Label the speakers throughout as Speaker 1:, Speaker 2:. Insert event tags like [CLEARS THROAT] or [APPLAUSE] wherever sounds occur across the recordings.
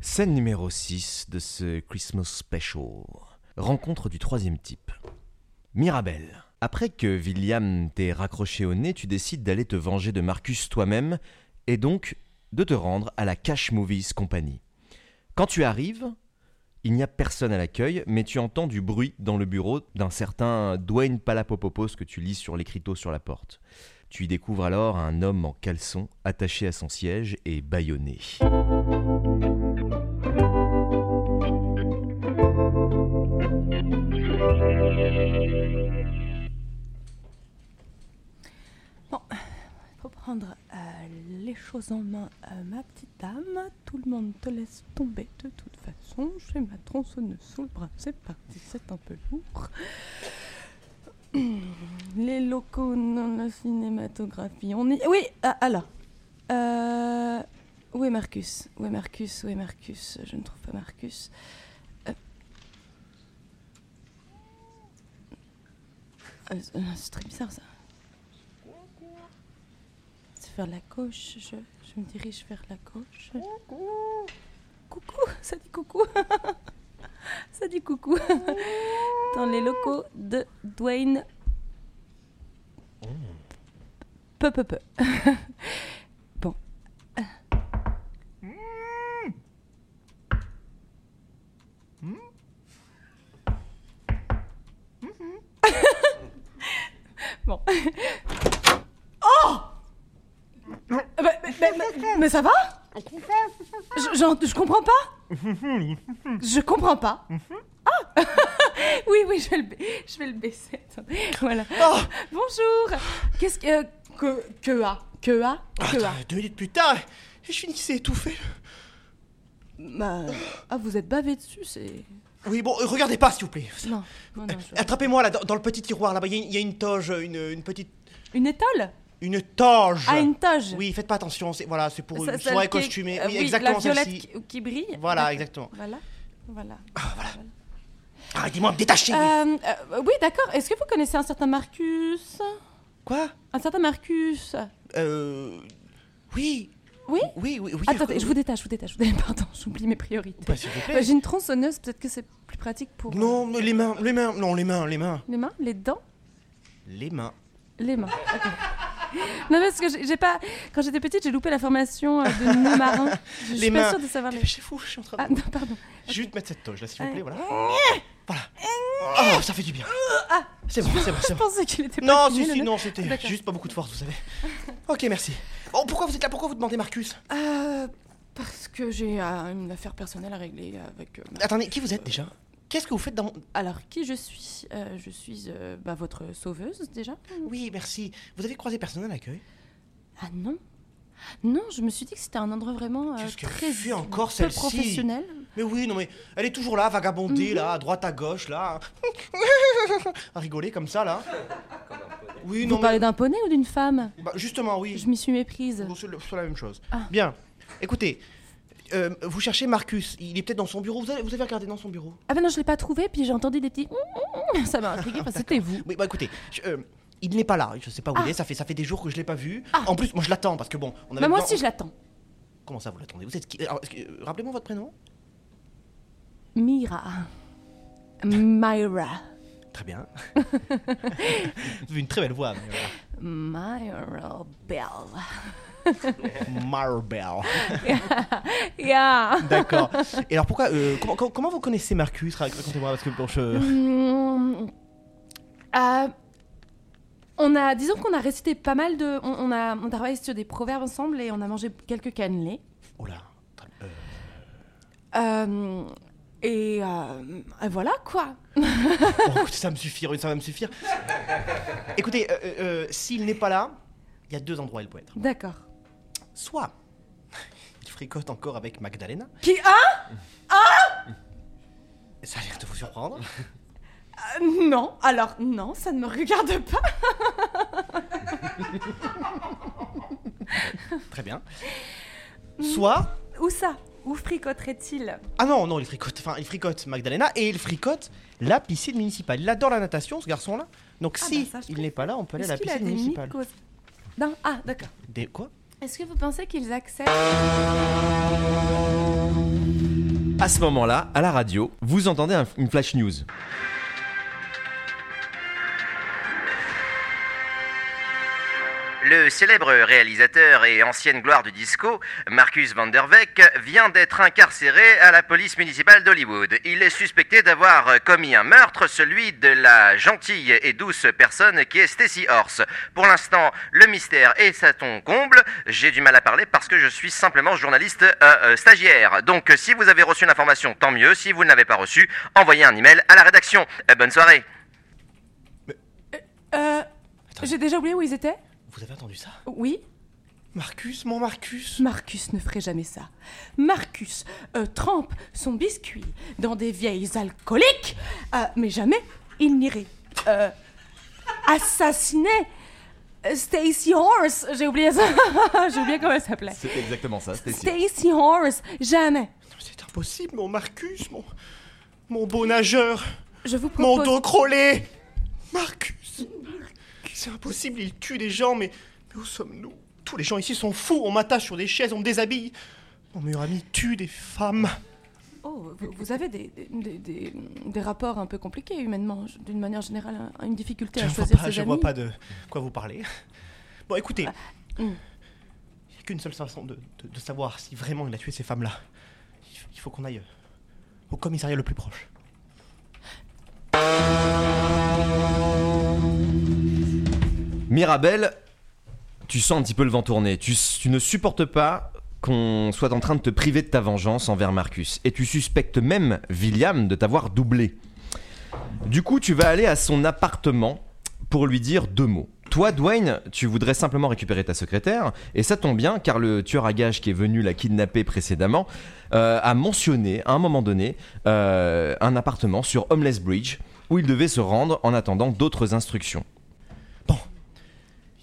Speaker 1: Scène numéro 6 de ce Christmas Special. Rencontre du troisième type. Mirabel. Après que William t'ait raccroché au nez, tu décides d'aller te venger de Marcus toi-même et donc de te rendre à la Cash Movies Company. Quand tu arrives, il n'y a personne à l'accueil, mais tu entends du bruit dans le bureau d'un certain Dwayne Palapopopos que tu lis sur l'écriteau sur la porte. Tu y découvres alors un homme en caleçon attaché à son siège et bâillonné.
Speaker 2: Faut prendre euh, les choses en main, euh, ma petite dame. Tout le monde te laisse tomber de toute façon. J'ai ma tronçonneuse sous le bras. C'est parti, c'est un peu lourd. [CLEARS THROAT] Les locaux, non, la cinématographie. On est. Oui, ah, ah là. Euh, Où est Marcus Où est Marcus Où est Marcus Je ne trouve pas Marcus. Euh. Euh, C'est très bizarre ça. C'est vers la gauche, je, je me dirige vers la gauche. Coucou Coucou [LAUGHS] Ça dit coucou Ça dit coucou [LAUGHS] Dans les locaux de Dwayne. Peu, peu, [LAUGHS] peu. Bon. Bon. [LAUGHS] Ah bah, mais, mais- mais- mais ça va je, j'en- je comprends pas Je comprends pas Ah [LAUGHS] Oui, oui, je vais le, ba- je vais le baisser. Attendez, Voilà.
Speaker 3: Oh!
Speaker 2: Bonjour Qu'est-ce que... euh, Que, que a Que a Que a
Speaker 3: Deux minutes plus tard, je finissais étouffé.
Speaker 2: Bah, Ah, vous êtes bavé dessus, c'est...
Speaker 3: Oui, bon, euh, regardez pas, s'il vous plaît.
Speaker 2: Non, non, non. je-
Speaker 3: Attrapez-moi là, dans, dans le petit tiroir, là-bas, il y, a- il y a une toge, une, une petite...
Speaker 2: Une étole
Speaker 3: Une toge
Speaker 2: Ah, une toge
Speaker 3: Oui, faites pas attention, c'est, voilà, c'est pour une
Speaker 2: Ça- celle
Speaker 3: soirée
Speaker 2: qui est-
Speaker 3: costumée.
Speaker 2: euh,
Speaker 3: oui,
Speaker 2: la
Speaker 3: exactement,
Speaker 2: violette
Speaker 3: celle-ci.
Speaker 2: qui, qui brille.
Speaker 3: Voilà,
Speaker 2: D'accord.
Speaker 3: exactement.
Speaker 2: Voilà, voilà. voilà.
Speaker 3: Arrêtez-moi de me détacher
Speaker 2: Euh, euh, oui, d'accord. Est-ce que vous connaissez un certain Marcus
Speaker 3: Quoi
Speaker 2: Un certain Marcus
Speaker 3: Euh... Oui
Speaker 2: Oui
Speaker 3: Oui, oui, oui.
Speaker 2: Attendez,
Speaker 3: euh,
Speaker 2: je vous détache, je vous détache, je vous détache. Pardon, j'oublie mes priorités.
Speaker 3: bah, s'il vous
Speaker 2: Bah,
Speaker 3: plaît.
Speaker 2: J'ai une tronçonneuse, peut-être que c'est plus pratique pour... euh,
Speaker 3: Non, mais les mains, les mains, non, les mains, les mains.
Speaker 2: Les mains Les dents
Speaker 3: Les mains.
Speaker 2: Les mains. ok. [LAUGHS] Non, parce que j'ai- j'ai pas... Quand j'étais petite, j'ai loupé la formation euh,
Speaker 3: [LAUGHS]
Speaker 2: de nous marins. Je je
Speaker 3: Les
Speaker 2: suis
Speaker 3: mains.
Speaker 2: pas sûre de savoir les...
Speaker 3: Je suis fou, je suis en train de...
Speaker 2: Ah, non, pardon.
Speaker 3: Juste mettre cette toge, là, s'il vous
Speaker 2: Ah.
Speaker 3: plaît, voilà. Voilà. Oh, ça fait du bien.
Speaker 2: Euh, Ah.
Speaker 3: C'est bon, c'est bon, c'est
Speaker 2: Je
Speaker 3: bon.
Speaker 2: pensais qu'il était pas
Speaker 3: Non,
Speaker 2: fini,
Speaker 3: si,
Speaker 2: le
Speaker 3: si,
Speaker 2: nœud.
Speaker 3: non, c'était
Speaker 2: D'accord.
Speaker 3: juste pas beaucoup de force, vous savez. Ok, merci. Oh, pourquoi vous êtes là Pourquoi vous demandez Marcus
Speaker 2: Euh, parce que j'ai euh, une affaire personnelle à régler avec... euh, Marcus.
Speaker 3: Attendez, qui vous êtes déjà Qu'est-ce que vous faites dans mon...
Speaker 2: Alors, qui je suis Euh, Je suis euh, bah, votre sauveuse, déjà.
Speaker 3: Oui, merci. Vous avez croisé personne à l'accueil
Speaker 2: Ah non Non, je me suis dit que c'était un endroit vraiment euh,
Speaker 3: Qu'est-ce qu'elle
Speaker 2: très
Speaker 3: fait encore,
Speaker 2: peu
Speaker 3: celle-ci
Speaker 2: professionnel. Mhm.
Speaker 3: Mais oui, non mais... Elle est toujours là, vagabondée, là, à droite, à gauche, là. hein. [LAUGHS] à rigoler comme ça, là. Oui,
Speaker 2: Vous
Speaker 3: non mais...
Speaker 2: parlez d'un poney ou d'une femme
Speaker 3: Bah, justement, oui.
Speaker 2: Je m'y suis méprise.
Speaker 3: Bon, C'est le- c'est la même chose.
Speaker 2: Ah.
Speaker 3: Bien. Écoutez, euh, vous cherchez Marcus. Il est peut-être dans son bureau. Vous avez, vous avez regardé dans son bureau
Speaker 2: Ah ben non, je l'ai pas trouvé, puis j'ai entendu des petits [LAUGHS] ça m'a intrigué parce que c'était vous.
Speaker 3: Oui, bah écoutez, je- euh, il n'est pas là. Je sais pas où il est. Ça fait, ça fait des jours que je l'ai pas vu.
Speaker 2: Ah.
Speaker 3: En plus, moi je l'attends parce que bon, on a.
Speaker 2: Bah, moi aussi je l'attends.
Speaker 3: Comment ça, vous l'attendez Vous êtes qui Alors, est-ce que- euh, Rappelez-moi votre prénom.
Speaker 2: Mira.
Speaker 3: [LAUGHS]
Speaker 2: Myra.
Speaker 3: Très
Speaker 2: [LAUGHS]
Speaker 3: bien. vous avez une très belle voix.
Speaker 2: Myra Bell. [LAUGHS]
Speaker 3: Marbell.
Speaker 2: Yeah.
Speaker 3: D'accord. Et alors pourquoi euh, comment, comment- comment vous connaissez Marcus Racontez-moi parce que bon, je.
Speaker 2: Hmm. Euh, on a, disons qu'on a récité pas mal de, on, on a, on a travaillé sur des proverbes ensemble et on a mangé quelques cannelés.
Speaker 3: Oh là. Euh,
Speaker 2: Euh, et euh, et voilà quoi.
Speaker 3: [LAUGHS] Oh, écoutez, ça va me suffire, ça va me suffire. Écoutez, euh, euh, euh, s'il n'est pas là, il y a deux endroits où il peut être.
Speaker 2: D'accord.
Speaker 3: Soit il fricote encore avec Magdalena,
Speaker 2: Qui ah
Speaker 3: ça a l'air de vous surprendre. [LAUGHS]
Speaker 2: Euh, Non, alors non, ça ne me regarde pas.
Speaker 3: Très bien. Soit.
Speaker 2: Où ça Où fricoterait-il
Speaker 3: Ah non, non, il fricote. Enfin, il fricote Magdalena et il fricote la piscine municipale. Il adore la natation, ce garçon-là. Donc
Speaker 2: Ah
Speaker 3: si
Speaker 2: bah ça, je
Speaker 3: il n'est pas là, on peut aller à
Speaker 2: Est-ce
Speaker 3: la
Speaker 2: qu'il a
Speaker 3: piscine
Speaker 2: des
Speaker 3: municipale.
Speaker 2: mycoses Non, ah d'accord.
Speaker 3: Des quoi
Speaker 2: Est-ce que vous pensez qu'ils acceptent
Speaker 1: À ce moment-là, à la radio, vous entendez un- une flash news.
Speaker 4: Le célèbre réalisateur et ancienne gloire du disco, Marcus Van der Weck, vient d'être incarcéré à la police municipale d'Hollywood. Il est suspecté d'avoir commis un meurtre, celui de la gentille et douce personne qui est Stacy Horse. Pour l'instant, le mystère est à ton comble. J'ai du mal à parler parce que je suis simplement journaliste euh, euh, stagiaire. Donc si vous avez reçu l'information, tant mieux. Si vous ne l'avez pas reçue, envoyez un email à la rédaction. Euh, bonne soirée.
Speaker 2: Euh. J'ai déjà oublié où ils étaient
Speaker 3: Vous avez entendu ça
Speaker 2: Oui
Speaker 3: Marcus, mon Marcus
Speaker 2: Marcus ne ferait jamais ça. Marcus euh, trempe son biscuit dans des vieilles alcooliques, euh, mais jamais il n'irait euh, assassiner Stacy Horse. J'ai oublié ça. [LAUGHS] J'ai oublié comment elle s'appelait.
Speaker 1: C'est exactement ça, Stacy.
Speaker 2: Stacy Horse, jamais.
Speaker 3: Non, mais C'est impossible, mon Marcus, mon. Mon beau nageur
Speaker 2: Je vous
Speaker 3: Mon
Speaker 2: propose.
Speaker 3: dos crôlé Marcus C'est impossible, il tue des gens, mais, mais où sommes-nous Tous les gens ici sont fous, on m'attache sur des chaises, on me déshabille Mon meilleur ami tue des femmes
Speaker 2: Oh, vous, vous avez des, des- des, des- des rapports un peu compliqués humainement, je- d'une manière générale, un- une difficulté
Speaker 3: Je
Speaker 2: à
Speaker 3: vois
Speaker 2: choisir
Speaker 3: pas,
Speaker 2: ses
Speaker 3: je
Speaker 2: amis.
Speaker 3: vois pas de quoi vous parlez. [LAUGHS] Bon, écoutez, il
Speaker 2: hum.
Speaker 3: n'y a qu'une seule façon de, de- de savoir si vraiment il a tué ces femmes-là. Il f- Il faut qu'on aille euh, au commissariat le plus proche.
Speaker 1: Mirabel, tu sens un petit peu le vent tourner. Tu, tu ne supportes pas qu'on soit en train de te priver de ta vengeance envers Marcus. Et tu suspectes même William de t'avoir doublé. Du coup, tu vas aller à son appartement pour lui dire deux mots. Toi, Dwayne, tu voudrais simplement récupérer ta secrétaire, et ça tombe bien car le tueur à gages qui est venu la kidnapper précédemment euh, a mentionné à un moment donné euh, un appartement sur Homeless Bridge où il devait se rendre en attendant d'autres instructions.
Speaker 3: Bon,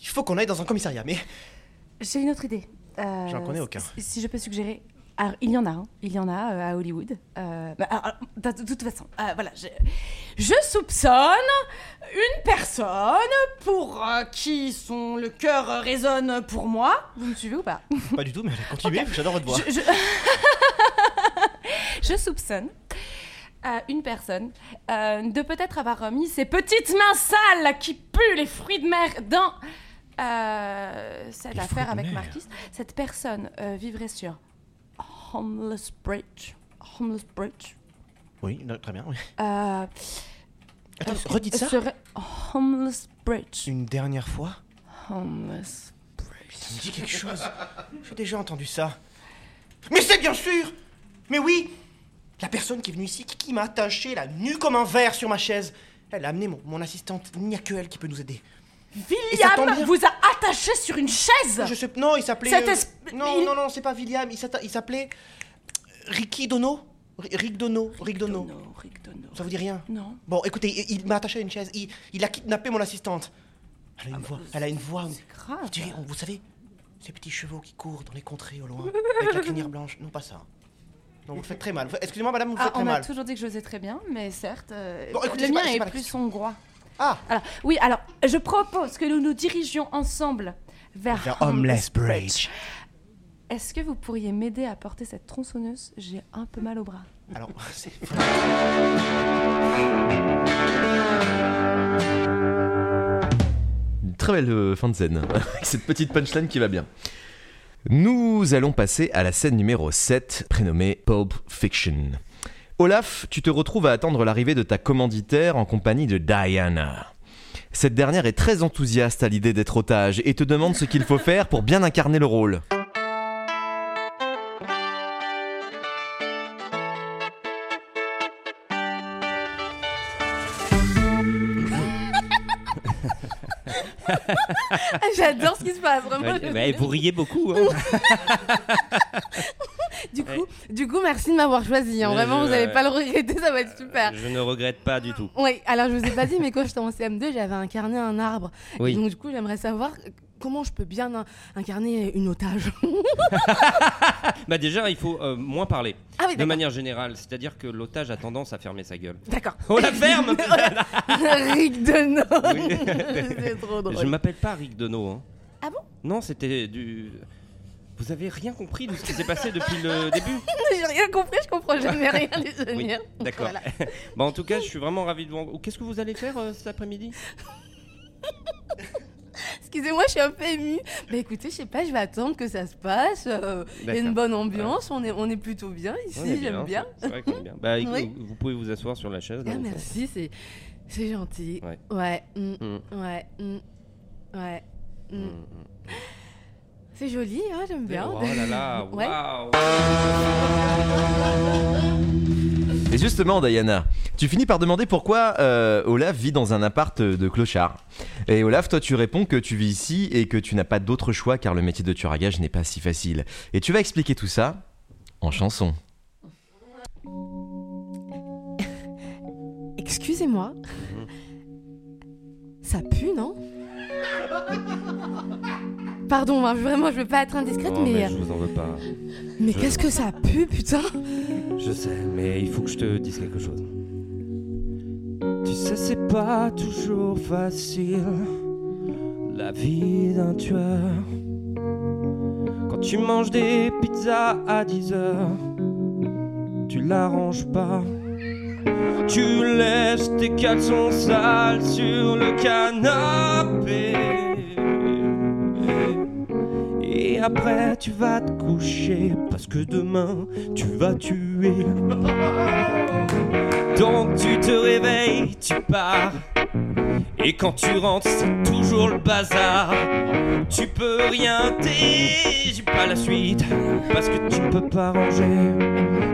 Speaker 3: il faut qu'on aille dans un commissariat, mais [LAUGHS]
Speaker 2: J'ai une autre idée. Euh,
Speaker 3: J'en connais aucun.
Speaker 2: Si, si je peux suggérer. Alors, il y en a, hein. il y en a euh, à Hollywood. Euh, bah, alors, de, de toute façon, euh, voilà, je, je soupçonne une personne pour euh, qui son, le cœur euh, résonne pour moi. Vous me suivez ou pas
Speaker 3: pas du tout, mais allez, continuez, j'adore votre voix.
Speaker 2: je, [LAUGHS] je... Je soupçonne euh, une personne euh, de peut-être avoir remis ses petites mains sales qui puent les fruits de mer dans euh, cette
Speaker 3: Les fruits
Speaker 2: affaire
Speaker 3: de
Speaker 2: avec
Speaker 3: mer.
Speaker 2: Marquis. Cette personne euh, vivrait sur Homeless Bridge. Homeless Bridge.
Speaker 3: Oui, non, très bien, oui.
Speaker 2: Euh,
Speaker 3: Attends, redites ça
Speaker 2: serait Homeless Bridge.
Speaker 3: une dernière fois.
Speaker 2: Homeless
Speaker 3: Ça
Speaker 2: Bridge.
Speaker 3: me dit quelque chose. J'ai déjà entendu ça. Mais c'est bien sûr Mais oui La personne qui est venue ici, qui, qui m'a attaché la nue comme un verre sur ma chaise, elle a amené mon, mon assistante. Il n'y a que elle qui peut nous aider. tombe
Speaker 2: William
Speaker 3: bien.
Speaker 2: vous a attaché sur une chaise.
Speaker 3: Je sais, non, il s'appelait.
Speaker 2: Cet
Speaker 3: euh,
Speaker 2: esp-
Speaker 3: Non,
Speaker 2: il-
Speaker 3: non, non, c'est pas William. Il s'atta- il s'appelait. Ricky Dono Ri- Rick Dono Rick Dono.
Speaker 2: Dono, Rick Dono.
Speaker 3: Ça vous dit rien
Speaker 2: Non.
Speaker 3: Bon, écoutez, il, il m'a attaché à une chaise. Il, il a kidnappé mon assistante. Elle a
Speaker 5: Ah,
Speaker 3: une voix. Elle a une voix.
Speaker 2: C'est grave.
Speaker 3: On dirait- vous savez, ces petits chevaux qui courent dans les contrées
Speaker 5: [LAUGHS]
Speaker 3: au loin, avec la crinière blanche. Non, pas ça. Non, vous le faites très mal. Vous- Excusez-moi, madame, vous le
Speaker 2: Ah,
Speaker 3: faites
Speaker 2: on
Speaker 3: très
Speaker 2: m'a
Speaker 3: mal.
Speaker 2: toujours dit que je faisais très bien, mais certes, euh,
Speaker 3: Bon, écoutez,
Speaker 2: le
Speaker 3: c'est
Speaker 2: mien
Speaker 3: pas- c'est
Speaker 2: est
Speaker 3: pas la
Speaker 2: plus
Speaker 3: question.
Speaker 2: hongrois.
Speaker 3: Ah
Speaker 2: Alors, oui, alors, je propose que nous nous dirigions ensemble vers,
Speaker 3: The Homeless Bridge.
Speaker 2: Est-ce que vous pourriez m'aider à porter cette tronçonneuse J'ai un peu mal au bras.
Speaker 3: Alors, c'est.
Speaker 1: Une très belle euh, fin de scène, [LAUGHS] avec cette petite punchline qui va bien. Nous allons passer à la scène numéro 7, prénommée Pulp Fiction. Olaf, tu te retrouves à attendre l'arrivée de ta commanditaire en compagnie de Diana. Cette dernière est très enthousiaste à l'idée d'être otage et te demande ce qu'il faut faire pour bien incarner le rôle.
Speaker 2: [LAUGHS] J'adore ce qui se passe, vraiment.
Speaker 6: Ouais, ouais, vous riez beaucoup. hein.
Speaker 7: [LAUGHS]
Speaker 6: Eh,
Speaker 7: Du coup, du coup, merci de m'avoir choisi. hein.
Speaker 6: Mais
Speaker 7: Vraiment,
Speaker 6: je-
Speaker 7: vous n'allez pas le regretter, ça va être super.
Speaker 6: Je ne regrette pas du tout.
Speaker 7: Oui, alors je vous ai pas dit, mais quand j'étais en CM2, j'avais incarné un arbre. Et
Speaker 6: Oui.
Speaker 7: Donc du coup, j'aimerais savoir comment je peux bien in- incarner une otage. [LAUGHS]
Speaker 6: Bah déjà, il faut euh, moins parler.
Speaker 7: ah oui,
Speaker 6: De
Speaker 7: d'accord.
Speaker 6: manière générale, c'est-à-dire que l'otage a tendance à fermer sa gueule.
Speaker 7: D'accord.
Speaker 6: On la
Speaker 7: [LAUGHS]
Speaker 6: ferme
Speaker 7: Rick Denon.
Speaker 6: Oui.
Speaker 7: [LAUGHS] C'est trop
Speaker 6: Je
Speaker 7: drôle.
Speaker 6: m'appelle pas Rick Deneau. hein.
Speaker 7: Ah bon
Speaker 6: Non, c'était du... Vous avez rien compris de ce qui s'est passé depuis le
Speaker 2: [LAUGHS]
Speaker 6: début
Speaker 7: J'ai rien compris, Oh, je comprends
Speaker 6: [LAUGHS]
Speaker 7: jamais rien des
Speaker 6: Oui,
Speaker 7: souvenirs.
Speaker 6: d'accord.
Speaker 7: Voilà.
Speaker 6: [LAUGHS] Bah, en tout cas, je suis vraiment ravi de vous. rencontrer. Qu'est-ce que vous allez faire euh, cet après-midi
Speaker 7: Excusez-moi, je suis un peu émue. Bah écoutez, je sais pas, je vais attendre que ça se passe. euh, Il y a une bonne ambiance, on, est, on est plutôt bien ici,
Speaker 6: On est
Speaker 7: j'aime bien.
Speaker 6: C'est vrai qu'on est bien.
Speaker 7: [LAUGHS]
Speaker 6: Bah, écoute,
Speaker 7: Oui.
Speaker 6: vous pouvez vous asseoir sur la chaise. là,
Speaker 7: Ah,
Speaker 6: donc, euh,
Speaker 7: merci, c'est c'est gentil.
Speaker 6: Ouais.
Speaker 7: Ouais. mm,
Speaker 6: Mm.
Speaker 7: Ouais. mm, Ouais. mm.
Speaker 6: mm, mm.
Speaker 7: C'est joli, hein, j'aime bien.
Speaker 6: Oh là là,
Speaker 7: [LAUGHS] Ouais.
Speaker 6: waouh
Speaker 1: Et justement, Diana, tu finis par demander pourquoi euh, Olaf vit dans un appart de clochard. Et Olaf, toi, tu réponds que tu vis ici et que tu n'as pas d'autre choix car le métier de tueur à gages n'est pas si facile. Et tu vas expliquer tout ça en chanson.
Speaker 7: Excusez-moi.
Speaker 6: Mm-hmm.
Speaker 7: Ça pue, non Pardon, hein, vraiment, je veux pas être indiscrète,
Speaker 6: Non,
Speaker 7: mais,
Speaker 6: mais
Speaker 7: euh,
Speaker 6: je vous en veux pas.
Speaker 7: mais
Speaker 6: je-
Speaker 7: qu'est-ce que ça pue, putain
Speaker 6: Je sais, mais il faut que je te dise quelque chose. Tu sais, c'est pas toujours facile la vie d'un tueur. Quand tu manges des pizzas à 10 heures, tu l'arranges pas. Tu laisses tes caleçons sales sur le canapé. Et après, tu vas te coucher parce que demain, tu vas tuer. Donc tu te réveilles, tu pars. Et quand tu rentres, c'est toujours le bazar. Tu peux rien, t'es pas la suite. Parce que tu peux pas ranger.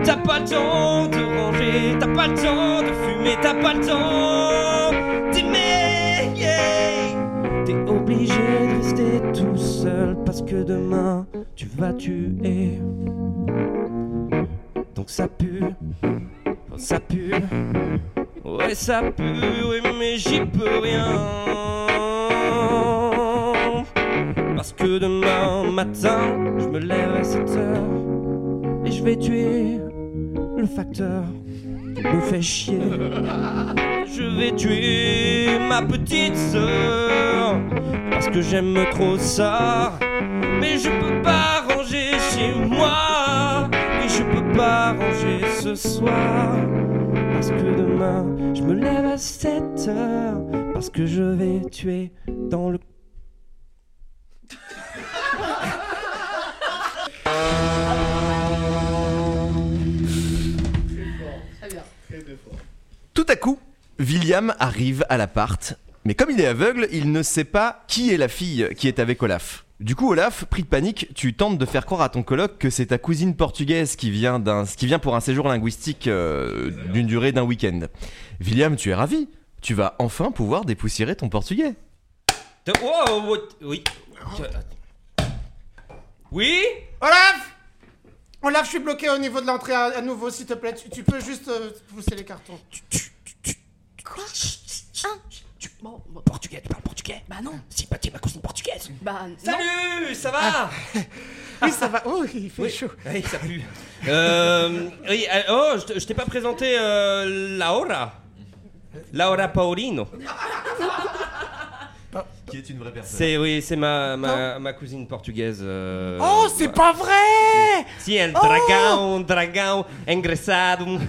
Speaker 6: T'as pas le temps de ranger, t'as pas le temps de fumer, t'as pas le temps d'aimer. yeah. T'es obligé de rester tout seul parce que demain, tu vas tuer. Donc ça pue, Oh, ça pue, ouais ça pue, oui, mais j'y peux rien. Parce que demain matin, je me lève à 7 heures et je vais tuer le facteur qui me fait chier. Je vais tuer ma petite sœur parce que j'aime trop ça. Mais je peux pas ranger chez moi. Et je peux pas ranger ce soir. Parce que demain, je me lève à 7 heures. Parce que je vais tuer dans le.
Speaker 1: Tout à coup, William arrive à l'appart, mais comme il est aveugle, il ne sait pas qui est la fille qui est avec Olaf. Du coup, Olaf, pris de panique, tu tentes de faire croire à ton coloc que c'est ta cousine portugaise qui vient, d'un- qui vient pour un séjour linguistique euh, d'une durée d'un week-end. William, tu es ravi. Tu vas enfin pouvoir dépoussiérer ton portugais.
Speaker 6: Wow, oui. Oh. Oui
Speaker 8: Olaf Olaf, je suis bloqué au niveau de l'entrée à, à nouveau, s'il te plaît. Tu, tu peux juste euh, pousser les cartons.
Speaker 7: Bon, bon,
Speaker 6: Portugais, tu parles portugais
Speaker 7: bah non,
Speaker 6: Si, bah t'es ma cousine portugaise.
Speaker 7: bah non.
Speaker 6: Salut, ça va
Speaker 8: Ah. [LAUGHS] Oui, ça va. Oh, il fait
Speaker 6: Oui.
Speaker 8: chaud.
Speaker 6: Oui, ça
Speaker 8: [LAUGHS]
Speaker 6: pue. Euh, oui, euh, oh, je t- je t'ai pas présenté euh, Laura. Laura Paulino.
Speaker 1: Qui est une vraie personne.
Speaker 6: C'est oui, c'est ma, ma, ma cousine portugaise. euh,
Speaker 8: Hein Oh, c'est Oh pas vrai
Speaker 6: Si, un dragão, un dragão
Speaker 8: [LAUGHS]
Speaker 6: engraçado. [LAUGHS]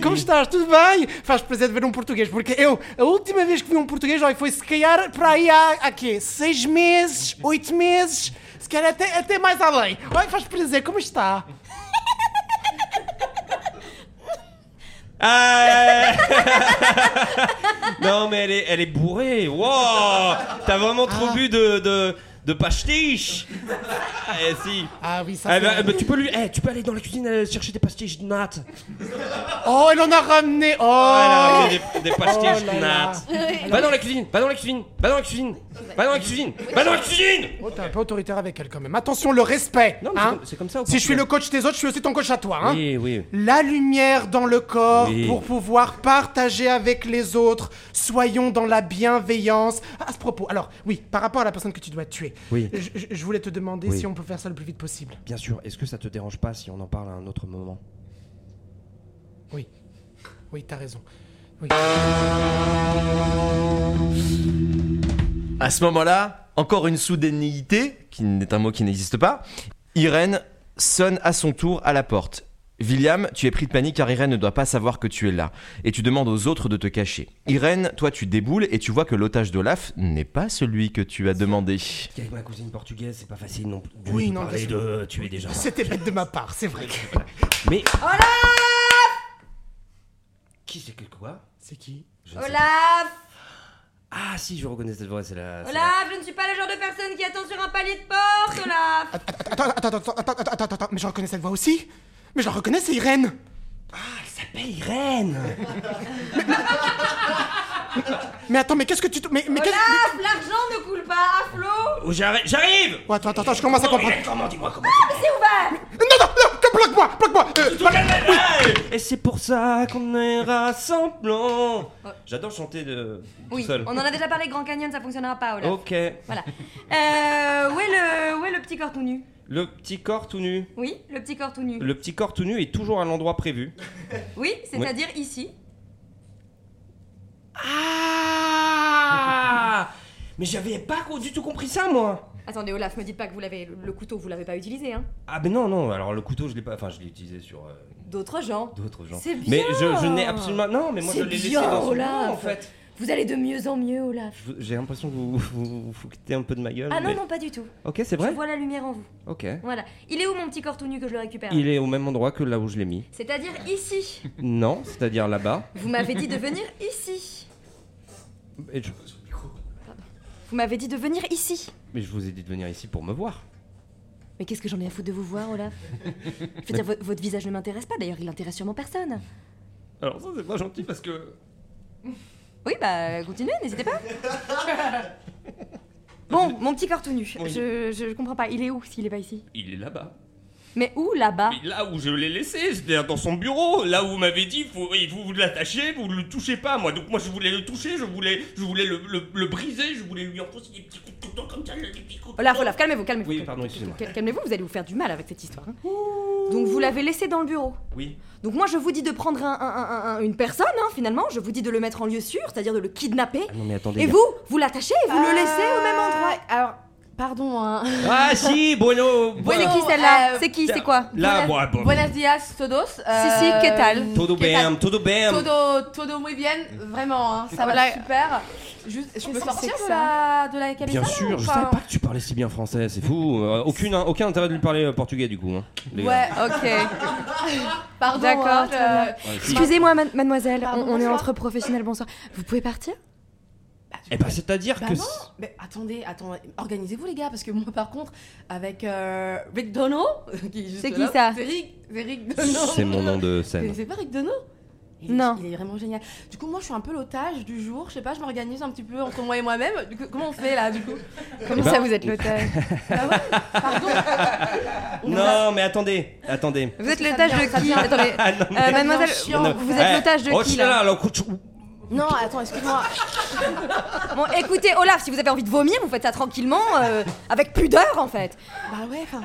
Speaker 8: Como estás? Tudo bem? Faz prazer de ver um português, porque eu, a última vez que vi um português, olha, foi se calhar para aí há, há quê? Seis meses, oito meses, se calhar até, até mais além. Olha, faz prazer, como está?
Speaker 6: Ah, non, mais elle est, elle est bourrée. Wow, t'as vraiment
Speaker 8: Ah.
Speaker 6: trop bu de, de, de pastiche. eh, si.
Speaker 8: Ah oui, ça
Speaker 6: Eh
Speaker 8: fait...
Speaker 6: ben, eh ben, tu peux lui, eh, tu peux aller dans la cuisine aller chercher des pastiches de natte.
Speaker 8: Oh, il en a ramené Oh
Speaker 6: Ah, elle a ramené des, des pastiches
Speaker 8: Oh là
Speaker 6: de
Speaker 8: là.
Speaker 6: natte. Va dans la cuisine, va dans la cuisine, va dans la cuisine, va dans la cuisine, va dans la cuisine.
Speaker 8: Oh, t'es un peu autoritaire avec elle quand même. Attention, le respect
Speaker 6: Non, mais
Speaker 8: hein.
Speaker 6: c'est comme- c'est comme ça, au
Speaker 8: Si je suis
Speaker 6: Portugal.
Speaker 8: le coach des autres, je suis aussi ton coach à toi. Hein. [LAUGHS]
Speaker 6: Oui, oui.
Speaker 8: La lumière dans le corps
Speaker 6: Oui.
Speaker 8: pour pouvoir partager avec les autres. Soyons dans la bienveillance. À ce propos, alors, oui, par rapport à la personne que tu dois tuer,
Speaker 6: Oui.
Speaker 8: je, je- je voulais te demander
Speaker 6: Oui.
Speaker 8: si on peut faire ça le plus vite possible.
Speaker 6: Bien sûr, est-ce que ça te dérange pas si on en parle à un autre moment
Speaker 8: Oui. Oui, t'as raison. Oui.
Speaker 1: À ce moment-là, Encore une soudaineté, qui n'est un mot qui n'existe pas. Irène sonne à son tour à la porte. William, tu es pris de panique car Irène ne doit pas savoir que tu es là, et tu demandes aux autres de te cacher. Irène, toi tu déboules et tu vois que l'otage d'Olaf n'est pas celui que tu as demandé.
Speaker 6: Avec ma cousine portugaise, c'est pas facile non plus.
Speaker 3: Oui,
Speaker 6: de
Speaker 3: non,
Speaker 6: parler
Speaker 3: bien
Speaker 6: de tuer des gens.
Speaker 3: C'était bête de ma part, c'est vrai.
Speaker 6: [LAUGHS] Mais. Qui c'est que quoi
Speaker 3: C'est qui
Speaker 6: Je ne sais pas.
Speaker 5: Olaf
Speaker 6: Ah si, je reconnais cette voix, c'est la. c'est la-
Speaker 5: Olaf, je ne suis pas le genre de personne qui attend sur un palier de porte, Olaf
Speaker 3: Attends, attends, attends, attends, attends, attends, attends, mais je reconnais cette voix aussi Mais je la reconnais, c'est Irène
Speaker 8: Ah,
Speaker 6: Elle s'appelle Irène
Speaker 3: Mais attends, mais qu'est-ce que tu... te- Mais, mais qu'est-ce...
Speaker 5: Olaf, l'argent ne coule pas à flot Ah,
Speaker 6: Oh, j'arrive J'arrive
Speaker 3: Oh, attends, attends, attends, je commence à
Speaker 6: Non,
Speaker 3: comprendre.
Speaker 6: Irène, comment Dis-moi comment
Speaker 5: C'est ouvert
Speaker 3: Non, non, non, que- bloque-moi, bloque-moi euh, bloque-
Speaker 6: Et c'est pour ça Ah, qu'on est rassemblant J'adore chanter de...
Speaker 5: Oh. Oui,
Speaker 6: tout seul. Oh.
Speaker 5: on en a déjà parlé, Grand Canyon, ça fonctionnera pas, Olaf.
Speaker 6: Ok.
Speaker 5: Voilà. Euh, où, est le, où est le petit corps tout nu
Speaker 6: Le petit corps tout nu.
Speaker 5: Oui, le petit corps tout nu.
Speaker 6: Le petit corps tout nu est toujours à l'endroit prévu.
Speaker 5: Oui, c'est-à-dire ici.
Speaker 6: Ah Mais j'avais pas du tout compris ça, moi
Speaker 5: Attendez, Olaf, me dites pas que vous l'avez. Le, le couteau, vous l'avez pas utilisé, hein
Speaker 6: Ah ben non, non, alors le couteau, je l'ai pas... Enfin, je l'ai utilisé sur euh,
Speaker 5: D'autres gens.
Speaker 6: d'autres gens.
Speaker 5: C'est bien
Speaker 6: Mais je, je n'ai absolument... Non, mais moi,
Speaker 5: C'est
Speaker 6: je l'ai laissé
Speaker 5: bien,
Speaker 6: dans son
Speaker 5: Olaf.
Speaker 6: coin, Oh, en fait.
Speaker 5: Vous allez de mieux en mieux, Olaf.
Speaker 6: Je- J'ai l'impression que vous vous, vous foutez un peu de ma gueule.
Speaker 5: Ah non,
Speaker 6: mais-
Speaker 5: non, pas du tout.
Speaker 6: Ok, c'est
Speaker 5: Je
Speaker 6: vrai
Speaker 5: vois la lumière en vous.
Speaker 6: Ok.
Speaker 5: Voilà. Il est où mon petit corps tout nu que je le récupère
Speaker 6: Il est au même endroit que là où je l'ai mis.
Speaker 5: C'est-à-dire ici.
Speaker 6: [LAUGHS] Non, c'est-à-dire là-bas.
Speaker 5: Vous m'avez dit de venir ici.
Speaker 6: Et je...
Speaker 5: Vous m'avez dit de venir ici.
Speaker 6: Mais je vous ai dit de venir ici pour me voir.
Speaker 5: Mais qu'est-ce que j'en ai à foutre de vous voir, Olaf
Speaker 6: [LAUGHS]
Speaker 5: Je veux dire, vo- votre visage ne m'intéresse pas, d'ailleurs, il intéresse sûrement personne.
Speaker 6: Alors ça c'est pas gentil parce que
Speaker 5: Oui, bah, continuez,
Speaker 6: [LAUGHS]
Speaker 5: n'hésitez pas. Bon, mon petit corps tout nu,
Speaker 6: Oui.
Speaker 5: je, je comprends pas, il est où s'il est pas ici
Speaker 6: il est là-bas.
Speaker 5: Mais où, là-bas
Speaker 6: Mais là où je l'ai laissé, c'était dans son bureau. Là où vous m'avez dit, faut, et vous, vous l'attachez, vous le touchez pas. Moi donc moi je voulais le toucher, je voulais, je voulais le, le- le briser, je voulais lui enfoncer des petits coups de couteau comme ça, des petits coups de
Speaker 5: Olaf,
Speaker 6: couteau.
Speaker 5: Olaf, calmez-vous, calmez-vous.
Speaker 6: Oui, pardon, excusez-moi.
Speaker 5: Cal- Calmez-vous, vous allez vous faire du mal avec cette histoire. hein. Donc vous l'avez laissé dans le bureau.
Speaker 6: Oui.
Speaker 5: Donc moi je vous dis de prendre un- un- un- un- une personne, hein, finalement, je vous dis de le mettre en lieu sûr, c'est-à-dire de le kidnapper.
Speaker 6: Ah non mais attendez.
Speaker 5: Et vous, vous l'attachez et vous le laissez au même endroit.
Speaker 7: Alors, pardon, hein.
Speaker 6: Ah
Speaker 7: [LAUGHS]
Speaker 6: si, Bruno.
Speaker 5: Oui,
Speaker 7: Bueno,
Speaker 5: c'est qui celle-là
Speaker 7: euh,
Speaker 5: C'est qui C'est quoi
Speaker 6: Là,
Speaker 7: Buenas-
Speaker 6: moi, bon.
Speaker 7: Buenos dias, todos. euh,
Speaker 5: Si, si, ¿qué tal?
Speaker 6: Todo
Speaker 7: ¿qué tal?
Speaker 6: bien, todo bien.
Speaker 7: Todo, todo muy bien, vraiment, hein, ça va
Speaker 9: Voilà.
Speaker 7: super. Juste, je peux
Speaker 9: Qu'est-ce que
Speaker 7: sortir
Speaker 9: c'est que
Speaker 7: de
Speaker 9: ça
Speaker 7: la, de la cabine
Speaker 6: Bien sûr, je savais pas que tu parlais si bien français, c'est fou. Euh, aucune, aucun intérêt de lui parler euh, portugais du coup. hein, les gars.
Speaker 7: Ouais, ok. Pardon,
Speaker 9: D'accord,
Speaker 7: hein,
Speaker 9: très
Speaker 7: je-
Speaker 9: bien.
Speaker 6: Ouais, si.
Speaker 5: Euh, Excusez-moi, man- mademoiselle,
Speaker 7: Pardon,
Speaker 5: on, on est
Speaker 7: bonsoir.
Speaker 5: entre professionnels, bonsoir. Vous pouvez partir
Speaker 6: Eh ben, c'est-à-dire
Speaker 7: Bah
Speaker 6: que.
Speaker 7: non, [LAUGHS] mais attendez, attendez, organisez-vous les gars, parce que moi par contre, avec euh, Rick Dono, [LAUGHS] qui est juste
Speaker 5: C'est qui
Speaker 7: là,
Speaker 5: ça
Speaker 7: C'est Rick, c'est Rick
Speaker 6: c'est-
Speaker 7: Dono.
Speaker 6: C'est mon nom de scène.
Speaker 7: C'est pas Rick Dono Il est-
Speaker 5: Non.
Speaker 7: Il est vraiment génial. Du coup, moi je suis un peu l'otage du jour, je sais pas, je m'organise un petit peu entre moi et moi-même. Du coup, comment on fait là du coup
Speaker 5: Comment
Speaker 6: Eh ben-
Speaker 5: ça, vous
Speaker 7: [LAUGHS]
Speaker 5: êtes l'otage
Speaker 7: Bah ouais, pardon. On va-
Speaker 6: Non, mais attendez, attendez.
Speaker 5: Vous êtes
Speaker 7: que ça
Speaker 5: l'otage
Speaker 7: devient- ça
Speaker 5: de qui
Speaker 7: devient-
Speaker 5: Attendez,
Speaker 6: [LAUGHS] Ah non, Eh, oh,
Speaker 5: euh, mademoiselle,
Speaker 7: devient chiant.
Speaker 5: vous- vous êtes l'otage de qui là
Speaker 7: Non, attends, excuse-moi.
Speaker 5: [LAUGHS] Bon, écoutez, Olaf, si vous avez envie de vomir, vous faites ça tranquillement, euh, avec pudeur en fait.
Speaker 7: Bah ouais, enfin,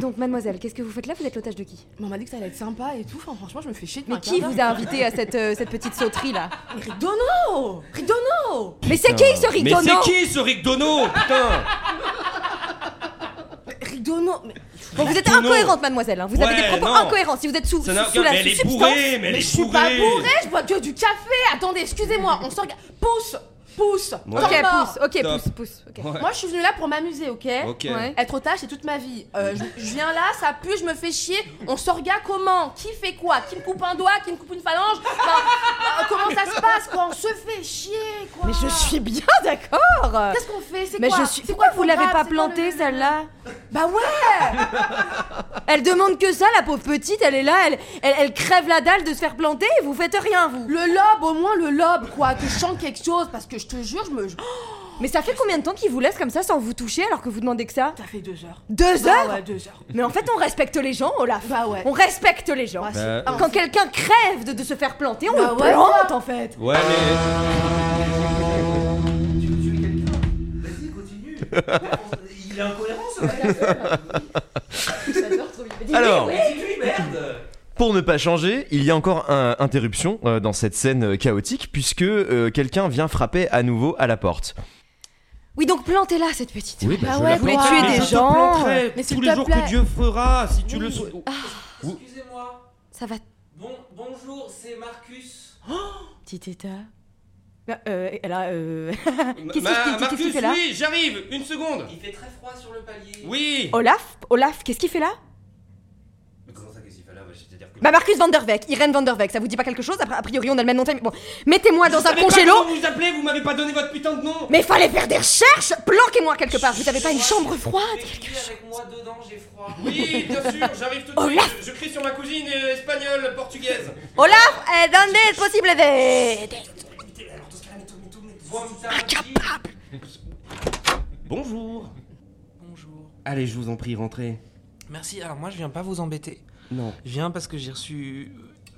Speaker 5: Donc, mademoiselle, qu'est-ce que vous faites là Vous êtes l'otage de qui
Speaker 7: mais on m'a dit que ça allait être sympa et tout. Enfin, franchement, je me fais chier. depuis
Speaker 5: Mais
Speaker 7: un
Speaker 5: qui
Speaker 7: quart
Speaker 5: vous a invité à cette, euh, cette petite sauterie là
Speaker 7: d'heure. Rick Dono Rick Dono
Speaker 5: Mais c'est qui ce Rick
Speaker 6: Mais
Speaker 5: Dono
Speaker 6: c'est qui ce Rick Dono Oh, Putain
Speaker 7: Rick Dono mais-
Speaker 5: Bon, vous êtes
Speaker 6: Dono
Speaker 5: incohérente, mademoiselle. hein. Vous avez des
Speaker 6: Ouais,
Speaker 5: propos
Speaker 6: non.
Speaker 5: incohérents. Si vous êtes sous,
Speaker 6: Ça n'a
Speaker 5: sous la
Speaker 6: mais elle est
Speaker 5: substance,
Speaker 6: bourrée, mais elle
Speaker 7: Mais je
Speaker 6: est
Speaker 7: suis pas
Speaker 6: bourrée
Speaker 7: bourré, je bois que du café. Attendez, excusez-moi, on s'organise. Pousse, pousse,
Speaker 6: Ouais.
Speaker 7: encore
Speaker 5: Ok,
Speaker 7: mort.
Speaker 5: pousse, ok,
Speaker 6: Stop.
Speaker 5: pousse, pousse. ok.
Speaker 6: Ouais.
Speaker 7: Moi, je suis venue là pour m'amuser, ok
Speaker 6: Ok.
Speaker 5: Ouais.
Speaker 7: Être otage, c'est toute ma vie. Euh, je, je viens là, ça pue, je me fais chier. On s'orga comment Qui fait quoi Qui me coupe un doigt Qui me coupe une phalange Enfin, euh, Comment ça se passe quoi On se fait chier, quoi.
Speaker 5: Mais je suis bien [LAUGHS] d'accord.
Speaker 7: Qu'est-ce qu'on fait C'est
Speaker 5: Mais
Speaker 7: quoi
Speaker 5: je suis.
Speaker 7: C'est
Speaker 5: Pourquoi
Speaker 7: le
Speaker 5: vous l'avez
Speaker 7: programme
Speaker 5: pas
Speaker 7: C'est quoi le-
Speaker 5: plantée celle-là
Speaker 7: Bah ouais
Speaker 5: Elle demande que ça, la pauvre petite. Elle est là, elle, elle, elle crève la dalle de se faire planter. Et vous faites rien, vous.
Speaker 7: Le lobe, au moins le lobe, quoi. Que je chante quelque chose, parce que je te jure, je me. je- Oh,
Speaker 5: [GASPS] Mais ça fait combien de temps qu'ils vous laissent comme ça sans vous toucher alors que vous demandez que ça
Speaker 7: ça fait deux heures.
Speaker 5: Deux
Speaker 7: Ah
Speaker 5: heures
Speaker 7: ouais, deux heures.
Speaker 5: Mais en fait, on respecte les gens, Olaf.
Speaker 7: Bah ouais.
Speaker 5: On respecte les gens.
Speaker 7: Bah, c'est-
Speaker 6: Bah,
Speaker 7: ah,
Speaker 5: Quand quelqu'un crève de, de se faire planter, on
Speaker 7: Bah
Speaker 5: le
Speaker 7: ouais,
Speaker 5: plante
Speaker 7: quoi.
Speaker 5: en fait.
Speaker 6: Ouais, mais.
Speaker 10: Il est incohérent ce mec
Speaker 6: [LAUGHS]
Speaker 1: Alors, pour ne pas changer, il y a encore un- interruption euh, dans cette scène euh, chaotique puisque euh, quelqu'un vient frapper à nouveau à la porte.
Speaker 5: Oui, donc plantez-la, cette petite.
Speaker 1: Oui, bah,
Speaker 11: Ah
Speaker 1: je
Speaker 11: ouais,
Speaker 1: la
Speaker 11: vous
Speaker 1: plante.
Speaker 11: les
Speaker 6: Mais
Speaker 11: tuez
Speaker 6: je
Speaker 11: des
Speaker 6: te
Speaker 11: gens. euh,
Speaker 6: planterai
Speaker 11: Mais s'il
Speaker 6: tous
Speaker 11: te
Speaker 6: les jours
Speaker 11: plaît. Ah.
Speaker 6: que Dieu fera, si tu le souhaites.
Speaker 10: Excusez-moi.
Speaker 5: Ça va,
Speaker 10: Bon, bonjour, c'est Marcus.
Speaker 5: petit état. Bah, euh, elle
Speaker 6: [LAUGHS]
Speaker 5: a, euh,
Speaker 6: Ma-
Speaker 5: Qu'est-ce que-
Speaker 6: ma-
Speaker 5: qu'est-ce qu'il
Speaker 6: Marcus,
Speaker 5: fait là
Speaker 6: oui, j'arrive, une seconde.
Speaker 10: Il fait très froid sur le palier.
Speaker 6: Oui.
Speaker 5: Olaf Olaf, qu'est-ce qu'il fait là
Speaker 6: Mais comment ça, qu'est-ce qu'il fait là Je vais te dire que.
Speaker 5: Bah Marcus Van Der Beek, Irène Van Der Beek, ça vous dit pas quelque chose Après, A priori, on a le même nom de famille. Bon, mettez-moi
Speaker 6: Je
Speaker 5: dans un
Speaker 6: savais pas
Speaker 5: congélo.
Speaker 6: comment Vous vous appelez, vous m'avez pas donné votre putain de nom.
Speaker 5: Mais fallait faire des recherches Planquez-moi quelque part, vous avez pas une chambre froide
Speaker 10: Quelque avec moi dedans, j'ai froid.
Speaker 6: Oui, bien sûr, j'arrive tout de suite. Je, je crie sur ma cousine euh, espagnole, portugaise.
Speaker 5: Olaf, eh, donnez le possible des... des-
Speaker 10: Incapable.
Speaker 6: Bonjour.
Speaker 10: Bonjour.
Speaker 6: Allez, je vous en prie, rentrez.
Speaker 10: Merci. Alors moi, je viens pas vous embêter.
Speaker 6: Non,
Speaker 10: Je viens parce que j'ai reçu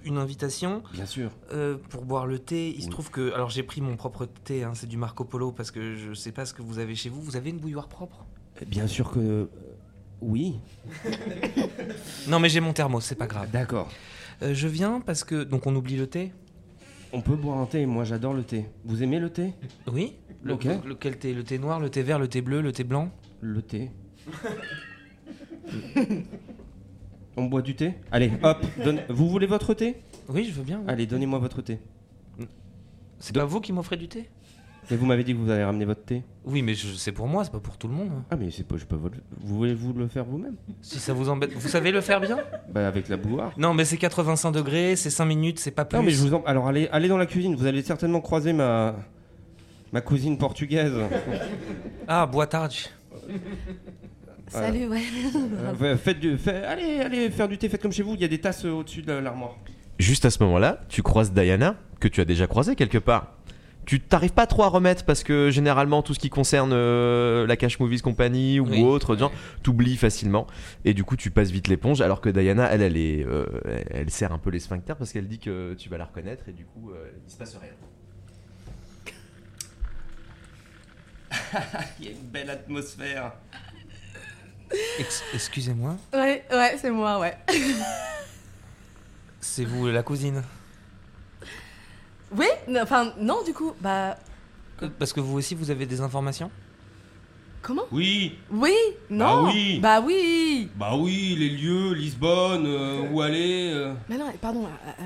Speaker 10: une invitation
Speaker 6: bien sûr.
Speaker 10: euh, pour boire le thé. Il se
Speaker 6: Oui.
Speaker 10: trouve que, alors j'ai pris mon propre thé. hein, c'est du Marco Polo parce que je sais pas ce que vous avez chez vous. Vous avez une bouilloire propre
Speaker 6: Bien sûr que. euh, oui.
Speaker 10: Non, mais j'ai mon thermos. C'est pas grave.
Speaker 6: D'accord.
Speaker 10: Euh, je viens parce que, donc on oublie le thé.
Speaker 6: On peut boire un thé, moi j'adore le thé. Vous aimez le thé
Speaker 10: Oui. Le,
Speaker 6: Ok.
Speaker 10: le- lequel thé Le thé noir, le thé vert, le thé bleu, le thé blanc
Speaker 6: Le thé. On boit du thé Allez, hop, donne- vous voulez votre thé
Speaker 10: Oui, je veux bien. oui.
Speaker 6: Allez, donnez-moi votre thé.
Speaker 10: C'est pas Bah, vous qui m'offrez du thé
Speaker 6: Mais vous m'avez dit que vous allez ramener votre thé.
Speaker 10: Oui, mais je- c'est pour moi, c'est pas pour tout le monde. hein.
Speaker 6: Ah mais c'est pas, je peux vous le- Vous voulez-vous le faire vous-même
Speaker 10: Si ça vous embête, vous savez le faire bien
Speaker 6: Bah avec la bouilloire.
Speaker 10: Non, mais c'est 85 degrés, c'est 5 minutes, Ah, c'est pas plus.
Speaker 6: Non mais je vous en... Alors allez, allez dans la cuisine, vous allez certainement croiser ma... Ma cousine portugaise.
Speaker 10: Ah, bois targe.
Speaker 6: [LAUGHS]
Speaker 5: Salut, ouais. [LAUGHS]
Speaker 6: Euh, faites du... fait- Allez, allez faire du thé, faites comme chez vous, il y a des tasses euh, au-dessus de la- l'armoire.
Speaker 1: Juste à ce moment-là, tu croises Diana, que tu as déjà croisée quelque part. Tu t'arrives pas trop à remettre parce que généralement tout ce qui concerne euh, la Cash Movies Company ou
Speaker 10: Oui.
Speaker 1: autre, genre, t'oublies facilement et du coup tu passes vite l'éponge. Alors que Diana, elle, elle est, euh, elle serre un peu les sphincters parce qu'elle dit que tu vas la reconnaître et du coup euh, il se passe rien.
Speaker 6: [LAUGHS] Il y a une belle atmosphère.
Speaker 10: Ex- Excusez-moi,
Speaker 7: Ouais, ouais, c'est moi, ouais.
Speaker 10: c'est vous la cousine
Speaker 7: [LAUGHS] Oui non, Enfin, non, du coup, bah.
Speaker 10: Euh, Parce que vous aussi, vous avez des informations
Speaker 7: Comment
Speaker 6: Oui,
Speaker 7: Oui Non
Speaker 6: Bah oui.
Speaker 7: Bah oui
Speaker 6: bah oui, les lieux, Lisbonne, euh, où aller. euh.
Speaker 7: Mais non, pardon, euh, euh,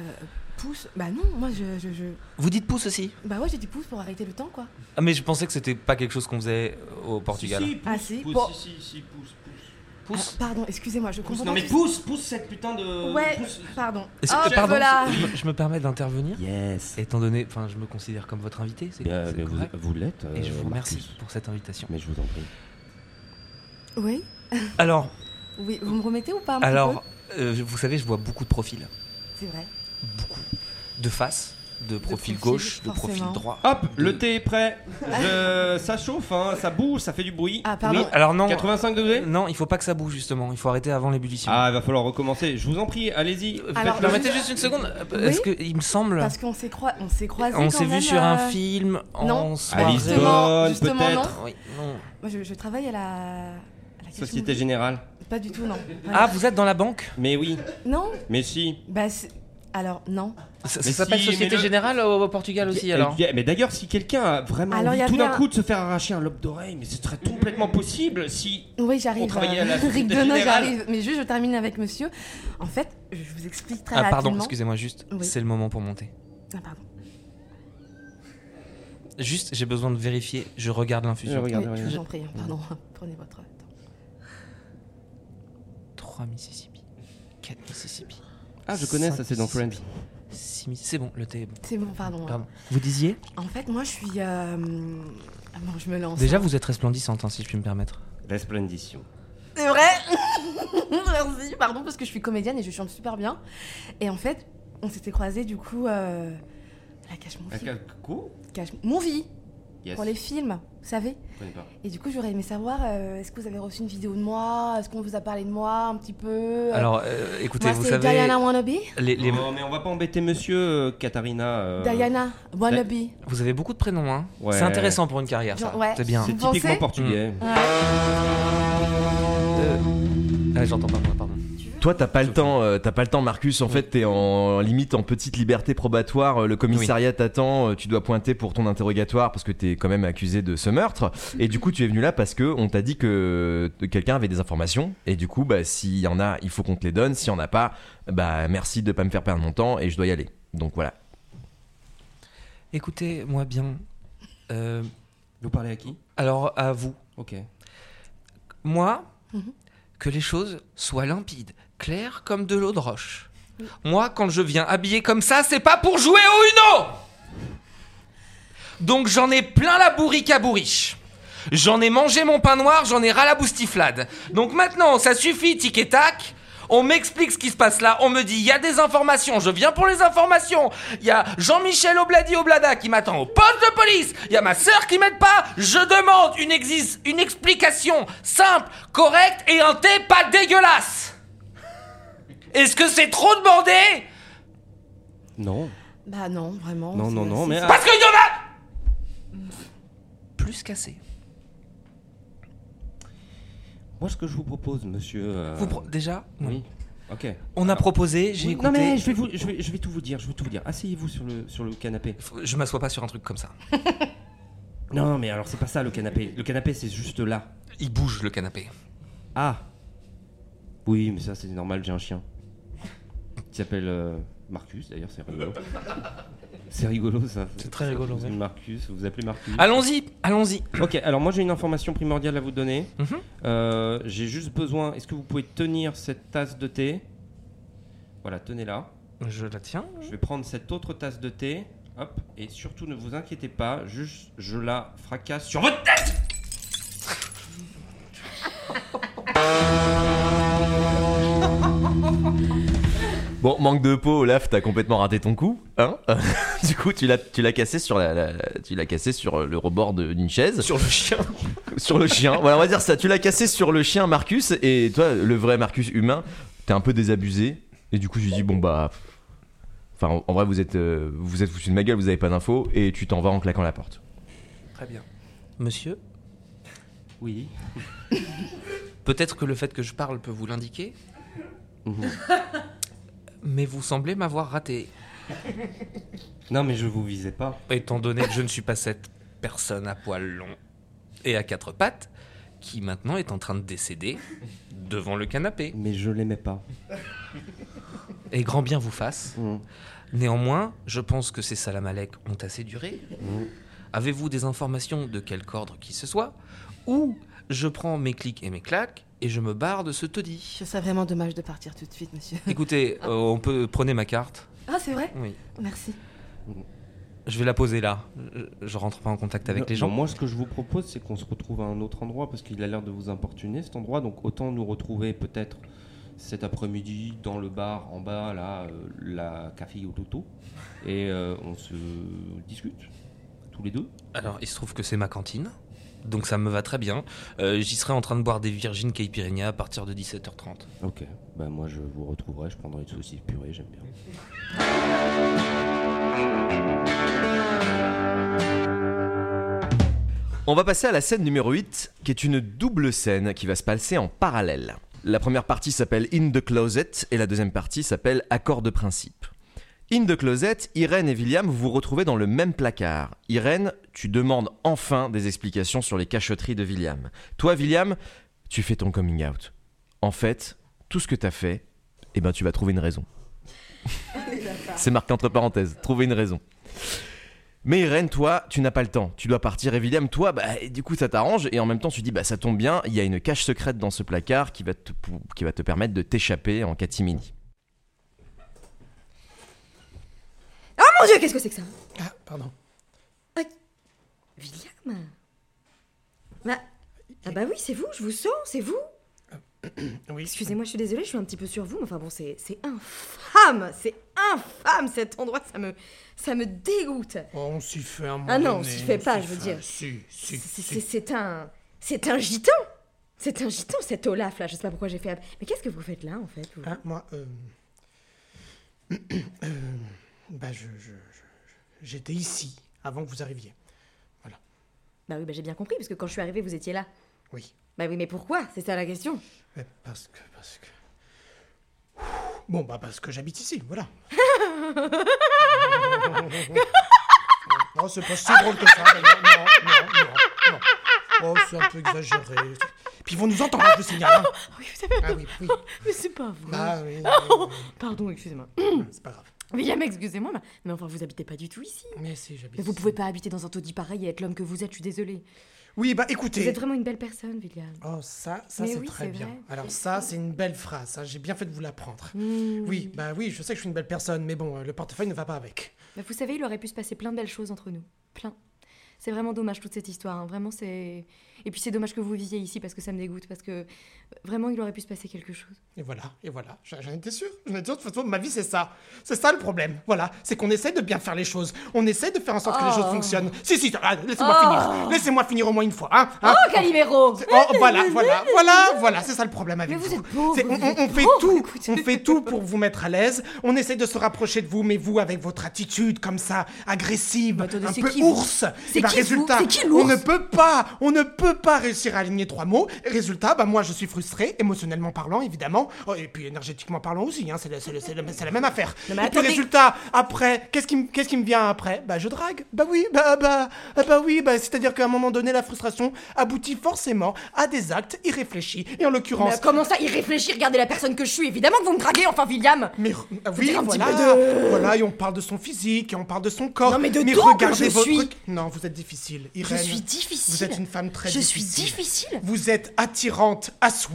Speaker 7: pouce. Bah non, moi je, je, je-
Speaker 10: Vous dites pouce aussi
Speaker 7: Bah ouais, j'ai dit pouce pour arrêter le temps, quoi.
Speaker 10: Ah, mais je pensais que c'était pas quelque chose qu'on faisait au Portugal.
Speaker 6: Si, si, pousse,
Speaker 7: Ah, si.
Speaker 6: pousse,
Speaker 7: Bon.
Speaker 6: si, si, si, pousse, pousse.
Speaker 7: Ah, pardon, excusez-moi, je
Speaker 6: Pousse, non
Speaker 7: comprends pas
Speaker 6: mais
Speaker 7: tout-
Speaker 6: pousse, pousse cette putain de...
Speaker 7: Ouais,
Speaker 6: pousse.
Speaker 7: pardon. Ah,
Speaker 10: Est-ce-
Speaker 7: Hop
Speaker 10: euh, pardon,
Speaker 7: là
Speaker 10: je me- je me permets d'intervenir
Speaker 6: Yes.
Speaker 10: Étant donné, enfin, je me considère comme votre invité, c'est c'est correct.
Speaker 6: l'êtes. euh,
Speaker 10: Et je vous remercie pour cette invitation.
Speaker 6: Mais je vous en prie.
Speaker 7: Oui
Speaker 10: Alors,
Speaker 7: [LAUGHS] Oui, vous me remettez ou pas un petit
Speaker 10: alors, euh, vous savez, je vois beaucoup de profils.
Speaker 7: peu C'est vrai.
Speaker 10: Beaucoup. De face, de profil
Speaker 7: profil,
Speaker 10: gauche, de
Speaker 7: forcément.
Speaker 10: profil droit.
Speaker 6: Hop, le thé est prêt. Je- Ça chauffe, hein, ça bouge, ça fait du bruit.
Speaker 7: Ah,
Speaker 10: Oui,
Speaker 7: pardon.
Speaker 10: alors non.
Speaker 6: 85 degrés
Speaker 10: Non, il faut pas que ça bouge justement, il faut arrêter avant l'ébullition.
Speaker 6: Ah, il va falloir recommencer. Je vous en prie, allez-y. faites
Speaker 7: Alors,
Speaker 6: le-
Speaker 10: Permettez juste une seconde, euh, est-ce que il me semble
Speaker 7: Parce qu'on s'est croi- on s'est croisés.
Speaker 10: on
Speaker 7: quand
Speaker 10: s'est vu
Speaker 7: même,
Speaker 10: sur un
Speaker 7: euh,
Speaker 10: film en
Speaker 7: non.
Speaker 6: À
Speaker 10: soirée.
Speaker 7: Justement,
Speaker 6: Lisbonne,
Speaker 7: justement,
Speaker 6: peut-être.
Speaker 10: Oui, non.
Speaker 7: Moi je, je travaille à la. à la
Speaker 6: Société
Speaker 7: Cash
Speaker 6: Générale.
Speaker 7: Movie. Pas du tout, non.
Speaker 10: Ah,
Speaker 7: Voilà.
Speaker 10: vous êtes dans la banque
Speaker 6: Mais oui,
Speaker 7: Non
Speaker 6: mais si.
Speaker 7: Bah, c'est- alors, non.
Speaker 10: Ça,
Speaker 6: Mais
Speaker 10: ça s'appelle
Speaker 6: si,
Speaker 10: Société
Speaker 6: mais le-
Speaker 10: Générale au, au Portugal aussi
Speaker 6: Eh
Speaker 10: alors
Speaker 6: bien, Mais d'ailleurs, si quelqu'un a vraiment
Speaker 7: Alors,
Speaker 6: envie
Speaker 7: y
Speaker 6: tout d'un
Speaker 7: avait un-
Speaker 6: coup de se faire arracher un lobe d'oreille, mais ce serait complètement possible si.
Speaker 7: Oui, j'arrive. euh,
Speaker 6: On travaillait à la
Speaker 7: [LAUGHS] Rick
Speaker 6: Société
Speaker 7: Dono,
Speaker 6: Générale.
Speaker 7: j'arrive. Mais juste, je termine avec monsieur. En fait, je vous explique très
Speaker 10: Ah, pardon,
Speaker 7: rapidement.
Speaker 10: excusez-moi, juste,
Speaker 7: Oui.
Speaker 10: c'est le moment pour monter.
Speaker 7: Ah, pardon.
Speaker 10: Juste, j'ai besoin de vérifier, je regarde l'infusion.
Speaker 6: Regardez,
Speaker 7: Oui, je
Speaker 6: regardez.
Speaker 7: vous en prie, hein, pardon. [LAUGHS] Prenez votre temps.
Speaker 10: 3 Mississippi, 4 Mississippi,
Speaker 6: Ah, je connais ça, c'est dans Friends.
Speaker 10: 6 Mississippi. C'est bon, le thé est bon.
Speaker 7: C'est bon, pardon. hein.
Speaker 10: Pardon. Vous disiez
Speaker 7: En fait, moi, je suis. euh, ah, bon, je me lance.
Speaker 10: Déjà, vous êtes resplendissante, hein, si je puis me permettre.
Speaker 6: Resplendition.
Speaker 7: C'est vrai [LAUGHS] Merci, pardon, parce que je suis comédienne et je chante super bien. Et en fait, on s'était croisés du coup euh, à la Cache
Speaker 6: Un
Speaker 7: Movie.
Speaker 6: caco
Speaker 7: Cache Movie
Speaker 6: Yes.
Speaker 7: pour les films, vous savez.
Speaker 6: je connais pas.
Speaker 7: Et du coup, j'aurais aimé savoir euh, est-ce que vous avez reçu une vidéo de moi Est-ce qu'on vous a parlé de moi un petit peu
Speaker 10: Alors, euh, écoutez,
Speaker 7: moi,
Speaker 10: vous
Speaker 7: c'est
Speaker 10: savez,
Speaker 7: Diana Wannabe.
Speaker 10: les- les-
Speaker 6: Non, Oh, mais on va pas embêter monsieur euh, Katharina. euh,
Speaker 7: Diana Wannabe.
Speaker 10: Bah, vous avez beaucoup de prénoms, hein.
Speaker 6: Ouais.
Speaker 10: C'est intéressant pour une carrière, ça.
Speaker 7: Genre, ouais.
Speaker 10: C'est bien.
Speaker 6: C'est
Speaker 7: Vous
Speaker 6: typiquement
Speaker 7: pensez
Speaker 6: portugais.
Speaker 10: Euh, Ah, j'entends pas moi, pardon.
Speaker 5: Tu veux
Speaker 1: Toi, t'as pas le
Speaker 10: Sophie.
Speaker 1: temps, euh, t'as pas le temps, Marcus. En fait, t'es en limite en petite liberté probatoire. euh, Le commissariat t'attend. euh, Tu dois pointer pour ton interrogatoire parce que t'es quand même accusé de ce meurtre. Et du coup, tu es venu là parce que on t'a dit que euh, quelqu'un avait des informations. Et du coup, bah, s'il y en a, il faut qu'on te les donne. S'il y en a pas, bah, merci de pas me faire perdre mon temps et je dois y aller. Donc voilà.
Speaker 10: Écoutez-moi bien. Euh,
Speaker 6: Vous parlez à qui
Speaker 10: alors, à vous.
Speaker 6: Ok.
Speaker 10: Moi,
Speaker 7: Mhm.
Speaker 10: que les choses soient limpides, claires comme de l'eau de roche. Moi, quand je viens habillé comme ça, c'est pas pour jouer au Uno Donc j'en ai plein la bourrique à bourriche. J'en ai mangé mon pain noir, j'en ai ras la boustiflade. Donc maintenant, ça suffit, tic et tac. On m'explique ce qui se passe là, on me dit il y a des informations, je viens pour les informations. Il y a Jean-Michel Obladi Oblada qui m'attend au poste de police. Il y a ma sœur qui m'aide pas. Je demande une, exis- une explication simple, correcte et un thé pas dégueulasse. Est-ce que c'est trop demandé
Speaker 6: Non.
Speaker 7: Bah non, vraiment.
Speaker 6: Non,
Speaker 7: c'est-
Speaker 6: non, non,
Speaker 7: c'est-
Speaker 6: mais.
Speaker 10: Parce qu'il y en a plus cassé.
Speaker 6: Moi, ce que je vous propose, monsieur. euh,
Speaker 10: Vous pro- déjà
Speaker 6: Oui. Ok.
Speaker 10: On a proposé, j'ai
Speaker 6: Oui,
Speaker 10: écouté.
Speaker 6: Non, mais je vais, vous, je, vais, je vais tout vous dire, je vais tout vous dire. Asseyez-vous sur le, sur le canapé.
Speaker 10: Faut- Je m'assois pas sur un truc comme ça.
Speaker 6: [LAUGHS] Non, mais alors, c'est pas ça le canapé. Le canapé, c'est juste là.
Speaker 10: Il bouge le canapé.
Speaker 6: Ah Oui, mais ça c'est normal, j'ai un chien. Qui s'appelle euh, Marcus, d'ailleurs, c'est
Speaker 10: [LAUGHS]
Speaker 6: rigolo. C'est rigolo ça. C'est
Speaker 10: très rigolo, ouais.
Speaker 6: Marcus, vous vous appelez Marcus.
Speaker 10: Allons-y, allons-y.
Speaker 6: Ok, alors moi j'ai une information primordiale à vous donner.
Speaker 10: Mhm.
Speaker 6: Euh, j'ai juste besoin. Est-ce que vous pouvez tenir cette tasse de thé Voilà, tenez-la.
Speaker 10: Je la tiens.
Speaker 6: Je vais prendre cette autre tasse de thé. Hop, et surtout ne vous inquiétez pas, juste je la fracasse sur votre tête
Speaker 1: Bon, manque de peau, Olaf, t'as complètement raté ton coup, hein [LAUGHS] Du coup, tu l'as, tu l'as cassé sur la, la- tu l'as cassé sur euh, le rebord de- d'une chaise,
Speaker 10: Sur le chien.
Speaker 1: [LAUGHS] sur le chien. Voilà, on va dire ça. Tu l'as cassé sur le chien, Marcus, et toi, le vrai Marcus humain, t'es un peu désabusé, et du coup, tu dis bon bah, pff. enfin, en, en vrai, vous êtes, euh, vous êtes foutu de ma gueule, vous avez pas d'infos, et tu t'en vas en claquant la porte.
Speaker 10: Très bien. Monsieur,
Speaker 6: Oui.
Speaker 10: [LAUGHS] peut-être que le fait que je parle peut vous l'indiquer,
Speaker 6: Mhm.
Speaker 10: mais vous semblez m'avoir raté,
Speaker 6: non, mais je vous visais pas.
Speaker 10: étant donné que je ne suis pas cette personne à poil long et à quatre pattes qui maintenant est en train de décéder devant le canapé.
Speaker 6: Mais je l'aimais pas.
Speaker 10: Et grand bien vous fasse.
Speaker 6: Mhm.
Speaker 10: Néanmoins, je pense que ces salamalek ont assez duré.
Speaker 6: Mhm.
Speaker 10: Avez-vous des informations de quel ordre qu'il se soit Ou je prends mes clics et mes claques et je me barre de ce
Speaker 7: [LAUGHS]
Speaker 10: taudis.
Speaker 7: Je serais vraiment dommage de partir tout de suite, monsieur.
Speaker 10: Écoutez, euh, on peut prenez ma carte.
Speaker 7: [LAUGHS] Ah, c'est vrai
Speaker 10: Oui.
Speaker 7: Merci.
Speaker 10: Je vais la poser là. Je, je rentre pas en contact avec
Speaker 6: Non,
Speaker 10: les gens.
Speaker 6: non, moi, ce que je vous propose, c'est qu'on se retrouve à un autre endroit parce qu'il a l'air de vous importuner cet endroit. Donc autant nous retrouver peut-être cet après-midi dans le bar en bas, là, euh, la café au toto, et euh, on se discute tous les deux.
Speaker 10: Alors, il se trouve que c'est ma cantine. Donc ça me va très bien. Euh, J'y serai en train de boire des Virgin Caipirinha à partir de 17h30.
Speaker 6: Ok. Bah moi, je vous retrouverai. Je prendrai une saucisse purée. J'aime bien.
Speaker 1: On va passer à la scène numéro 8, qui est une double scène qui va se passer en parallèle. La première partie s'appelle In the Closet et la deuxième partie s'appelle Accord de principe. In the Closet, Irène et William, vous vous retrouvez dans le même placard. Irène, tu demandes enfin des explications sur les cacheteries de William. Toi, William, tu fais ton coming out. En fait, tout ce que t'as fait, eh ben tu vas trouver une raison.
Speaker 5: Ah
Speaker 1: C'est marqué entre parenthèses, trouver une raison. Mais Irène, toi, tu n'as pas le temps. Tu dois partir. Et William, toi, bah, du coup, ça t'arrange. Et en même temps, tu dis, bah, ça tombe bien, il y a une cache secrète dans ce placard qui va te, pou- qui va te permettre de t'échapper en catimini.
Speaker 5: Oh mon dieu, qu'est-ce que c'est que ça Ah,
Speaker 8: Ah, pardon.
Speaker 5: William bah, Ah bah oui, c'est vous, je vous sens, c'est vous
Speaker 8: [COUGHS] Oui.
Speaker 5: Excusez-moi, je suis désolée, je suis un petit peu sur vous, mais enfin bon, c'est c'est infâme C'est infâme cet endroit, ça me, ça me dégoûte
Speaker 8: Oh, on s'y fait un moment.
Speaker 5: Ah non, on
Speaker 8: donné,
Speaker 5: s'y fait pas,
Speaker 8: s'y
Speaker 5: je veux
Speaker 8: fait.
Speaker 5: dire.
Speaker 8: Si, si, si.
Speaker 5: C'est- C'est c'est un... C'est un gitan C'est un gitan, cet Olaf, là, je sais pas pourquoi j'ai fait... app- Mais qu'est-ce que vous faites là, en fait vous
Speaker 8: Hein, moi, euh... [CLEARS THROAT] euh, bah, je, je- je- j'étais ici avant que vous arriviez.
Speaker 5: Bah oui, bah j'ai bien compris, parce que quand je suis arrivée, vous étiez là.
Speaker 8: Oui.
Speaker 5: Bah oui, mais pourquoi C'est ça la question
Speaker 8: Euh, Parce que, parce que. Bon, bah parce que j'habite ici,
Speaker 5: [LAUGHS]
Speaker 8: voilà. non, c'est pas si drôle que ça, d'ailleurs. Non, non, non, non. Oh, c'est un peu exagéré. Puis ils vont nous entendre, je vous signale.
Speaker 5: Oh,
Speaker 8: hein.
Speaker 9: Oui, vous avez
Speaker 8: Ah oui, oui.
Speaker 9: Mais c'est pas vrai.
Speaker 8: Ah oui,
Speaker 9: Oh, pardon, excusez-moi.
Speaker 8: c'est pas
Speaker 5: [CLEARS THROAT]
Speaker 8: grave.
Speaker 9: William, excusez-moi, mais- mais enfin, vous habitez pas du tout ici.
Speaker 8: Mais si, j'habite
Speaker 5: Mais vous
Speaker 8: ici.
Speaker 5: pouvez pas habiter dans un taudis pareil et être l'homme que vous êtes, je suis désolée.
Speaker 8: Oui, bah
Speaker 5: Vous
Speaker 8: écoutez.
Speaker 5: êtes vraiment une belle personne, William.
Speaker 8: Oh, ça, ça
Speaker 5: Mais
Speaker 8: c'est
Speaker 5: oui,
Speaker 8: très
Speaker 5: c'est
Speaker 8: bien.
Speaker 5: vrai. Hmm.
Speaker 8: Alors ça, c'est une belle phrase. hein. J'ai bien fait de vous l'apprendre. Oui, bah oui, je sais que je suis une belle personne, mais bon, euh, le portefeuille ne va pas avec.
Speaker 5: Bah, vous savez, il aurait pu se passer plein de belles choses entre nous. Plein. C'est vraiment dommage toute cette histoire. hein. Vraiment, c'est. Et puis c'est dommage que vous viviez ici parce que ça me dégoûte. Parce que euh, vraiment, il aurait pu se passer quelque chose.
Speaker 8: Et voilà, et voilà. J'en j'en étais sûr. J'en étais sûr. De toute façon, ma vie, c'est ça. C'est ça le problème. Voilà, c'est qu'on essaie de bien faire les choses. On essaie de faire en sorte que les
Speaker 5: Oh.
Speaker 8: choses fonctionnent. Si, si, ah, laissez-moi finir. Laissez-moi finir au moins une fois. Hein, hein.
Speaker 5: Oh, Calimero
Speaker 8: Oh, voilà,
Speaker 5: [LAUGHS]
Speaker 8: voilà, voilà, voilà, c'est ça le problème avec
Speaker 5: Mais vous
Speaker 8: vous.
Speaker 5: êtes pauvre,
Speaker 8: C'est- on,
Speaker 5: vous êtes
Speaker 8: on- on fait
Speaker 5: pauvre,
Speaker 8: tout,
Speaker 5: écoute.
Speaker 8: on fait tout pour vous mettre à l'aise. On essaie de se rapprocher de vous, mais vous, avec votre attitude comme ça, agressive,
Speaker 5: Bah, attendez,
Speaker 8: un
Speaker 5: c'est
Speaker 8: peu
Speaker 5: qui, vous
Speaker 8: ours. eh
Speaker 5: C'est
Speaker 8: ben,
Speaker 5: qui, vous
Speaker 8: résultat,
Speaker 5: C'est qui,
Speaker 8: on
Speaker 5: l'ours
Speaker 8: ne peut pas, on ne peut pas réussir à aligner trois mots. Et Résultat, bah moi, je suis frustré, émotionnellement parlant, évidemment, Oh, et puis énergétiquement parlant aussi. Hein, c'est la, c'est la- c'est la- c'est la même affaire.
Speaker 5: Non,
Speaker 8: et
Speaker 5: mais
Speaker 8: puis
Speaker 5: attendez.
Speaker 8: résultat, après, qu'est-ce qui, me- qu'est-ce qui me vient après Bah je drague. Bah oui, bah bah ah bah oui, bah c'est-à-dire qu'à un moment donné, la frustration aboutit forcément à des actes irréfléchis. Et en l'occurrence,
Speaker 5: Bah, Comment ça, il réfléchit, regardez la personne que je suis. Évidemment que vous me draguez, enfin, William
Speaker 8: mais ah oui,
Speaker 5: dire un petit
Speaker 8: voilà,
Speaker 5: peu de-
Speaker 8: voilà, et on parle de son physique, et on parle de son corps.
Speaker 5: Non, mais de
Speaker 8: mais
Speaker 5: tout que
Speaker 8: regardez
Speaker 5: je
Speaker 8: votre
Speaker 5: suis.
Speaker 8: truc. Non, vous êtes difficile,
Speaker 5: Je
Speaker 8: Irène.
Speaker 5: suis difficile.
Speaker 8: Vous êtes une femme très
Speaker 5: Je suis
Speaker 8: difficile.
Speaker 5: difficile
Speaker 8: Vous êtes attirante à souhait.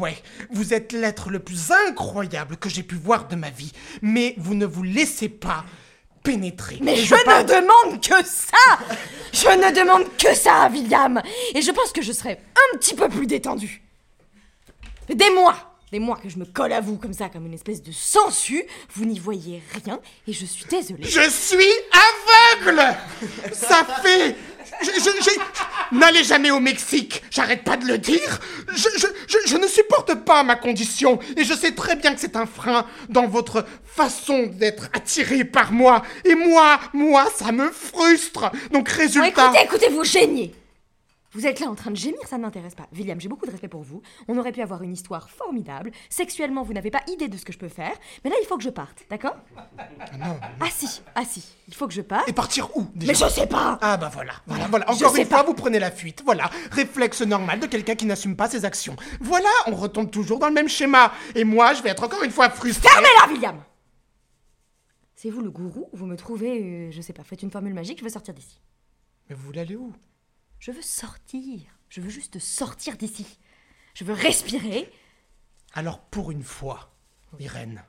Speaker 8: Vous êtes l'être le plus incroyable que j'ai pu voir de ma vie. Mais vous ne vous laissez pas pénétrer.
Speaker 5: Mais
Speaker 8: Et
Speaker 5: je ne demande que ça Je ne demande que ça à William Et je pense que je serai un petit peu plus détendue. Mais des mois Des mois que je me colle à vous comme ça, comme une espèce de sangsue, vous n'y voyez rien et je suis désolée.
Speaker 8: Je suis aveugle [LAUGHS] Ça fait... je- je- j'ai- N'allez jamais au Mexique, j'arrête pas de le dire. Je, je- je- je ne supporte pas ma condition et je sais très bien que c'est un frein dans votre façon d'être attiré par moi. Et moi, moi, ça me frustre. Donc
Speaker 5: Bon,
Speaker 8: résultat...
Speaker 5: écoutez, écoutez, vous gênez Vous êtes là en train de gémir, ça ne m'intéresse pas. William, j'ai beaucoup de respect pour vous. On aurait pu avoir une histoire formidable. Sexuellement, vous n'avez pas idée de ce que je peux faire. Mais là, il faut que je parte, d'accord Ah si, ah si, il faut que je parte.
Speaker 8: Et partir où déjà
Speaker 5: Mais je sais pas
Speaker 8: Ah bah voilà, voilà, voilà.
Speaker 5: Je
Speaker 8: Encore
Speaker 5: sais
Speaker 8: une fois, vous prenez la fuite. Voilà, réflexe normal de quelqu'un qui n'assume pas ses actions. Voilà, on retombe toujours dans le même schéma. Et moi, je vais être encore une fois frustré.
Speaker 5: Fermez-la, William C'est vous le gourou Vous me trouvez, euh, je sais pas, faites une formule magique, je veux sortir d'ici.
Speaker 8: Mais vous voulez aller où
Speaker 5: Je veux sortir. Je veux juste sortir d'ici. Je veux respirer.
Speaker 8: Alors pour une fois, Irène,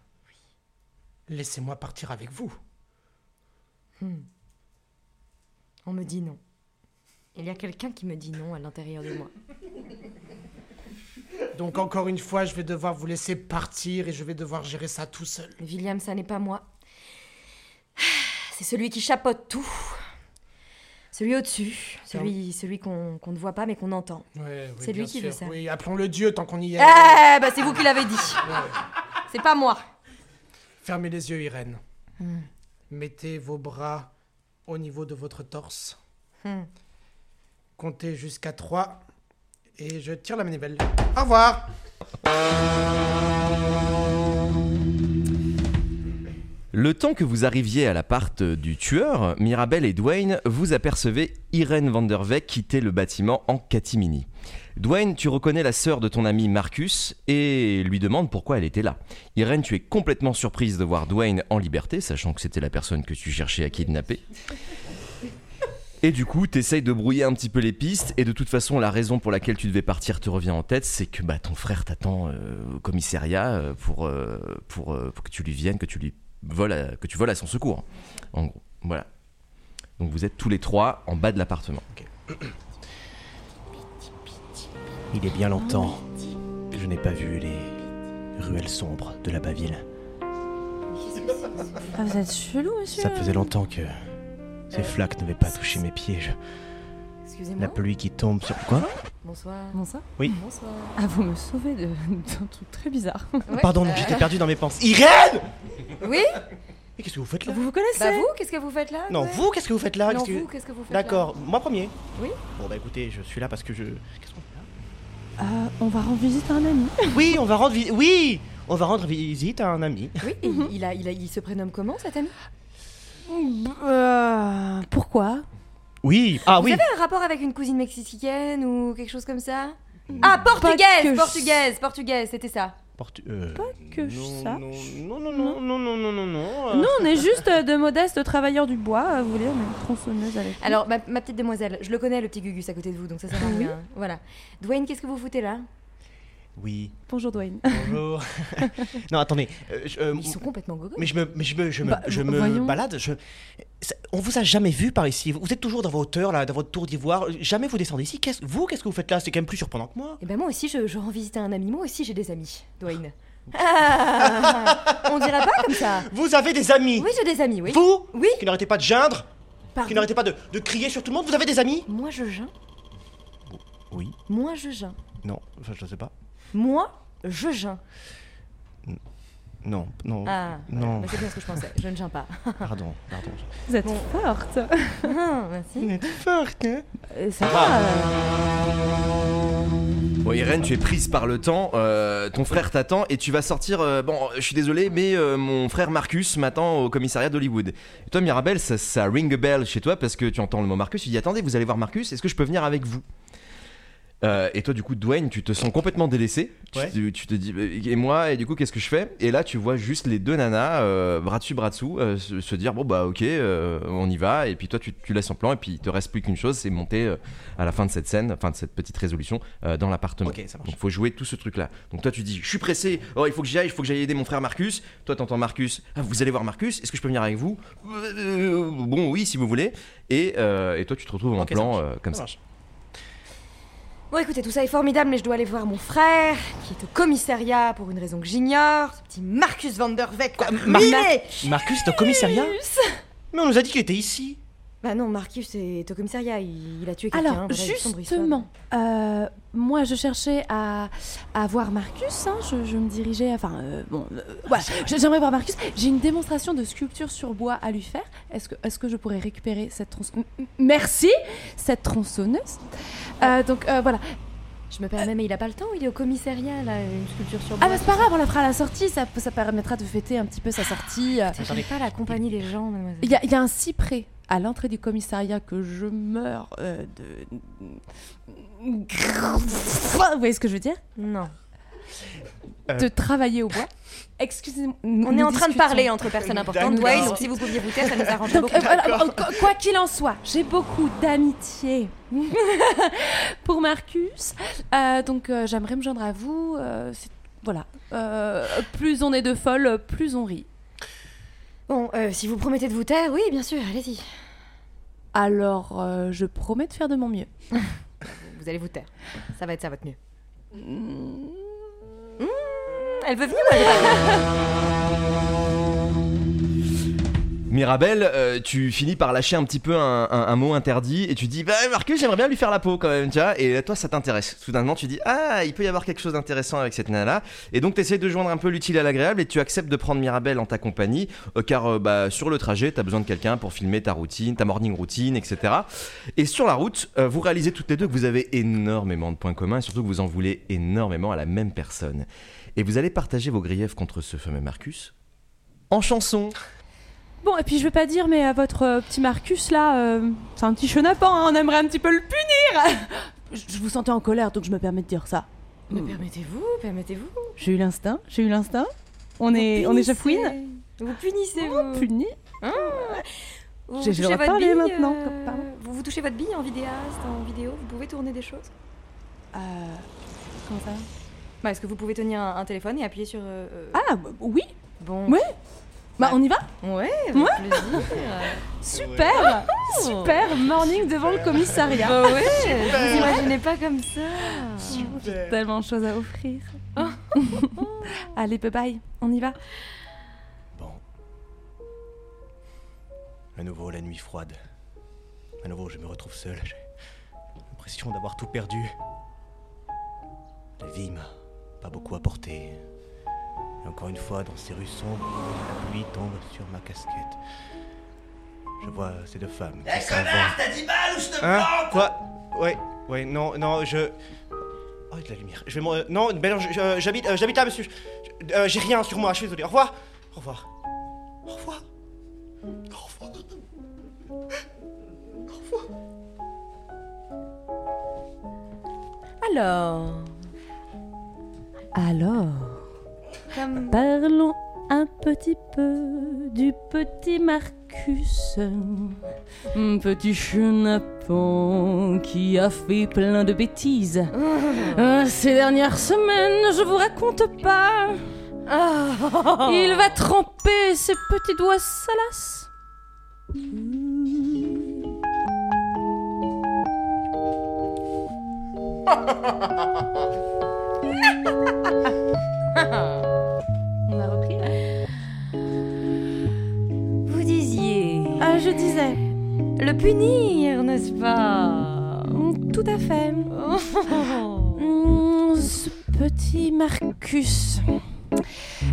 Speaker 8: laissez-moi partir avec vous.
Speaker 5: Hmm. On me dit non. Il y a quelqu'un qui me dit non à l'intérieur de moi.
Speaker 8: Donc encore une fois, je vais devoir vous laisser partir et je vais devoir gérer ça tout seul.
Speaker 5: Mais William, ça n'est pas moi. C'est celui qui chapeaute tout. Celui au-dessus. Celui, celui qu'on qu'on ne voit pas mais qu'on entend. C'est lui qui veut ça.
Speaker 8: Oui, appelons-le Dieu tant qu'on y est.
Speaker 5: Eh, bah c'est vous qui l'avez dit. C'est pas moi.
Speaker 8: Fermez les yeux, Irène. Mettez vos bras au niveau de votre torse. Comptez jusqu'à 3 et je tire la manivelle. Au revoir
Speaker 1: Le temps que vous arriviez à l'appart du tueur, Mirabel et Dwayne, vous apercevez Irene Vanderveck quitter le bâtiment en catimini. Dwayne, tu reconnais la sœur de ton ami Marcus et lui demande pourquoi elle était là. Irene, tu es complètement surprise de voir Dwayne en liberté, sachant que c'était la personne que tu cherchais à kidnapper. Et du coup, t'essayes de brouiller un petit peu les pistes, et de toute façon, la raison pour laquelle tu devais partir te revient en tête, c'est que bah, ton frère t'attend euh, au commissariat euh, pour, euh, pour, euh, pour que tu lui viennes, que tu lui voles à- que tu voles à son secours. En gros, voilà. Donc vous êtes tous les trois en bas de l'appartement.
Speaker 12: Il est bien longtemps que je n'ai pas vu les ruelles sombres de la Baville.
Speaker 9: Ah, vous êtes chelou, monsieur.
Speaker 12: Ça faisait longtemps que ces flaques n'avaient pas touché mes pieds. Je- La
Speaker 5: Excusez-moi.
Speaker 12: pluie qui tombe sur quoi
Speaker 5: Bonsoir.
Speaker 9: Bonsoir.
Speaker 12: Oui.
Speaker 5: Bonsoir.
Speaker 9: Ah, vous me sauvez de- d'un truc très bizarre.
Speaker 5: Ouais.
Speaker 12: Pardon, j'étais perdu dans mes pensées.
Speaker 3: Irène
Speaker 5: Oui
Speaker 12: Mais qu'est-ce que vous faites là
Speaker 9: Vous vous connaissez
Speaker 5: Bah vous, qu'est-ce que vous faites là
Speaker 12: Non,
Speaker 5: ouais
Speaker 12: vous, qu'est-ce que vous faites là
Speaker 5: Non,
Speaker 12: Qu'est-ce que-
Speaker 5: vous, qu'est-ce que vous faites là
Speaker 12: D'accord, moi premier.
Speaker 5: Oui.
Speaker 12: Bon bah écoutez, je suis là [COUGHS] parce que je. Qu'est-ce qu'on fait là
Speaker 9: Euh, on va rendre visite à un ami.
Speaker 12: Oui, on va rendre visite. Oui
Speaker 3: On va rendre visite à un ami.
Speaker 2: [LAUGHS]
Speaker 5: Oui, et
Speaker 2: Mhm.
Speaker 5: il, a, il, a- il se prénomme comment cet ami
Speaker 2: Euh, pourquoi
Speaker 3: Oui, ah
Speaker 5: Vous
Speaker 3: oui.
Speaker 5: avez un rapport avec une cousine mexicaine ou quelque chose comme ça Ah, portugaise,
Speaker 2: Mm. que
Speaker 5: portugaise, portugaise, c'était ça.
Speaker 9: Portu- euh,
Speaker 2: Que je
Speaker 3: non,
Speaker 2: sache.
Speaker 3: non, non, non, non, non, non, non, non. euh,
Speaker 2: Nous, on est juste euh, de modestes travailleurs du bois, euh, vous voulez, on est une tronçonneuse avec.
Speaker 5: [LAUGHS]
Speaker 2: lui.
Speaker 5: Alors, ma, ma petite demoiselle, je le connais, le petit Gugus à côté de vous, donc ça sert à rien. Voilà. Dwayne, qu'est-ce que vous foutez là
Speaker 3: Oui,
Speaker 2: Bonjour Dwayne. [LAUGHS]
Speaker 3: bonjour. non, attendez. euh, je, euh,
Speaker 5: Ils sont complètement gogos.
Speaker 3: mais je me, mais je me, je me,
Speaker 2: Bah,
Speaker 3: je
Speaker 2: vo-
Speaker 3: me
Speaker 2: voyons.
Speaker 3: balade. Je... c'est- On vous a jamais vu par ici. Vous vous êtes toujours dans vos hauteurs, là, dans votre tour d'ivoire. Jamais vous descendez ici. Qu'est-ce... Vous, qu'est-ce que vous faites là C'est quand même plus surprenant que moi.
Speaker 5: Et ben moi aussi, je, je rends visite à un ami. Moi aussi, j'ai des amis,
Speaker 3: [LAUGHS]
Speaker 5: Dwayne. Ah, on dira pas comme ça.
Speaker 3: Vous avez des amis.
Speaker 5: Oui, j'ai des amis, oui.
Speaker 3: Vous
Speaker 5: Oui,
Speaker 3: Qui n'arrêtez pas de geindre, qui
Speaker 5: pardon.
Speaker 3: n'arrêtez pas de, de crier sur tout le monde. Vous avez des amis
Speaker 5: Moi, je jeun.
Speaker 3: Oh, Oui.
Speaker 5: Moi, je jeun.
Speaker 3: Non, enfin, je sais pas.
Speaker 5: Moi, je jeun.
Speaker 3: Non, non.
Speaker 5: Ah,
Speaker 3: Oh.
Speaker 5: voilà.
Speaker 3: Non.
Speaker 5: Bah, c'est bien ce que je pensais. Je ne jeun pas.
Speaker 3: [LAUGHS] Pardon, pardon.
Speaker 2: Vous êtes
Speaker 5: Bon.
Speaker 2: forte.
Speaker 5: Ah, merci.
Speaker 2: Euh, ça va.
Speaker 8: Ah.
Speaker 2: euh,
Speaker 1: Bon, Irène, tu es prise par le temps, euh, ton frère t'attend et tu vas sortir. euh, bon, je suis désolé, mais euh, mon frère Marcus m'attend au commissariat d'Hollywood. Et toi, Mirabelle, ça, ça ring a bell chez toi parce que tu entends le mot Marcus. Tu dis Attendez, vous allez voir Marcus, est-ce que je peux venir avec vous Euh, et toi, du coup, Dwayne, tu te sens complètement délaissé. Tu,
Speaker 3: Ouais.
Speaker 1: tu- tu te dis, euh, et moi, et du coup, qu'est-ce que je fais Et là, tu vois juste les deux nanas, euh, bras dessus, bras dessous, euh, se, se dire, bon, bah, ok, euh, on y va. Et puis toi, tu, tu laisses en plan, et puis il te reste plus qu'une chose, c'est monter euh, à la fin de cette scène, fin de cette petite résolution, euh, dans l'appartement.
Speaker 3: Ok, ça marche.
Speaker 1: Donc, faut jouer tout ce truc-là. Donc, toi, tu dis, je suis pressé, oh, il faut que j'y aille, il faut que j'aille aider mon frère Marcus. Toi, t'entends Marcus, Ah, vous allez voir Marcus, est-ce que je peux venir avec vous Euh, Bon, oui, si vous voulez. Et, euh, et toi, tu te retrouves en
Speaker 3: Ok, ça
Speaker 1: plan
Speaker 3: marche.
Speaker 1: euh, comme ça.
Speaker 3: marche.
Speaker 5: [LAUGHS] Bon, écoutez, tout ça est formidable, mais je dois aller voir mon frère, qui est au commissariat pour une raison que j'ignore. Ce petit Marcus Van Der Veck. Quoi,
Speaker 3: Marcus, t'es au commissariat Mais on nous a dit qu'il était ici.
Speaker 5: Bah non, Marcus est au commissariat, il, il a tué quelqu'un.
Speaker 2: Alors,
Speaker 5: voilà, il est sombre, il se
Speaker 2: justement, euh, moi je cherchais à, à voir Marcus, hein, je, je me dirigeais, enfin, euh, bon,
Speaker 5: Ah,
Speaker 2: euh, voilà, j'ai- j'aimerais voir Marcus. J'ai une démonstration de sculpture sur bois à lui faire. Est-ce que, est que je pourrais récupérer cette tronçonneuse Merci, cette tronçonneuse. Euh, donc euh, voilà. Euh,
Speaker 5: fave. Je me permets, mais il a pas le temps, il est au commissariat, là, une sculpture sur bois.
Speaker 2: Ah, bah c'est pas grave, on la fera à la sortie, ça, ça permettra de fêter un petit peu sa sortie. euh.
Speaker 5: J'aime pas la compagnie des gens, mademoiselle.
Speaker 2: Il y, a- il y a un cyprès à l'entrée du commissariat que je meurs euh, de. Vous voyez ce que je veux dire
Speaker 5: Non.
Speaker 2: de travailler au bois. Excusez-moi.
Speaker 5: On est en train de parler entre personnes importantes.
Speaker 3: D'accord.
Speaker 5: Dwayne, si vous pouviez vous taire, ça nous arrange
Speaker 2: Donc,
Speaker 5: beaucoup.
Speaker 2: euh, voilà, euh, qu- quoi qu'il en soit, j'ai beaucoup d'amitié [LAUGHS] pour Marcus. Euh, donc euh, j'aimerais me joindre à vous. euh, c'est- voilà. Euh, plus on est de folles, plus on rit.
Speaker 5: Bon, euh, si vous promettez de vous taire, oui, bien sûr, allez-y.
Speaker 2: Alors euh, je promets de faire de mon mieux.
Speaker 5: [LAUGHS] Vous allez vous taire. Ça va être ça, votre mieux.
Speaker 2: Mm.
Speaker 5: Elle veut venir ou elle veut pas
Speaker 1: Mirabelle, euh, tu finis par lâcher un petit peu un, un- un mot interdit et tu dis Bah, Marcus, j'aimerais bien lui faire la peau quand même, tu vois. Et euh, toi, ça t'intéresse. Soudainement, tu dis Ah, il peut y avoir quelque chose d'intéressant avec cette nana-là. Et donc, t'essayes de joindre un peu l'utile à l'agréable et tu acceptes de prendre Mirabelle en ta compagnie euh, car euh, bah, sur le trajet, t'as besoin de quelqu'un pour filmer ta routine, ta morning routine, etc. Et sur la route, euh, vous réalisez toutes les deux que vous avez énormément de points communs et surtout que vous en voulez énormément à la même personne. Et vous allez partager vos griefs contre ce fameux Marcus en chanson.
Speaker 2: Bon, et puis je veux pas dire, mais à votre euh, petit Marcus là, euh, c'est un petit chenapan, hein, on aimerait un petit peu le punir [LAUGHS] je, je vous sentais en colère, donc je me permets de dire ça.
Speaker 5: Mais permettez-vous, permettez-vous.
Speaker 2: J'ai eu l'instinct, j'ai eu l'instinct. On est,
Speaker 5: Vous
Speaker 2: on est
Speaker 5: punissez.
Speaker 2: chafouine,
Speaker 5: Vous punissez, vous. Ah.
Speaker 2: puni.
Speaker 5: Vous
Speaker 2: J'ai-
Speaker 5: touchez
Speaker 2: j'ai le droit de
Speaker 5: votre
Speaker 2: parler
Speaker 5: bille,
Speaker 2: maintenant,
Speaker 5: euh,
Speaker 2: comme- pardon.
Speaker 5: Vous, vous touchez votre bille en vidéaste, en vidéo, vous pouvez tourner des choses
Speaker 2: Euh, comment ça
Speaker 5: bah, Est-ce que vous pouvez tenir un, un téléphone et appuyer sur... euh, euh,
Speaker 2: Ah bah, oui,
Speaker 5: bon.
Speaker 2: ouais. bah
Speaker 5: Ouais.
Speaker 2: on y va
Speaker 5: Ouais, avec
Speaker 2: Ouais.
Speaker 5: plaisir. Ah. Oh.
Speaker 2: Super, super morning devant le commissariat.
Speaker 5: bah ouais, vous imaginez pas comme ça.
Speaker 2: Tellement de choses à offrir. [LAUGHS] Allez, bye bye, on y va.
Speaker 9: À nouveau, la nuit froide. À nouveau, je me retrouve seul. J'ai l'impression d'avoir tout perdu. La vie m'a pas beaucoup apporté. Et encore une fois, dans ces rues sombres, la pluie tombe sur ma casquette. Je vois ces deux femmes qui s'en vont.
Speaker 3: Hein Quoi Ouais, ouais, non, non, je. Oh, Oh, de la lumière. Je vais m'en- euh, Non, ben non, je- je- j'habite euh, j'habite là, monsieur. Je- euh, J'ai rien sur moi, je suis désolé. Au revoir. Au revoir. Au revoir. Au revoir.
Speaker 9: Alors.
Speaker 2: Alors, parlons un petit peu du petit Marcus, un petit chenapon qui a fait plein de bêtises. Euh, ces dernières semaines, je vous raconte pas. Il va tremper ses petits doigts salaces. On a repris
Speaker 5: Vous disiez.
Speaker 2: Ah, je disais.
Speaker 5: Le punir, n'est-ce pas
Speaker 2: Tout à [LAUGHS] fait. Mm, Ce petit Marcus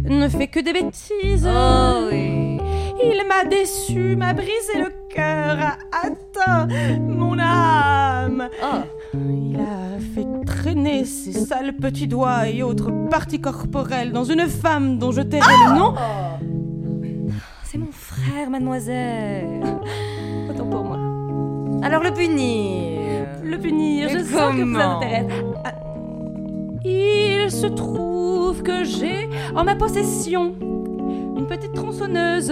Speaker 2: ne fait que des bêtises.
Speaker 5: Oh
Speaker 2: Il m'a déçu, m'a brisé le cœur, a atteint mon âme.
Speaker 5: Ah.
Speaker 2: Il a fait traîner ses sales petits doigts et autres parties corporelles dans une femme dont je tairai
Speaker 5: Ah.
Speaker 2: le nom.
Speaker 5: C'est mon frère, mademoiselle.
Speaker 2: Autant pour moi.
Speaker 5: Alors le punir.
Speaker 2: Le punir, je
Speaker 5: Mais
Speaker 2: sens que ça
Speaker 5: comment
Speaker 2: m'intéresse. Ah. Il se trouve que j'ai en ma possession une petite tronçonneuse.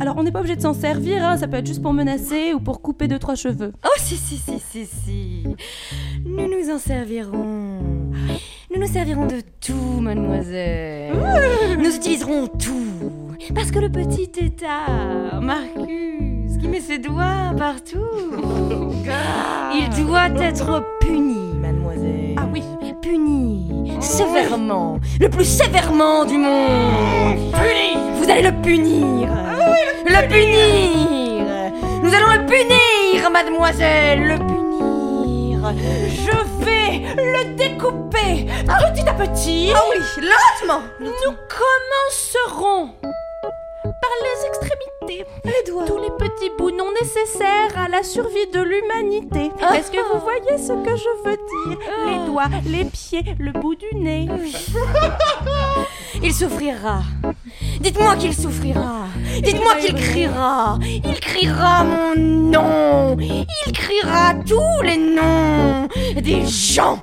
Speaker 2: Alors, on n'est pas obligé de s'en servir, hein, ça peut être juste pour menacer ou pour couper deux, trois cheveux.
Speaker 5: Oh, si, si, si, si, si. Nous nous en servirons. Nous nous servirons de tout, mademoiselle. Nous utiliserons tout. Parce que le petit état, Marcus, qui met ses doigts partout, il doit être puni, mademoiselle. Ah
Speaker 2: oui.
Speaker 5: Puni. Sévèrement. Le plus sévèrement du monde. Puni. Vous allez le punir. le punir. Nous allons le punir, mademoiselle. Le punir.
Speaker 2: Je vais le découper petit à petit. Ah oui, lentement. Nous commencerons par les extrémités, les doigts, tous les petits bouts non nécessaires à la survie de l'humanité.
Speaker 5: Ah.
Speaker 2: Est-ce que vous voyez ce que je veux dire Les doigts, les pieds, le bout du nez.
Speaker 5: [LAUGHS] Il souffrira. Dites-moi qu'il souffrira. Dites-moi qu'il criera. Il criera mon nom. Il criera tous les noms des gens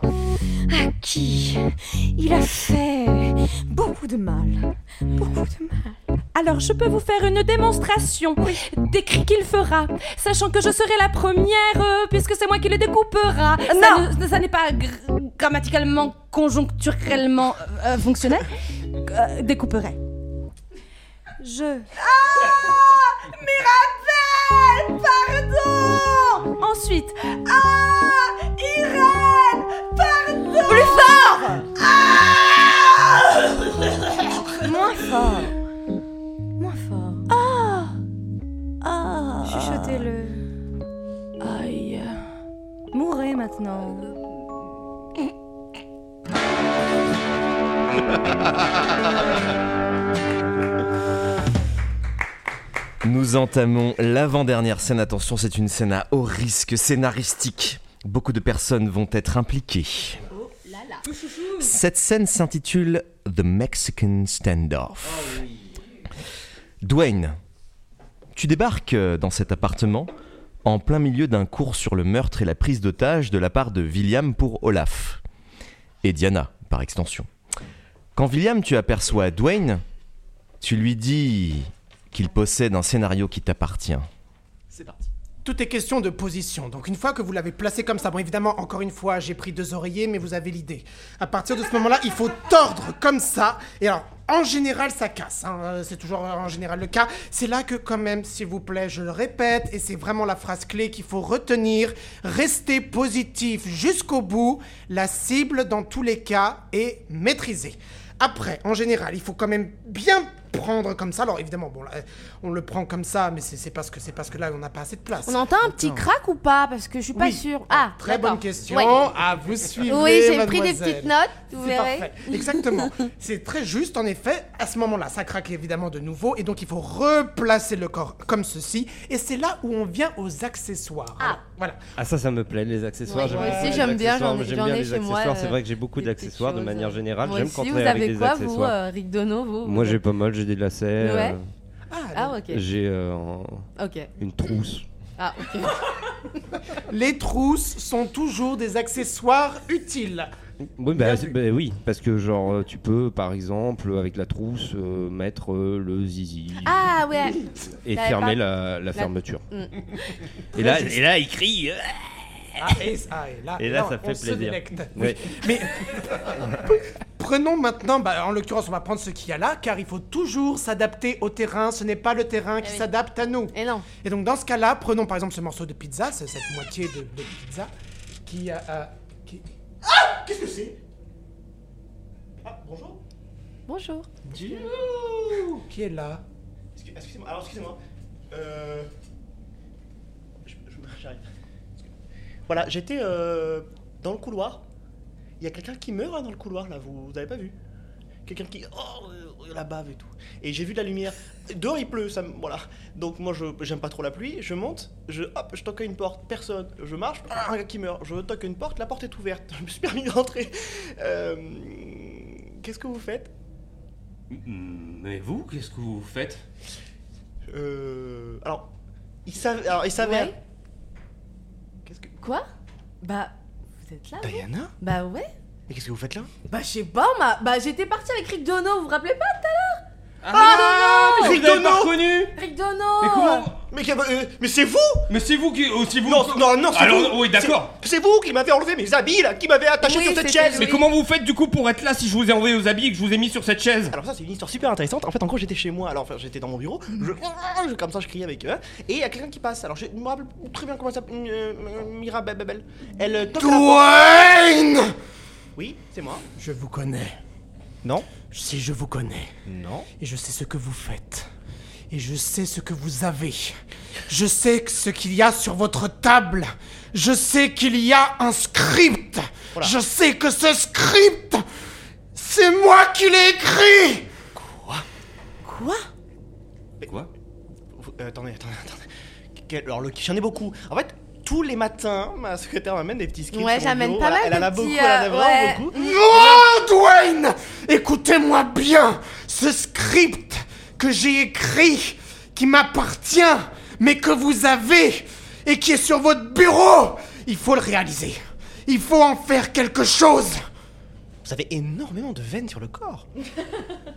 Speaker 5: à qui il a fait beaucoup de mal.
Speaker 2: Alors je peux vous faire une démonstration des cris qu'il fera, sachant que je serai la première euh, puisque c'est moi qui les découpera. Ça ne- ça n'est pas gr- grammaticalement, conjoncturellement euh, euh, fonctionnel. Euh, découperai. Je. Ah Mirabelle Pardon Ensuite. Ah Irène Pardon Plus fort
Speaker 5: Moins fort. Moins fort. Ah Ah Chuchotez-le. Aïe.
Speaker 2: Ah.
Speaker 5: Mourez maintenant.
Speaker 1: Nous entamons l'avant-dernière scène. Attention, c'est une scène à haut risque scénaristique. Beaucoup de personnes vont être impliquées. Cette scène s'intitule The Mexican Standoff. Dwayne, tu débarques euh, dans cet appartement en plein milieu d'un cours sur le meurtre et la prise d'otage de la part de William pour Olaf. Et Diana, par extension. Quand William, tu aperçois Dwayne, tu lui dis qu'il possède un scénario qui t'appartient.
Speaker 8: C'est parti. Tout est question de position. Donc une fois que vous l'avez placé comme ça, bon évidemment, encore une fois, j'ai pris deux oreillers, mais vous avez l'idée. À partir de ce moment-là, il faut tordre comme ça. Et alors, en général, ça casse. hein. Euh, C'est toujours euh, en général le cas. C'est là que quand même, s'il vous plaît, je le répète, et c'est vraiment la phrase clé qu'il faut retenir. Restez positif jusqu'au bout. La cible, dans tous les cas, est maîtrisée. Après, en général, il faut quand même bien prendre comme ça. Alors évidemment, bon, là, euh, on le prend comme ça, mais c'est c'est parce que c'est parce que là, on n'a pas assez de place.
Speaker 7: On entend un petit
Speaker 8: Attends.
Speaker 7: crack ou pas Parce que je suis pas
Speaker 8: Oui.
Speaker 7: sûre. Ah,
Speaker 8: Très
Speaker 7: d'accord.
Speaker 8: bonne question.
Speaker 7: Ouais.
Speaker 8: Ah, vous suivez.
Speaker 7: Oui, j'ai pris des
Speaker 8: mademoiselle.
Speaker 7: petites notes, vous
Speaker 8: C'est
Speaker 7: verrez.
Speaker 8: parfait.
Speaker 7: [LAUGHS]
Speaker 8: Exactement. C'est très juste, en effet. À ce moment-là, ça craque évidemment de nouveau, et donc il faut replacer le corps comme ceci. Et c'est là où on vient aux accessoires.
Speaker 3: Voilà.
Speaker 6: Ah ça, ça me plaît, les accessoires.
Speaker 13: Ouais,
Speaker 6: j'aime
Speaker 13: moi
Speaker 6: beaucoup
Speaker 13: aussi,
Speaker 6: les
Speaker 13: j'aime bien,
Speaker 6: accessoires,
Speaker 13: j'en ai-
Speaker 6: j'aime
Speaker 13: j'en
Speaker 6: bien
Speaker 13: ai
Speaker 6: les
Speaker 13: chez moi,
Speaker 6: accessoires. C'est
Speaker 13: euh,
Speaker 6: vrai que j'ai beaucoup d'accessoires de manière générale.
Speaker 13: Moi
Speaker 6: Ah, J'aime
Speaker 13: aussi,
Speaker 6: quand
Speaker 13: vous
Speaker 6: avec
Speaker 13: avez
Speaker 6: des
Speaker 13: quoi, vous,
Speaker 6: accessoires.
Speaker 13: euh, Rick Dono, vous
Speaker 6: Moi,
Speaker 13: vous-
Speaker 6: j'ai pas mal. J'ai des lacets.
Speaker 13: Ouais.
Speaker 6: euh,
Speaker 13: Ah, ok.
Speaker 6: J'ai euh, un-
Speaker 13: Ok.
Speaker 6: une trousse.
Speaker 13: Ah, ok.
Speaker 8: [LAUGHS] Les trousses sont toujours des accessoires utiles.
Speaker 6: Oui, bah, c'est- bah oui, parce que genre euh, tu peux par exemple avec la trousse euh, mettre euh,
Speaker 13: [LAUGHS]
Speaker 6: le zizi
Speaker 13: Ah, ouais.
Speaker 6: et
Speaker 13: J'avais
Speaker 6: fermer
Speaker 13: pas-
Speaker 6: la, la
Speaker 13: La-
Speaker 6: fermeture.
Speaker 13: Mm.
Speaker 6: Et là, et là, il crie. euh,
Speaker 8: Ah, et, ah, et là,
Speaker 6: Et là,
Speaker 8: non,
Speaker 6: ça
Speaker 8: on
Speaker 6: fait
Speaker 8: se
Speaker 6: plaisir.
Speaker 8: délecte.
Speaker 6: Ouais.
Speaker 8: Mais prenons maintenant, bah, en l'occurrence, on va prendre ce qu'il y a là, car il faut toujours s'adapter au terrain. Ce n'est pas le terrain qui s'adapte à nous.
Speaker 13: Et Eh non.
Speaker 8: Et donc, dans ce cas-là, prenons par exemple ce morceau de pizza, ce- cette moitié de, de pizza, qui a. euh, qui- Ah Qu'est-ce que c'est
Speaker 3: Ah, bonjour.
Speaker 13: Bonjour.
Speaker 8: Qui est là
Speaker 3: Excu- Excusez-moi, alors excusez-moi. Euh. Je, [LAUGHS] je- j'arrive. Voilà, j'étais euh, dans le couloir. Il y a quelqu'un qui meurt hein, dans le couloir là, vous, vous avez pas vu Quelqu'un qui. Oh, euh, la bave et tout. Et j'ai vu de la lumière. Dehors il pleut, ça me- Voilà. Donc moi je j'aime pas trop la pluie, je monte, je hop, je toque à une porte, personne. Je marche, ah, un gars qui meurt. Je toque à une porte, la porte est ouverte. [LAUGHS] Je me suis permis d'entrer. Euh, Qu'est-ce que vous faites
Speaker 14: Mm, Mais vous, qu'est-ce que vous faites
Speaker 3: Euh. Alors, il s'avère. Alors, il s'avère.
Speaker 7: Quoi Bah, vous êtes là vous
Speaker 3: Diana
Speaker 7: Bah ouais.
Speaker 3: Mais qu'est-ce que vous faites là
Speaker 7: Bah je sais pas, on m'a- bah j'étais partie avec Rick Dono, vous vous rappelez pas tout à l'heure
Speaker 3: Ah, mais
Speaker 7: Rick
Speaker 3: vous l'avez
Speaker 7: Dono
Speaker 3: pas reconnu
Speaker 7: Rick Bah, Dono
Speaker 3: Mais comment Mais, que- euh, mais c'est vous
Speaker 14: Mais c'est vous qui. aussi vous
Speaker 3: Non, non, non, c'est
Speaker 14: Alors,
Speaker 3: vous
Speaker 14: oui, d'accord.
Speaker 3: C'est c'est vous qui m'avez enlevé mes habits là, qui m'avez attaché sur cette chaise
Speaker 14: Mais comment vous faites du coup pour être là si je vous ai envoyé aux habits et que je vous ai mis sur cette chaise
Speaker 3: Alors ça c'est une histoire super intéressante. En fait en gros j'étais chez moi, alors enfin j'étais dans mon bureau, je, je- comme ça je criais avec eux, et il y a quelqu'un qui passe. Alors je me rappelle très bien comment ça s'appelle, euh, euh, Mirabelle. Elle euh, toque à la porte.
Speaker 8: Dwayne
Speaker 3: Oui,
Speaker 12: [COUGHS]
Speaker 3: c'est moi.
Speaker 8: Je vous connais.
Speaker 3: Non
Speaker 8: Si je vous connais.
Speaker 3: Non.
Speaker 8: Et je sais ce que vous faites. Et je sais ce que vous avez. Je sais que ce qu'il y a sur votre table. Je sais qu'il y a un script. Je sais que ce script, c'est moi qui l'ai écrit.
Speaker 3: Quoi
Speaker 14: Quoi
Speaker 3: Euh, attendez, attendez, attendez. Quel- Alors, le- j'en ai beaucoup. En fait, tous les matins, ma secrétaire m'amène des petits scripts.
Speaker 13: Ouais,
Speaker 3: sur mon
Speaker 13: j'amène
Speaker 3: bureau.
Speaker 13: pas mal
Speaker 3: Elle, elle en a
Speaker 13: de
Speaker 3: beaucoup,
Speaker 13: petits,
Speaker 3: elle en a
Speaker 13: euh,
Speaker 3: vraiment
Speaker 13: ouais.
Speaker 3: beaucoup.
Speaker 8: Non, Ah, Dwayne Écoutez-moi bien Ce script que j'ai écrit, qui m'appartient, mais que vous avez, et qui est sur votre bureau, il faut le réaliser. Il faut en faire quelque chose.
Speaker 3: Vous avez énormément de veines sur
Speaker 13: [LAUGHS]
Speaker 3: le corps.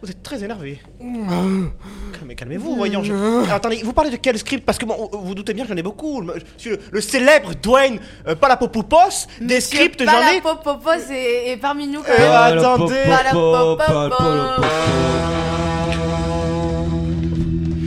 Speaker 3: Vous êtes très énervé. Mais calmez-vous, voyons. Je... Alors, attendez, vous parlez de quel script Parce que bon, vous vous doutez bien que j'en ai beaucoup. Le, sur le- le célèbre Dwayne euh, Palapopoupos, des scripts, j'en ai.
Speaker 13: Palapopopo, c'est et parmi
Speaker 6: Euh,
Speaker 13: nous. quand
Speaker 3: Eh
Speaker 13: même.
Speaker 3: bah, attendez.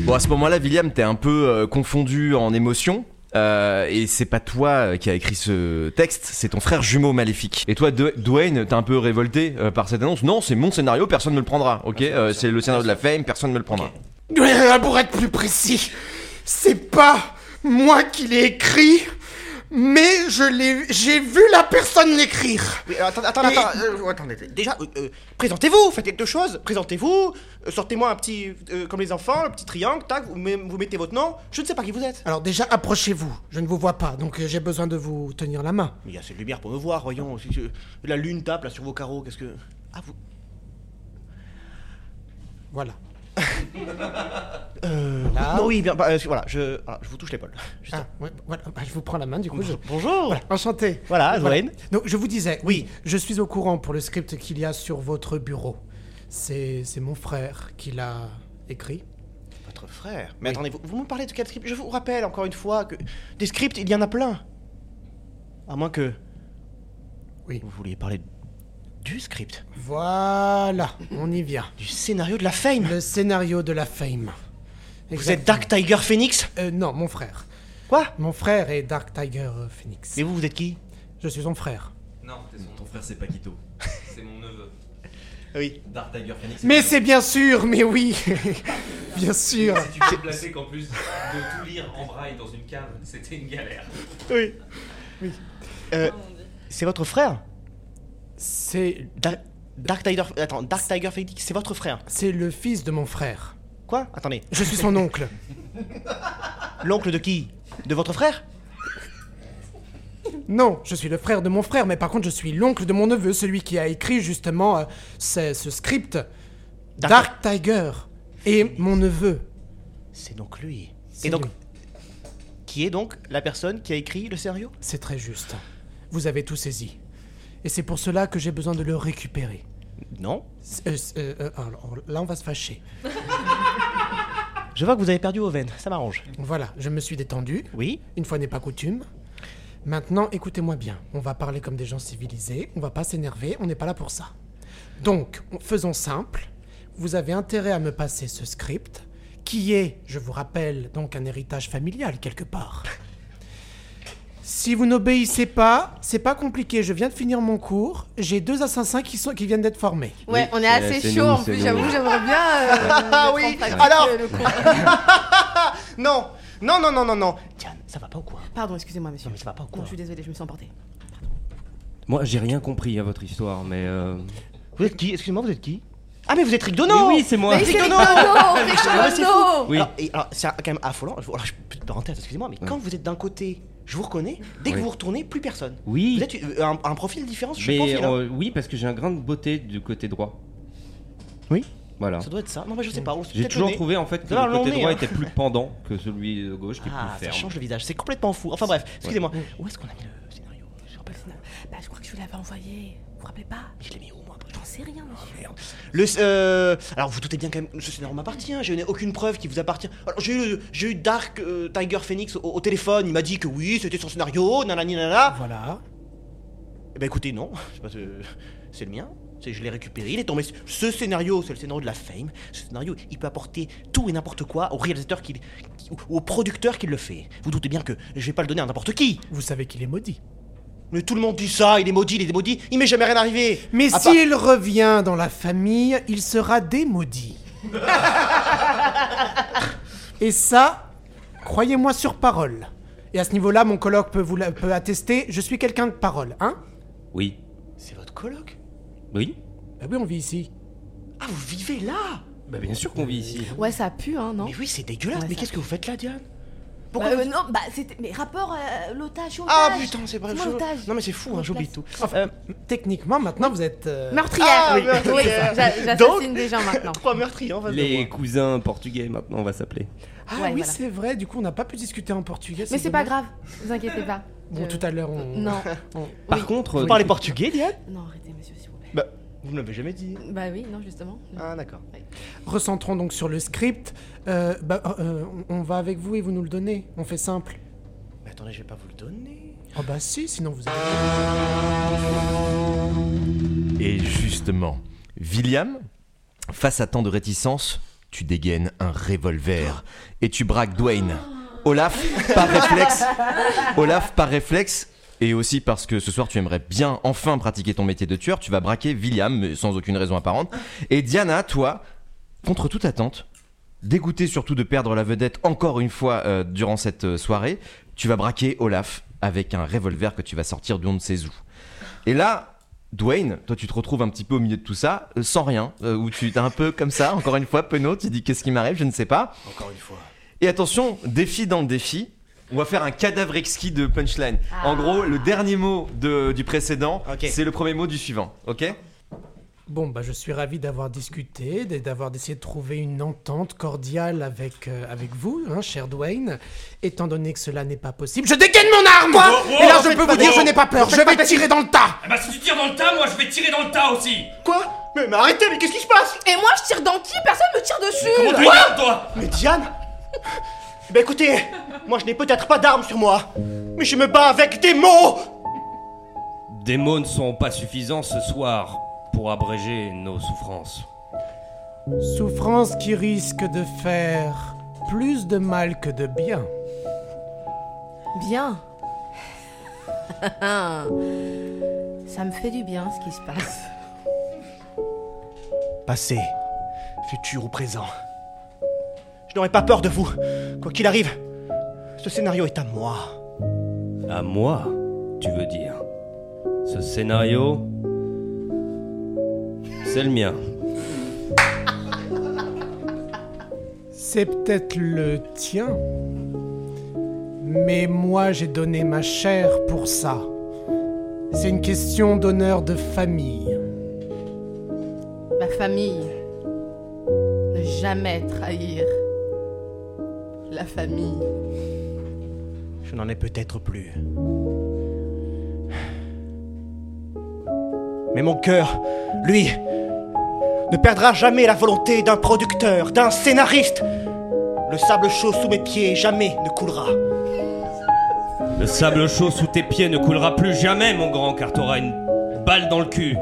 Speaker 1: Bon, à ce moment-là, William, t'es un peu euh, confondu en émotion. euh, et c'est pas toi euh, qui a écrit ce texte, c'est ton frère jumeau maléfique. Et toi, Dw- Dwayne, t'es un peu révolté euh, par cette annonce. Non, c'est mon scénario, personne ne me le prendra. Ok, Euh, c'est le scénario de la fame, personne ne me le prendra.
Speaker 8: Euh, Pour être plus précis, c'est pas moi qui l'ai écrit, mais je l'ai, j'ai vu la personne l'écrire.
Speaker 3: Oui, alors, attendez, attendez,
Speaker 8: Et-
Speaker 3: attendez, euh, attendez. Déjà, euh, euh, présentez-vous, faites quelque chose. Présentez-vous, euh, sortez-moi un petit, euh, comme les enfants, le petit triangle, tac, vous, met- vous mettez votre nom. Je ne sais pas qui vous êtes.
Speaker 8: Alors déjà, approchez-vous. Je ne vous vois pas, donc euh, j'ai besoin de vous tenir la main.
Speaker 3: Mais il y a assez de lumière pour me voir, voyons. Si je- La lune tape là sur vos carreaux, qu'est-ce que. Ah, vous.
Speaker 8: Voilà.
Speaker 3: [LAUGHS] Euh.
Speaker 8: Là.
Speaker 3: Non, oui, bien. bah, euh, voilà, je, voilà, je vous touche l'épaule. Juste
Speaker 8: Ah, ouais, voilà, bah, je vous prends la main du coup.
Speaker 3: Bonjour.
Speaker 8: je-
Speaker 3: Bonjour.
Speaker 8: Voilà, enchanté.
Speaker 3: Voilà, Dwayne.
Speaker 8: Donc je vous disais, oui, je suis au courant pour le script qu'il y a sur votre bureau. C'est c'est mon frère qui l'a écrit.
Speaker 3: Votre frère. Mais attendez, vous, vous me parlez de quel script Je vous rappelle encore une fois que des scripts, il y en a plein. À moins que.
Speaker 8: Oui.
Speaker 3: Vous vouliez parler du script
Speaker 8: Voilà, on y vient.
Speaker 3: Du scénario de la fame
Speaker 8: Le scénario de la fame.
Speaker 3: Vous êtes Dark Tiger Phoenix
Speaker 8: Euh, non, mon frère.
Speaker 3: Quoi
Speaker 8: Mon frère est Dark Tiger euh, Phoenix.
Speaker 3: Mais vous, vous êtes qui
Speaker 8: Je suis son frère.
Speaker 14: Non, ton frère c'est Paquito. [LAUGHS] c'est mon neveu.
Speaker 3: Oui.
Speaker 14: Dark Tiger Phoenix.
Speaker 8: Mais c'est bien sûr, mais oui [LAUGHS] Bien sûr
Speaker 14: Si tu peux placer qu'en plus de tout lire en braille dans une cave, c'était une galère.
Speaker 3: Oui. Oui. Euh, c'est votre frère
Speaker 8: C'est.
Speaker 3: Dark Tiger. Attends, Dark Tiger Phoenix, c'est votre frère
Speaker 8: C'est le fils de mon frère.
Speaker 3: Quoi Attendez. [LAUGHS]
Speaker 8: Je suis son oncle.
Speaker 3: L'oncle de qui De votre frère
Speaker 8: Non, je suis le frère de mon frère, mais par contre, je suis l'oncle de mon neveu, celui qui a écrit justement euh, ce, ce script. Dark Tiger. Et mon neveu.
Speaker 12: C'est donc lui.
Speaker 8: C'est
Speaker 12: Et donc,
Speaker 8: lui.
Speaker 12: qui est donc la personne qui a écrit le scénario
Speaker 8: C'est très juste. Vous avez tout saisi. Et c'est pour cela que j'ai besoin de le récupérer.
Speaker 12: Non.
Speaker 8: Euh, euh, euh, alors, là, on va se fâcher.
Speaker 12: Je vois que vous avez perdu Oven, ça m'arrange.
Speaker 8: Voilà, je me suis détendu.
Speaker 12: Oui.
Speaker 8: Une fois n'est pas coutume. Maintenant, écoutez-moi bien. On va parler comme des gens civilisés. On va pas s'énerver. On n'est pas là pour ça. Donc, on- faisons simple. Vous avez intérêt à me passer ce script, qui est, je vous rappelle, donc un héritage familial quelque part. Si vous n'obéissez pas, c'est pas compliqué. Je viens de finir mon cours. J'ai deux assassins qui, sont, qui viennent d'être formés.
Speaker 13: Ouais, on est assez chaud en plus, j'avoue, j'aimerais bien. euh,
Speaker 8: [LAUGHS] Ah
Speaker 13: mettre
Speaker 8: oui,
Speaker 13: en pratique,
Speaker 8: alors-
Speaker 13: euh, le cours.
Speaker 7: [LAUGHS]
Speaker 3: Non Non, non, non, non, non Tiens,
Speaker 12: ça va pas ou quoi
Speaker 13: Pardon, excusez-moi, monsieur.
Speaker 12: Non, mais ça va pas ou
Speaker 13: Non, je suis désolée, je me suis emportée.
Speaker 6: Moi, j'ai rien compris à votre histoire, mais. euh,
Speaker 12: Vous êtes qui Excusez-moi, vous êtes qui
Speaker 3: Ah mais vous êtes Rick Dono
Speaker 6: Oui, c'est moi.
Speaker 3: Mais
Speaker 6: Rick
Speaker 3: Dono
Speaker 6: Dono,
Speaker 3: Mais
Speaker 6: Rick
Speaker 3: c'est vrai, c'est fou.
Speaker 6: Dono. Oui.
Speaker 3: Alors, et alors, c'est quand même affolant. Alors, je- petite parenthèse, excusez-moi, mais quand vous êtes d'un côté, je vous reconnais. Dès que
Speaker 6: Oui.
Speaker 3: vous retournez, plus personne.
Speaker 6: Oui.
Speaker 3: Vous êtes euh, un, un profil différent sur
Speaker 6: Mais,
Speaker 3: le profil. hein.
Speaker 6: euh, oui, parce que j'ai un grain de beauté du côté droit.
Speaker 12: Oui.
Speaker 6: Voilà.
Speaker 3: Ça doit être ça. Non, mais je sais pas. on se-
Speaker 6: hein. J'ai
Speaker 3: peut-être
Speaker 6: toujours
Speaker 3: le nez.
Speaker 6: trouvé en fait que
Speaker 3: Non,
Speaker 6: le côté
Speaker 3: nez,
Speaker 6: droit
Speaker 3: hein.
Speaker 6: était plus pendant que celui de gauche qui est
Speaker 3: Ah,
Speaker 6: plus
Speaker 3: ça
Speaker 6: ferme.
Speaker 3: change le visage. C'est complètement fou. Enfin bref, excusez-moi. Où est-ce qu'on a mis le
Speaker 13: Bah, je crois que je vous l'avais envoyé. Vous vous rappelez pas
Speaker 3: Je l'ai mis où, moi
Speaker 13: J'en sais rien, monsieur.
Speaker 3: Ah,
Speaker 13: Bah,
Speaker 3: Le, euh, alors vous doutez bien quand même, ce scénario m'appartient, je n'ai aucune preuve qui vous appartient. Alors j'ai eu, j'ai eu Dark euh, Tiger Phoenix au, au téléphone, il m'a dit que oui, c'était son scénario, nanani nanana.
Speaker 8: Voilà.
Speaker 3: Eh ben écoutez, non, c'est, pas- euh, c'est le mien, c'est, je l'ai récupéré, il est tombé. sur- Ce scénario, c'est le scénario de la fame, ce scénario, il peut apporter tout et n'importe quoi au réalisateur qui, qui- ou au producteur qui le fait. Vous doutez bien que je vais pas le donner à n'importe qui.
Speaker 8: Vous savez qu'il est maudit.
Speaker 3: Mais tout le monde dit ça, il est maudit, il est maudit, il m'est jamais rien arrivé. Ah,
Speaker 8: Mais
Speaker 3: À part-
Speaker 8: s'il revient dans la famille, il sera démaudit. Et ça, croyez-moi sur parole. Et à ce niveau-là, mon colloque peut vous la- peut attester, je suis quelqu'un de parole, hein
Speaker 6: Oui.
Speaker 3: C'est votre colloque
Speaker 6: Oui.
Speaker 8: Bah oui, on vit ici.
Speaker 3: Ah, vous vivez là
Speaker 6: Bah bien sûr qu'on vit ici.
Speaker 13: Ouais, ça pue, hein, non
Speaker 3: Mais oui, c'est dégueulasse, mais qu'est-ce que vous faites là, Diane
Speaker 13: Bah, euh, non, bah, c'était. Mais rapport euh, l'otage, otage.
Speaker 3: Ah putain, c'est vrai.
Speaker 13: moi,
Speaker 3: je-
Speaker 13: l'otage.
Speaker 3: Non mais c'est fou, hein, j'oublie tout.
Speaker 8: Enfin, Euh, Techniquement, maintenant, vous êtes... euh,
Speaker 13: Meurtrière.
Speaker 3: Ah,
Speaker 13: oui, oui,
Speaker 3: meurtrière.
Speaker 13: j'a- j'assassine
Speaker 3: Donc,
Speaker 13: des gens maintenant.
Speaker 3: [LAUGHS] Trois meurtriers en face de
Speaker 6: Les
Speaker 3: moi.
Speaker 6: cousins portugais maintenant, on va s'appeler.
Speaker 8: Ah
Speaker 13: Ouais,
Speaker 8: oui,
Speaker 13: voilà.
Speaker 8: c'est vrai, du coup, on n'a pas pu discuter en portugais.
Speaker 13: Mais c'est pas
Speaker 8: dommage.
Speaker 13: grave, vous inquiétez pas.
Speaker 8: Bon, tout à l'heure, on...
Speaker 13: Non.
Speaker 8: [LAUGHS] on-
Speaker 6: Par contre, euh,
Speaker 3: Vous parlez portugais, Diane
Speaker 13: Non, arrêtez, monsieur, s'il vous plaît.
Speaker 3: Bah, vous ne l'avez jamais dit.
Speaker 13: Bah oui, non, justement.
Speaker 3: Ah, d'accord.
Speaker 8: Recentrons donc sur le script. Euh, bah, euh, euh, on on va avec vous et vous nous le donnez. On fait simple.
Speaker 3: Mais attendez, je vais pas vous le donner.
Speaker 8: Oh bah si, sinon vous allez...
Speaker 1: Et justement, William, face à tant de réticence, tu dégaines un revolver et tu braques Dwayne. Olaf, par réflexe, Olaf, par réflexe, et aussi parce que ce soir tu aimerais bien enfin pratiquer ton métier de tueur, tu vas braquer William mais sans aucune raison apparente. Et Diana, toi, contre toute attente, dégoûtée surtout de perdre la vedette encore une fois euh, durant cette euh, soirée, tu vas braquer Olaf avec un revolver que tu vas sortir d'on ne sait où. Et là, Dwayne, toi tu te retrouves un petit peu au milieu de tout ça, euh, sans rien, euh, où tu t'es un peu comme ça, encore une fois, penaud, tu dis qu'est-ce qui m'arrive, je ne sais pas.
Speaker 3: Encore une fois.
Speaker 1: Et attention, défi dans le défi, on va faire un cadavre exquis de punchline. En gros, le dernier mot de- du précédent, c'est le premier mot du suivant, ok
Speaker 8: Bon, bah, je suis ravi d'avoir discuté, d- d'avoir essayé de trouver une entente cordiale avec, euh, avec vous, hein, cher Dwayne. Étant donné que cela n'est pas possible, je dégaine mon arme
Speaker 14: Oh, oh,
Speaker 8: Et là,
Speaker 14: oh,
Speaker 8: je
Speaker 14: faites
Speaker 8: peux
Speaker 14: pas
Speaker 8: vous dire,
Speaker 14: ça.
Speaker 8: je n'ai pas peur,
Speaker 14: Faites
Speaker 8: je
Speaker 14: pas ça.
Speaker 8: vais tirer dans le tas
Speaker 14: Ah bah si tu tires dans le tas, moi je vais tirer dans le tas aussi
Speaker 3: Quoi mais, mais arrêtez, mais qu'est-ce qui se
Speaker 13: Ah,
Speaker 3: passe
Speaker 7: Et moi, je tire dans qui Personne me tire dessus
Speaker 14: Comment tu regardes, toi
Speaker 3: Mais Diane Bah écoutez, moi je n'ai peut-être pas d'armes sur moi, mais je me bats avec des mots
Speaker 6: Des mots ne sont pas suffisants ce soir pour abréger nos souffrances.
Speaker 8: Souffrance qui risque de faire plus de mal que de bien.
Speaker 13: Bien. [LAUGHS] ça me fait du bien ce qui se passe.
Speaker 3: Passé, futur ou présent. Je n'aurai pas peur de vous, quoi qu'il arrive. Ce scénario est à moi.
Speaker 6: À moi, tu veux dire Ce scénario, c'est le mien.
Speaker 8: C'est peut-être le tien. Mais moi, j'ai donné ma chair pour ça. C'est une question d'honneur de famille.
Speaker 15: Ma famille. Ne jamais trahir. La famille.
Speaker 12: Je n'en ai peut-être plus.
Speaker 3: Mais mon cœur, lui, ne perdra jamais la volonté d'un producteur, d'un scénariste. Le sable chaud sous mes pieds jamais ne coulera.
Speaker 6: Le sable chaud sous tes pieds ne coulera plus jamais, mon grand, car t'auras une balle dans le cul.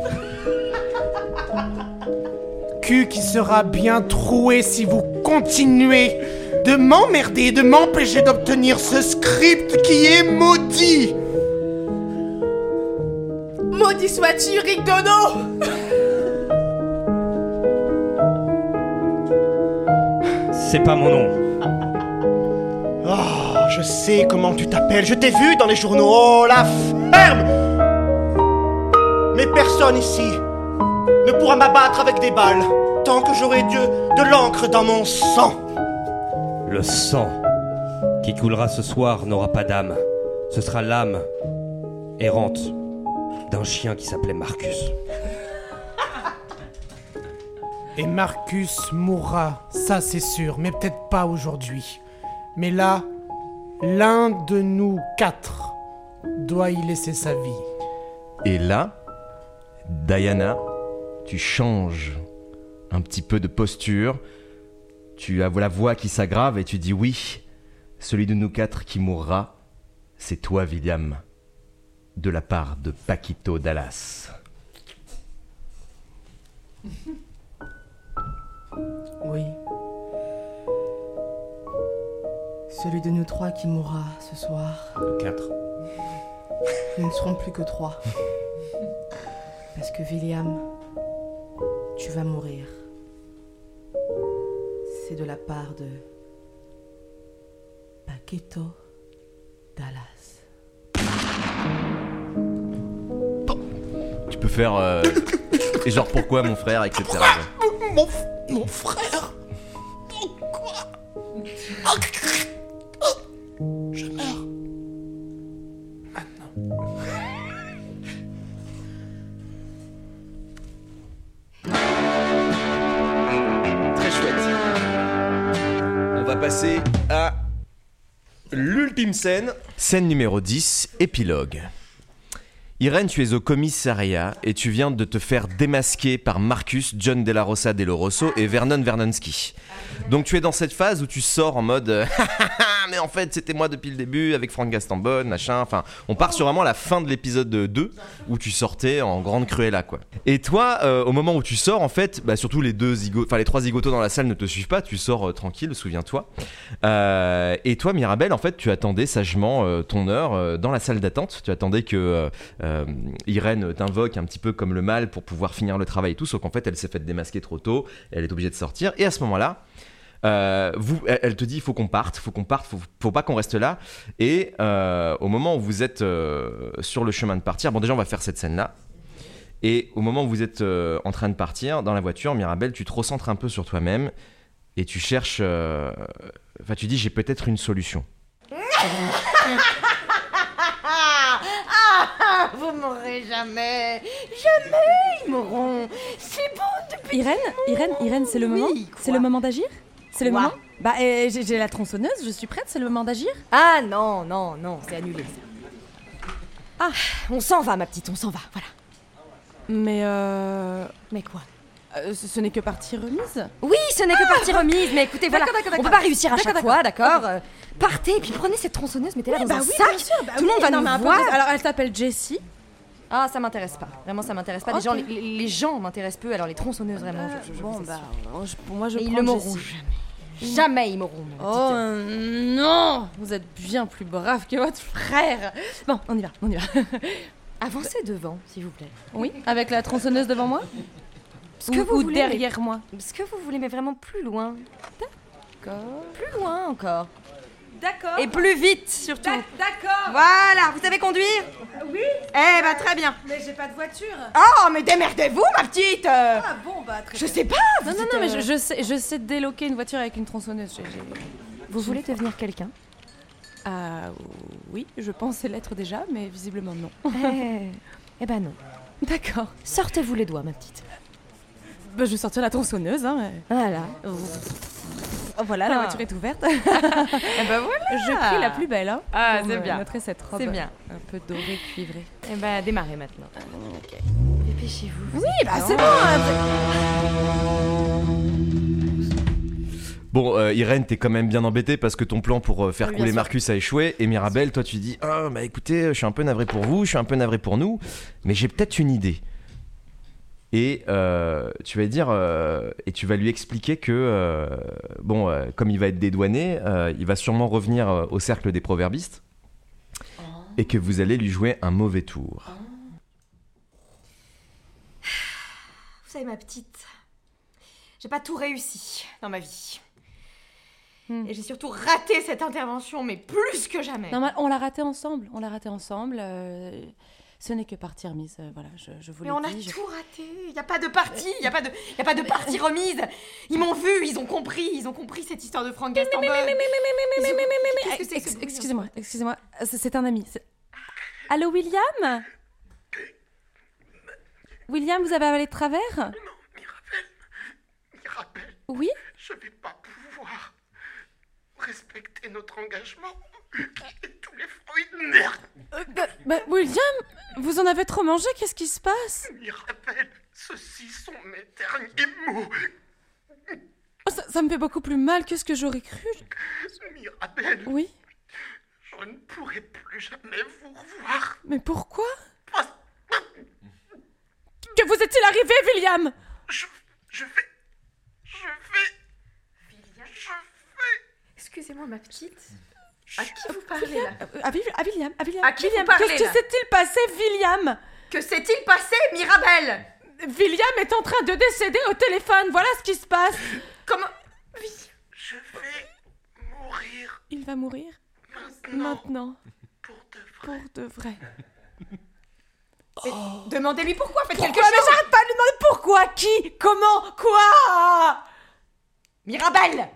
Speaker 8: Cul qui sera bien troué si vous continuez de m'emmerder, de m'empêcher d'obtenir ce script qui est maudit.
Speaker 15: Maudit sois-tu, Rick Dono
Speaker 6: C'est pas mon nom.
Speaker 3: Oh, je sais comment tu t'appelles. Je t'ai vu dans les journaux. Oh, la ferme Mais personne ici ne pourra m'abattre avec des balles tant que j'aurai Dieu de l'encre dans mon sang.
Speaker 6: Le sang qui coulera ce soir n'aura pas d'âme. Ce sera l'âme errante d'un chien qui s'appelait Marcus.
Speaker 8: Et Marcus mourra, ça c'est sûr, mais peut-être pas aujourd'hui. Mais là, l'un de nous quatre doit y laisser sa vie.
Speaker 1: Et là, Diana, tu changes un petit peu de posture. Tu as la voix qui s'aggrave et tu dis oui, celui de nous quatre qui mourra, c'est toi, William, de la part de Paquito Dallas.
Speaker 15: Oui. Celui de nous trois qui mourra ce soir.
Speaker 6: Le 4.
Speaker 15: Nous ne serons plus que trois. Parce que William, tu vas mourir. C'est de la part de Paquito Dallas.
Speaker 1: Tu peux faire. euh, et genre pourquoi mon frère, etc.
Speaker 8: Mon, f- mon frère Pourquoi Ah, Je meurs.
Speaker 16: Très chouette. On va passer à l'ultime scène.
Speaker 1: Scène numéro 10, épilogue. Irène, tu es au commissariat et tu viens de te faire démasquer par Marcus, John De La Rosa De Lo Rosso et Vernon Vernonsky. Donc tu es dans cette phase où tu sors en mode [LAUGHS] euh, mais en fait c'était moi depuis le début avec Franck Gastambonne, machin. Enfin, on part sur vraiment la fin de l'épisode 2 où tu sortais en grande cruella quoi. Et toi, euh, au moment où tu sors, en fait, bah, surtout les deux zigo- enfin les trois zigotos dans la salle ne te suivent pas. Tu sors euh, tranquille, souviens-toi. Euh, et toi, Mirabelle, en fait, tu attendais sagement euh, ton heure euh, dans la salle d'attente. Tu attendais que euh, euh, Irène t'invoque un petit peu comme le mal pour pouvoir finir le travail et tout. Sauf qu'en fait, elle s'est faite démasquer trop tôt. Elle est obligée de sortir. Et à ce moment-là. Euh, vous, elle, elle te dit il faut qu'on parte, faut qu'on parte, faut, faut pas qu'on reste là. Et euh, au moment où vous êtes euh, sur le chemin de partir, bon déjà on va faire cette scène là. Et au moment où vous êtes euh, en train de partir dans la voiture, Mirabelle, tu te recentres un peu sur toi-même et tu cherches. euh, Enfin, tu dis j'ai peut-être une solution.
Speaker 5: [LAUGHS] Ah, vous mourrez jamais Jamais ils mourront C'est bon depuis...
Speaker 2: Irène, Irène, Irène, c'est le moment C'est le moment d'agir C'est le
Speaker 5: Quoi
Speaker 2: moment Bah, euh, j'ai j'ai la tronçonneuse, je suis prête, c'est le moment d'agir
Speaker 5: Ah non, non, non, c'est annulé ça. Ah, on s'en va ma petite, on s'en va, voilà.
Speaker 13: Mais euh...
Speaker 5: Mais quoi
Speaker 2: euh,
Speaker 13: ce ce n'est que partie remise
Speaker 5: Oui, ce n'est que
Speaker 13: Ah
Speaker 2: [LAUGHS]
Speaker 5: partie remise, mais écoutez, voilà,
Speaker 13: D'accord, d'accord,
Speaker 5: on peut
Speaker 13: d'accord.
Speaker 5: pas réussir à
Speaker 13: D'accord,
Speaker 5: chaque fois, d'accord Euh, Partez, et puis prenez cette tronçonneuse, mettez-la
Speaker 2: Ah. Oui,
Speaker 5: dans
Speaker 2: bah
Speaker 5: un
Speaker 2: oui,
Speaker 5: sac,
Speaker 2: bien sûr, bah
Speaker 5: tout le monde
Speaker 2: oui.
Speaker 5: va
Speaker 2: Non,
Speaker 5: nous
Speaker 2: mais un peu
Speaker 5: voir.
Speaker 2: des- alors, elle s'appelle Jessie.
Speaker 5: Ah, ça m'intéresse pas, vraiment ça m'intéresse pas.
Speaker 2: Ok.
Speaker 5: Les gens, les, les- les gens m'intéressent peu, alors les tronçonneuses vraiment. je- je- je
Speaker 2: bon,
Speaker 5: vous
Speaker 2: bah,
Speaker 5: assure.
Speaker 2: pour moi, je
Speaker 5: Mais ils
Speaker 2: prends
Speaker 5: le mourront
Speaker 2: Jessie.
Speaker 5: jamais. Jamais ils mourront. ma petite.
Speaker 2: Oh euh, non Vous êtes bien plus brave que votre frère Bon, on y va, on y va.
Speaker 5: Avancez devant, s'il vous plaît.
Speaker 2: Oui, avec la tronçonneuse devant moi
Speaker 5: Ce que
Speaker 2: Ou-
Speaker 5: vous
Speaker 2: ou
Speaker 5: voulez,
Speaker 2: derrière moi.
Speaker 5: Ce que vous voulez, mais vraiment plus loin. D'accord. Plus loin encore. D'accord. Et plus vite surtout. D'accord. Voilà, vous savez conduire Oui. Eh ben très bien.
Speaker 13: Mais j'ai pas de voiture
Speaker 5: Oh, mais démerdez-vous, ma petite euh.
Speaker 13: Ah bon, bah très
Speaker 5: Je
Speaker 13: bien.
Speaker 5: sais pas euh.
Speaker 2: Non, non, non, mais je, je sais, je sais déloquer une voiture avec une tronçonneuse. J'ai- j'ai-
Speaker 5: Vous voulez devenir quelqu'un
Speaker 2: Ah oui, je pensais l'être déjà, mais visiblement non.
Speaker 5: Eh, Eh ben non.
Speaker 2: D'accord.
Speaker 5: Sortez-vous les doigts, ma petite.
Speaker 2: Bah, je vais sortir la tronçonneuse. Hein. [LAUGHS]
Speaker 5: Voilà.
Speaker 2: Voilà, la
Speaker 5: Ah.
Speaker 2: voiture est [LAUGHS] ouverte. bah
Speaker 5: Eh ben, voilà.
Speaker 2: Je prie la plus belle. Hein,
Speaker 5: Ah,
Speaker 2: pour
Speaker 5: c'est
Speaker 2: me
Speaker 5: bien.
Speaker 2: Montrer cette robe.
Speaker 5: C'est bien.
Speaker 2: Un peu dorée, cuivrée.
Speaker 5: Eh ben, démarrez maintenant. Dépêchez-vous.
Speaker 2: Oui, bah c'est bon.
Speaker 9: hein,
Speaker 1: Bon, euh, Irène, t'es quand même bien embêtée parce que ton plan pour euh, faire
Speaker 5: Oui, bien
Speaker 1: couler
Speaker 5: sûr.
Speaker 1: Marcus a échoué. Et Mirabelle, toi, tu dis Ah, bah écoutez, je suis un peu navré pour vous, je suis un peu navré pour nous, mais j'ai peut-être une idée. Et euh, tu vas dire, euh, et tu vas lui expliquer que, euh, bon, euh, comme il va être dédouané, euh, il va sûrement revenir euh, au cercle des proverbistes
Speaker 5: Oh.
Speaker 1: et que vous allez lui jouer un mauvais tour.
Speaker 5: Vous savez, ma petite, j'ai pas tout réussi dans ma vie. Et j'ai surtout raté cette intervention, mais plus que jamais.
Speaker 2: Non, mais on l'a raté ensemble. On l'a raté ensemble. euh, ce n'est que partie remise. euh, voilà, je, je vous
Speaker 5: mais
Speaker 2: l'ai
Speaker 5: on a
Speaker 2: dit, je-
Speaker 5: tout raté. Il n'y a pas de partie, il n'y a pas de, y a pas de partie remise. Ils m'ont vu, ils ont compris, ils ont compris cette histoire de Franck Gastambol.
Speaker 2: mais, mais, mais, mais, mais, mais, mais, mais,
Speaker 5: Qu'est-ce
Speaker 2: mais,
Speaker 5: que c'est que ce
Speaker 2: ex-
Speaker 5: bruit
Speaker 2: Excusez-moi, excusez-moi. euh, C'est c'est un ami. c'est-
Speaker 5: Ah.
Speaker 2: Allô, William William, vous avez avalé de travers Non, Mirabelle. Oui
Speaker 9: Je vais pas pouvoir respecter notre engagement. Tous les fruits de merde.
Speaker 2: Euh, bah, bah, William, vous en avez trop mangé, qu'est-ce qui se passe
Speaker 9: Mirabelle, ceux-ci sont mes derniers mots.
Speaker 2: Oh, ça, ça me fait beaucoup plus mal que ce que j'aurais cru.
Speaker 9: Mirabelle,
Speaker 2: Oui,
Speaker 9: je ne pourrai plus jamais vous revoir.
Speaker 2: mais pourquoi Que vous est-il arrivé, William
Speaker 5: Excusez-moi, ma petite. À qui vous parlez là
Speaker 2: Euh, À, Vil- à William, à William.
Speaker 5: À qui vous
Speaker 2: William,
Speaker 5: parlez,
Speaker 2: Qu'est-ce que
Speaker 5: là
Speaker 2: s'est-il passé, William
Speaker 5: Que s'est-il passé, Mirabelle
Speaker 2: William est en train de décéder au téléphone, voilà ce qui se passe.
Speaker 5: Comment
Speaker 9: Je vais mourir
Speaker 2: Il va mourir
Speaker 9: maintenant.
Speaker 2: maintenant. Pour de vrai.
Speaker 5: Mais Demandez-lui pourquoi, faites
Speaker 2: Pourquoi
Speaker 5: quelque chose
Speaker 2: Mais j'arrête pas de lui demander pourquoi, qui, comment, quoi
Speaker 5: Mirabelle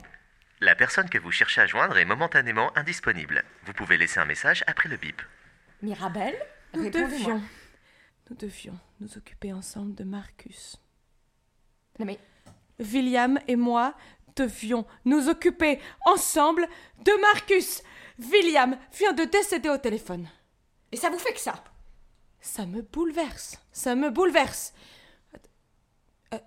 Speaker 17: La personne que vous cherchez à joindre est momentanément indisponible. Vous pouvez laisser un message après le bip.
Speaker 5: Mirabelle
Speaker 2: Nous
Speaker 5: Répondez-moi.
Speaker 2: devions, nous devions nous occuper ensemble de Marcus.
Speaker 5: Non mais...
Speaker 2: William et moi devions nous occuper ensemble de Marcus. William vient de décéder au téléphone.
Speaker 5: Et ça vous fait que ça
Speaker 2: Ça me bouleverse. Ça me bouleverse. Euh,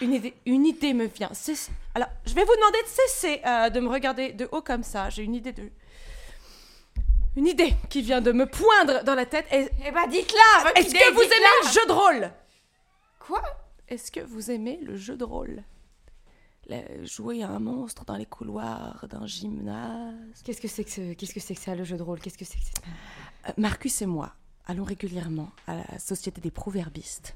Speaker 2: Une idée, une idée me vient. Cessez- Alors, je vais vous demander de cesser euh, de me regarder de haut comme ça. J'ai une idée de... Une idée qui vient de me poindre dans la tête. Et...
Speaker 5: Eh bah dites-la votre
Speaker 2: Est-ce
Speaker 5: idée,
Speaker 2: que vous
Speaker 5: dites-la.
Speaker 2: aimez le jeu de rôle
Speaker 5: Quoi
Speaker 2: Est-ce que vous aimez le jeu de rôle Le- Jouer à un monstre dans les couloirs d'un gymnase
Speaker 5: Qu'est-ce que c'est que ce... Qu'est-ce que c'est que ça, le jeu de rôle Qu'est-ce que c'est que ça
Speaker 2: Euh, Marcus et moi allons régulièrement à la Société des Proverbistes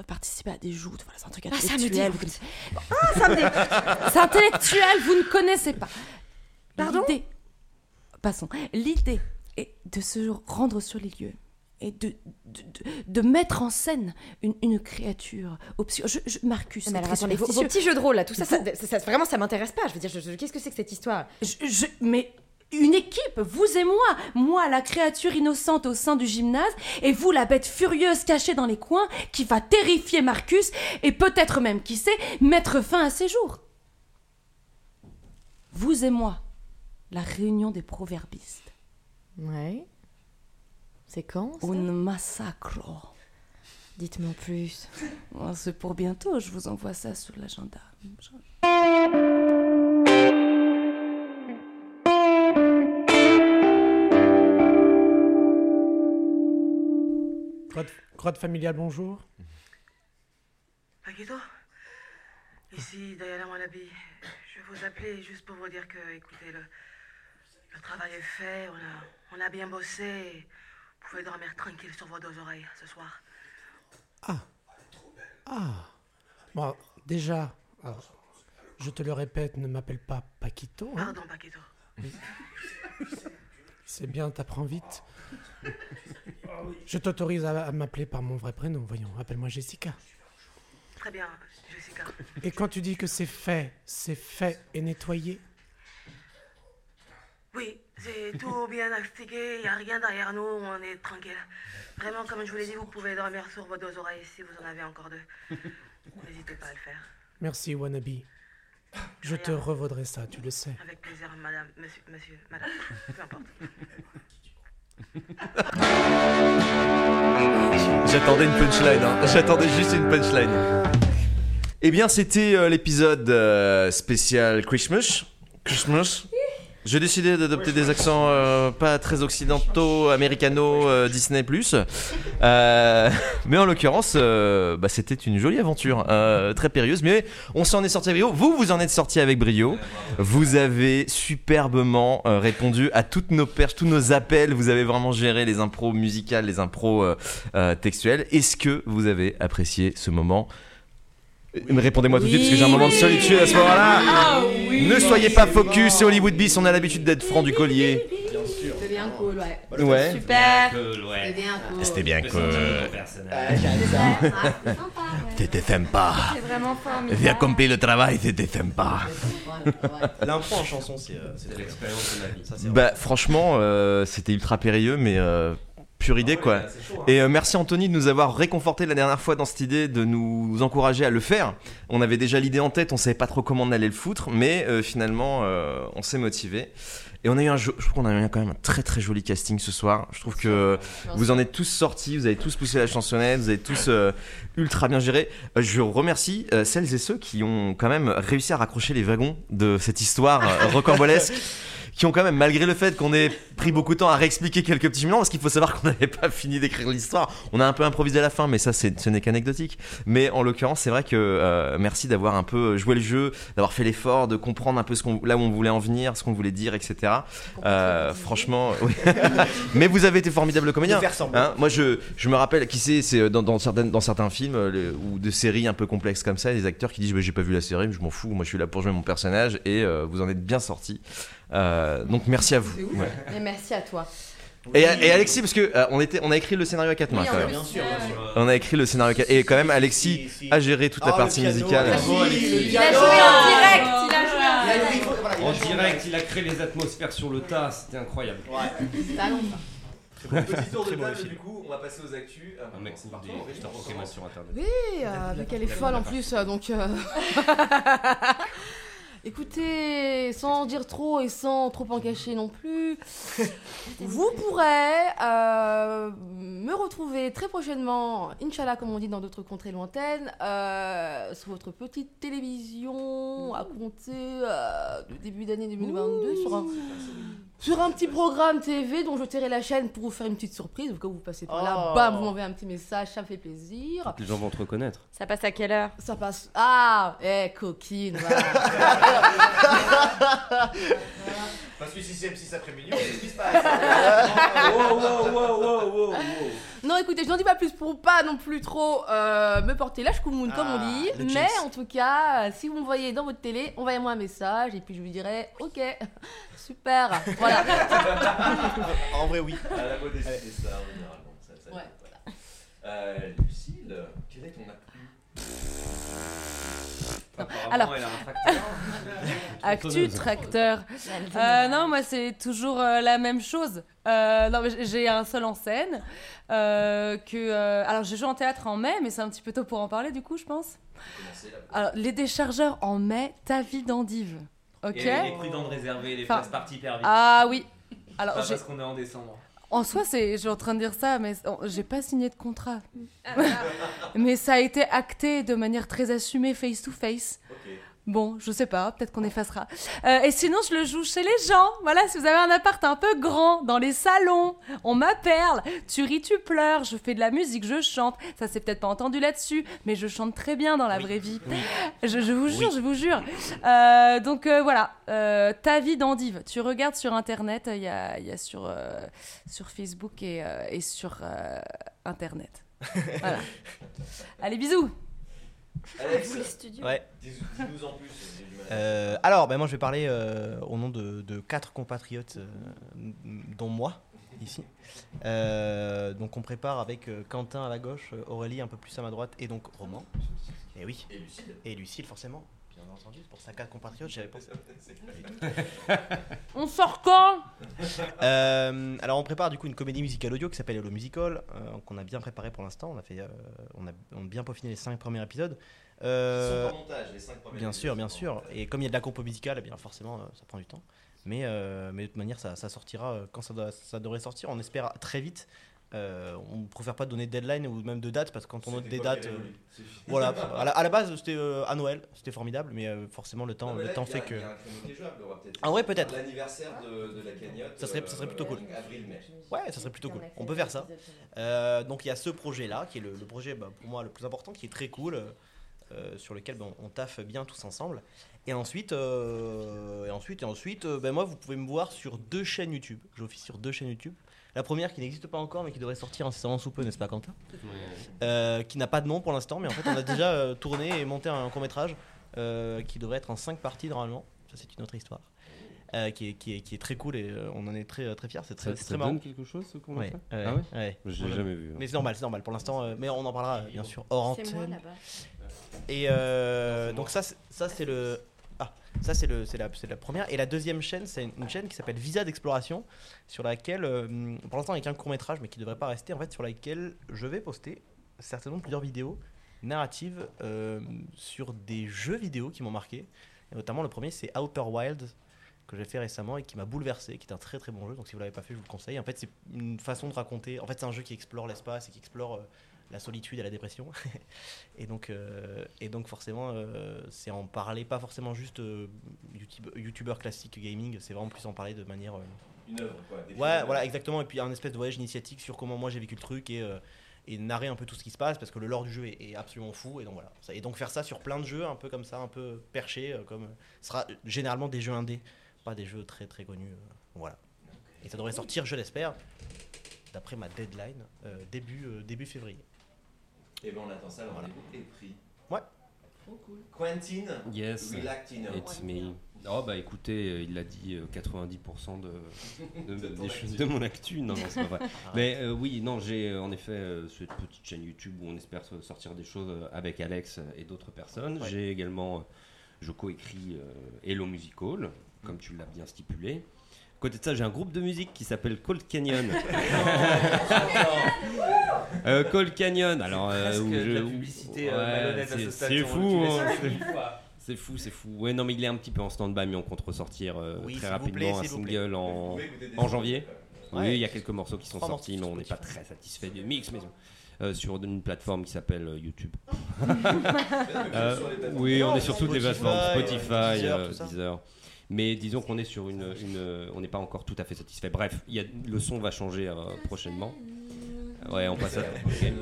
Speaker 2: euh, participer à des joutes. Voilà, c'est un truc
Speaker 5: Ah, ça me
Speaker 2: intellectuel.
Speaker 5: dégoûte.
Speaker 2: vous connaissez- Ah, ça me dégoûte. C'est intellectuel, vous ne connaissez pas.
Speaker 5: Pardon
Speaker 2: L'idée- Passons. L'idée est de se rendre sur les lieux et de, de, de- de mettre en scène une, une créature obscure. Je, je- Marcus,
Speaker 5: Non, mais alors,
Speaker 2: très
Speaker 5: attendez, vos, vos
Speaker 2: superstitieux.
Speaker 5: petits jeux de rôle là, tout ça, ça,
Speaker 2: Vous-
Speaker 5: ça- ça- vraiment ça m'intéresse pas. Je veux dire, je- je- qu'est-ce que c'est que cette histoire
Speaker 2: Je- je- mais une équipe, vous et moi. Moi, la créature innocente au sein du gymnase, et vous, la bête furieuse cachée dans les coins, qui va terrifier Marcus, et peut-être même, qui sait, mettre fin à ses jours. Vous et moi, la réunion des proverbistes.
Speaker 5: Ouais. C'est quand
Speaker 2: Un massacre.
Speaker 5: Dites-moi plus.
Speaker 2: Oh, C'est pour bientôt, je vous envoie ça sur l'agenda. Je-
Speaker 8: Grotte, grotte familiale, bonjour.
Speaker 7: Paquito Ici Diana Wanabi. Je vous appelais juste pour vous dire que, écoutez, le, le travail est fait, on a, on a bien bossé. Vous pouvez dormir tranquille sur vos deux oreilles ce soir.
Speaker 8: Ah. Bon, déjà, alors, je te le répète, ne m'appelle pas Paquito. hein.
Speaker 7: Pardon, Paquito.
Speaker 8: [LAUGHS] C'est bien, t'apprends vite. Je t'autorise à, à m'appeler par mon vrai prénom, voyons. Appelle-moi Jessica.
Speaker 7: Très bien, Jessica.
Speaker 8: Et quand tu dis que c'est fait, c'est fait et nettoyé
Speaker 7: Oui,
Speaker 18: C'est tout bien astiqué, il n'y a rien derrière nous, on est tranquille. Vraiment, comme je vous l'ai dit, vous pouvez dormir sur vos deux oreilles si vous en avez encore deux. N'hésitez pas à le faire.
Speaker 8: Merci, Wannabe. Je te revaudrai ça, tu le sais.
Speaker 18: Avec plaisir, madame, monsieur, monsieur, madame, peu importe.
Speaker 3: J'attendais une punchline, hein. j'attendais juste une punchline.
Speaker 1: Eh bien, c'était euh, l'épisode euh, spécial Christmas. Christmas. J'ai décidé d'adopter des accents euh, pas très occidentaux, américano, euh, Disney+. Euh, [LAUGHS] mais en l'occurrence, euh, bah, c'était une jolie aventure, euh, très périlleuse. Mais on s'en est sorti avec brio. Vous, vous en êtes sorti avec brio. Vous avez superbement euh, répondu à toutes nos perches, tous nos appels. Vous avez vraiment géré les impros musicales, les impros euh, euh, textuelles. Est-ce que vous avez apprécié ce moment ne Répondez-moi tout de suite parce que j'ai un moment de solitude à ce moment-là.
Speaker 9: Ah oui.
Speaker 1: ne soyez pas focus, c'est Hollywood Beast, on a l'habitude d'être franc du collier.
Speaker 9: Bien sûr. Bah, C'était bien cool, ouais.
Speaker 1: Ouais.
Speaker 9: Super.
Speaker 1: C'était
Speaker 9: bien cool. Ah,
Speaker 1: C'était bien
Speaker 9: cool.
Speaker 1: cool. Ah,
Speaker 9: Ah,
Speaker 1: C'était sympa.
Speaker 9: C'est vraiment formidable.
Speaker 1: J'ai accompli le travail, c'était sympa.
Speaker 12: L'impro en chanson, c'est euh, c'est de l'expérience de la vie. Ça, c'est
Speaker 1: Bah franchement, euh, c'était ultra périlleux, mais euh,
Speaker 12: Ah
Speaker 1: pure idée quoi.
Speaker 12: hein.
Speaker 1: Et euh, merci Anthony de nous avoir réconforté la dernière fois dans cette idée, de nous encourager à le faire. On avait déjà l'idée en tête, on savait pas trop comment on allait le foutre, mais euh, finalement, euh, on s'est motivé. Et on a eu un, jo- je trouve qu'on a eu quand même un très très joli casting ce soir. Je trouve que vous en êtes tous sortis, vous avez tous poussé la chansonnette, vous avez tous euh, ultra bien géré. Euh, je remercie euh, celles et ceux qui ont quand même réussi à raccrocher les wagons de cette histoire euh, rocambolesque qui ont quand même, malgré le fait qu'on ait pris beaucoup de temps à réexpliquer quelques petits moments, parce qu'il faut savoir qu'on n'avait pas fini d'écrire l'histoire, on a un peu improvisé à la fin, mais ça, c'est, ce n'est qu'anecdotique. Mais en l'occurrence, c'est vrai que euh, merci d'avoir un peu joué le jeu, d'avoir fait l'effort, de comprendre un peu ce qu'on, là où on voulait en venir, ce qu'on voulait dire, etc. Euh, franchement, oui. [LAUGHS] mais vous avez été formidable comédien.
Speaker 12: De faire semblant.
Speaker 1: hein. Moi, je, je me rappelle, qui c'est, c'est dans, dans, certaines, dans certains films euh, le- ou de séries un peu complexes comme ça, les acteurs qui disent Bah, J'ai pas vu la série, mais je m'en fous, moi je suis là pour jouer mon personnage, et euh, vous en êtes bien sorti. donc merci à vous. Ouais.
Speaker 5: Mais merci à toi.
Speaker 1: Et, et Alexis, parce que euh, on, était, on a écrit le scénario à quatre mains.
Speaker 5: Oui, en
Speaker 1: quand même.
Speaker 5: plus, Bien sûr, bien sûr.
Speaker 1: On a écrit le scénario à quatre- Et quand même, Alexis a géré toute la
Speaker 12: Oh, le
Speaker 1: partie
Speaker 12: piano,
Speaker 1: musicale.
Speaker 12: bravo, Alexis.
Speaker 9: Il a joué en direct, il a joué en
Speaker 12: Il a
Speaker 9: direct.
Speaker 12: joué, voilà, il a
Speaker 6: En
Speaker 12: joué.
Speaker 6: direct, il a créé les atmosphères sur le tas, c'était incroyable.
Speaker 9: Talent.
Speaker 6: Petit tour de table,
Speaker 1: du coup, on va passer aux actus.
Speaker 14: Euh,
Speaker 6: Un mec trouve des des Pokémon sur internet.
Speaker 7: Oui, euh, vu qu'elle est folle en plus, euh,
Speaker 9: [LAUGHS]
Speaker 7: donc. euh, Écoutez, sans en dire trop et sans trop en cacher
Speaker 9: [LAUGHS]
Speaker 7: non plus, vous pourrez euh, me retrouver très prochainement, Inch'Allah, comme on dit dans d'autres contrées lointaines, euh, sur votre petite télévision à compter euh, du début d'année 2022 sur un, sur un petit programme TV dont je tairai la chaîne pour vous faire une petite surprise. Au cas où vous passez par là,
Speaker 5: Oh.
Speaker 7: bam, vous m'envoyez un petit message, ça me fait plaisir.
Speaker 6: Les gens vont te reconnaître.
Speaker 5: Ça passe à quelle heure
Speaker 7: Ça passe. Ah, eh, coquine. voilà.
Speaker 3: Parce que si c'est M6 après minuit,
Speaker 12: qu'est-ce qui se
Speaker 3: passe
Speaker 12: Wow, wow, wow, wow, wow,
Speaker 7: non, écoutez, je n'en dis pas plus pour pas non plus trop euh, me porter la chkoumoune, comme on dit.
Speaker 5: le
Speaker 7: Mais
Speaker 5: jinx.
Speaker 7: en tout cas, euh, si vous me voyez dans votre télé, envoyez-moi un message et puis je vous dirai Ok, [LAUGHS] super. Voilà.
Speaker 3: en vrai, oui. À Ah, la mode des stars, généralement. Ça, ça,
Speaker 7: Ouais.
Speaker 3: voilà. Euh, Lucille, quel est ton
Speaker 6: Apparemment,
Speaker 2: Alors.
Speaker 6: elle a un facteur.
Speaker 2: Actu, tracteur. Euh, non, moi, c'est toujours euh, la même chose. Euh, non, mais j- j'ai un seul en scène. euh, que, euh, alors, je joue en théâtre en mai, mais c'est un petit peu tôt pour en parler, du coup, je pense. Alors, les déchargeurs en mai, ta vie d'endive. Ok
Speaker 10: Et il est prudent de réserver les
Speaker 2: Enfin,
Speaker 10: places par type Airbnb.
Speaker 2: Ah oui. Alors,
Speaker 10: Pas
Speaker 2: j'ai-
Speaker 10: parce qu'on est en décembre.
Speaker 2: En soi, c'est, je suis en train de dire ça, mais c'est- j'ai pas signé de contrat. [LAUGHS] mais ça a été acté de manière très assumée, face to face. Bon, je sais pas, peut-être qu'on effacera. Euh, et sinon, je le joue chez les gens. Voilà, si vous avez un appart un peu grand, dans les salons, on m'appelle. Tu ris, tu pleures, je fais de la musique, je chante. Ça, c'est peut-être pas entendu là-dessus, mais je chante très bien dans la vraie vie. Je, je vous jure, je vous jure. Euh, donc euh, voilà, euh, ta vie d'endive. Tu regardes sur Internet, il y a, il y a sur, euh, sur Facebook et, euh, et sur euh, Internet. Voilà. Allez, bisous [LAUGHS]
Speaker 12: Ouais.
Speaker 3: Dis-nous en plus. j'ai du mal.
Speaker 12: Euh, alors, ben moi je vais parler euh, au nom de, de quatre compatriotes, euh, m- m- dont moi, ici. Euh, donc on prépare avec euh, Quentin à la gauche, euh, Aurélie un peu plus à ma droite, et donc Roman. Et oui. Et Eh Lucille. forcément. On a entendu, c'est pour sa quatre compatriotes, [LAUGHS] j'avais pensé.
Speaker 2: On sort quand
Speaker 12: [LAUGHS] Euh, alors on prépare du coup une comédie musicale audio qui s'appelle Hello Musical, euh, qu'on a bien préparé pour l'instant. On a fait, euh, on, a, on a bien peaufiné les cinq premiers épisodes. Euh,
Speaker 1: Ils sont en montage, les cinq premiers
Speaker 12: Bien
Speaker 1: épisodes
Speaker 12: sûr, bien sûr. Et comme il y a de la compo musicale, eh bien forcément, euh, ça prend du temps. Mais, euh, mais de toute manière, ça, ça sortira euh, quand ça, doit- ça devrait sortir. On espère très vite. Euh, on préfère pas donner de deadline ou même de date parce que quand on
Speaker 1: C'était
Speaker 12: note des
Speaker 1: pas
Speaker 12: dates,
Speaker 1: bien
Speaker 12: euh,
Speaker 1: évolué. C'est fini. [LAUGHS]
Speaker 12: voilà. À la, à la base, c'était euh, à Noël, c'était formidable, mais euh, forcément le temps,
Speaker 1: Non, mais
Speaker 12: le
Speaker 1: là,
Speaker 12: temps
Speaker 1: il y a-
Speaker 12: fait que.
Speaker 1: il y a un créneau qui est jouable, on va peut-être-
Speaker 12: ah ouais, peut-être.
Speaker 1: L'anniversaire de, de la cagnotte.
Speaker 12: Ça serait, ça
Speaker 1: euh,
Speaker 12: serait plutôt cool.
Speaker 1: Avril-mai.
Speaker 12: Ouais, ça serait plutôt cool. On peut faire ça. Euh, donc il y a ce projet-là, qui est le, le projet bah, pour moi le plus important, qui est très cool, euh, euh, sur lequel bah, on, on taffe bien tous ensemble. Et ensuite, euh, et ensuite, et ensuite euh, bah, moi, vous pouvez me voir sur deux chaînes YouTube. J'officie sur deux chaînes YouTube. La première qui n'existe pas encore, mais qui devrait sortir incessamment sous peu, n'est-ce pas, Quentin Euh, Qui n'a pas de nom pour l'instant, mais en fait, on a déjà euh, tourné et monté un court-métrage euh, qui devrait être en cinq parties normalement. Ça, c'est une autre histoire. Euh, qui, est, qui, est, qui est très cool et euh, on en est très, euh, très fiers. C'est très,
Speaker 6: Ça-
Speaker 12: c'est
Speaker 6: ça
Speaker 12: très
Speaker 6: donne
Speaker 12: marrant.
Speaker 6: quelque chose, ce qu'on a
Speaker 12: Ouais,
Speaker 6: fait
Speaker 12: ouais,
Speaker 6: Ah ouais
Speaker 12: ouais.
Speaker 6: Moi, je l'ai
Speaker 12: On a-
Speaker 6: jamais vu, hein.
Speaker 12: Mais c'est normal, c'est normal pour l'instant. euh, mais on en parlera euh, bien sûr hors
Speaker 9: C'est moi,
Speaker 12: antenne.
Speaker 9: là-bas.
Speaker 12: Et euh, donc ça, c'est- ça c'est le, ah, ça c'est le, c'est la, c'est la première. Et la deuxième chaîne, c'est une, une chaîne qui s'appelle Visa d'exploration, sur laquelle, euh, pour l'instant, avec un court métrage, mais qui devrait pas rester, en fait, sur laquelle je vais poster certainement plusieurs vidéos narratives euh, sur des jeux vidéo qui m'ont marqué. Et notamment le premier, c'est Outer Wild que j'ai fait récemment et qui m'a bouleversé, qui est un très très bon jeu. Donc si vous l'avez pas fait, je vous le conseille. En fait, c'est une façon de raconter. En fait, c'est un jeu qui explore l'espace et qui explore euh, la solitude et la dépression. [LAUGHS] et donc euh, et donc forcément, euh, c'est en parler pas forcément juste euh, youtube- youtubeur classique gaming. C'est vraiment plus en parler de manière euh,
Speaker 1: Une œuvre, quoi, définir une
Speaker 12: Ouais,
Speaker 1: œuvre.
Speaker 12: voilà, exactement. Et puis un espèce de voyage initiatique sur comment moi j'ai vécu le truc et, euh, et narrer un peu tout ce qui se passe parce que le lore du jeu est, est absolument fou. Et donc voilà. Ça- Et donc faire ça sur plein de jeux, un peu comme ça, un peu perché, euh, comme ce sera généralement des jeux indés, pas des jeux très très connus. euh, voilà. Et ça devrait sortir, je l'espère, d'après ma deadline, euh, début, euh, début février.
Speaker 1: Et ben on attend ça, le rendez-vous est pris.
Speaker 12: Ouais.
Speaker 1: Quentin
Speaker 6: Yes,
Speaker 1: Relactiner.
Speaker 6: it's me. Oh bah écoutez, euh, il a dit euh,
Speaker 10: [LAUGHS]
Speaker 6: 90% de, de,
Speaker 1: De ton
Speaker 6: des
Speaker 1: actu.
Speaker 6: choses de mon actu. Non, non, c'est pas vrai.
Speaker 1: Arrête.
Speaker 10: Ah.
Speaker 6: Mais euh, oui, non, j'ai euh, en effet euh, cette petite chaîne YouTube où on espère so- sortir des choses euh, avec Alex euh, et d'autres personnes.
Speaker 12: Ouais.
Speaker 6: J'ai également, euh, je coécris euh, Hello Musical, comme tu l'as bien stipulé. À Côté de ça, j'ai un groupe de musique qui s'appelle Cold Canyon.
Speaker 10: [LAUGHS]
Speaker 6: [LAUGHS]
Speaker 10: Oh,
Speaker 6: Euh, Cold Canyon, alors euh,
Speaker 10: Presque
Speaker 6: où
Speaker 10: de la
Speaker 6: je-
Speaker 10: publicité, euh, malhonnête à
Speaker 6: c'est-
Speaker 10: ce stade,
Speaker 6: c'est
Speaker 10: si on
Speaker 6: fou,
Speaker 10: l'utilise
Speaker 6: hein,
Speaker 10: mille
Speaker 6: c'est-
Speaker 10: fois.
Speaker 6: c'est fou, c'est fou. Ouais, non, mais il est un petit peu en stand-by, mais on compte ressortir euh,
Speaker 12: Oui,
Speaker 6: très
Speaker 12: s'il vous plaît,
Speaker 6: rapidement un
Speaker 12: s'il vous plaît.
Speaker 6: single en,
Speaker 12: Vous pouvez écouter des
Speaker 6: en
Speaker 12: singles.
Speaker 6: janvier.
Speaker 12: Ouais.
Speaker 6: oui, il y a quelques morceaux qui sont
Speaker 12: Trois
Speaker 6: sortis, mais on n'est pas très satisfait du mix, mais euh, sur une plateforme qui s'appelle euh,
Speaker 12: [LAUGHS]
Speaker 6: YouTube. Euh,
Speaker 1: Sur les plateformes.
Speaker 6: oui, on
Speaker 1: Non,
Speaker 6: est sur toutes les
Speaker 1: Spotify,
Speaker 6: plateformes,
Speaker 1: euh,
Speaker 6: Spotify,
Speaker 1: Deezer,
Speaker 6: euh,
Speaker 1: tout ça.
Speaker 6: Deezer. Mais disons qu'on est sur une, une- euh, on n'est pas encore tout à fait satisfait. Bref, il y a- le son va changer euh, prochainement. Ouais, on passe à.
Speaker 1: C'est-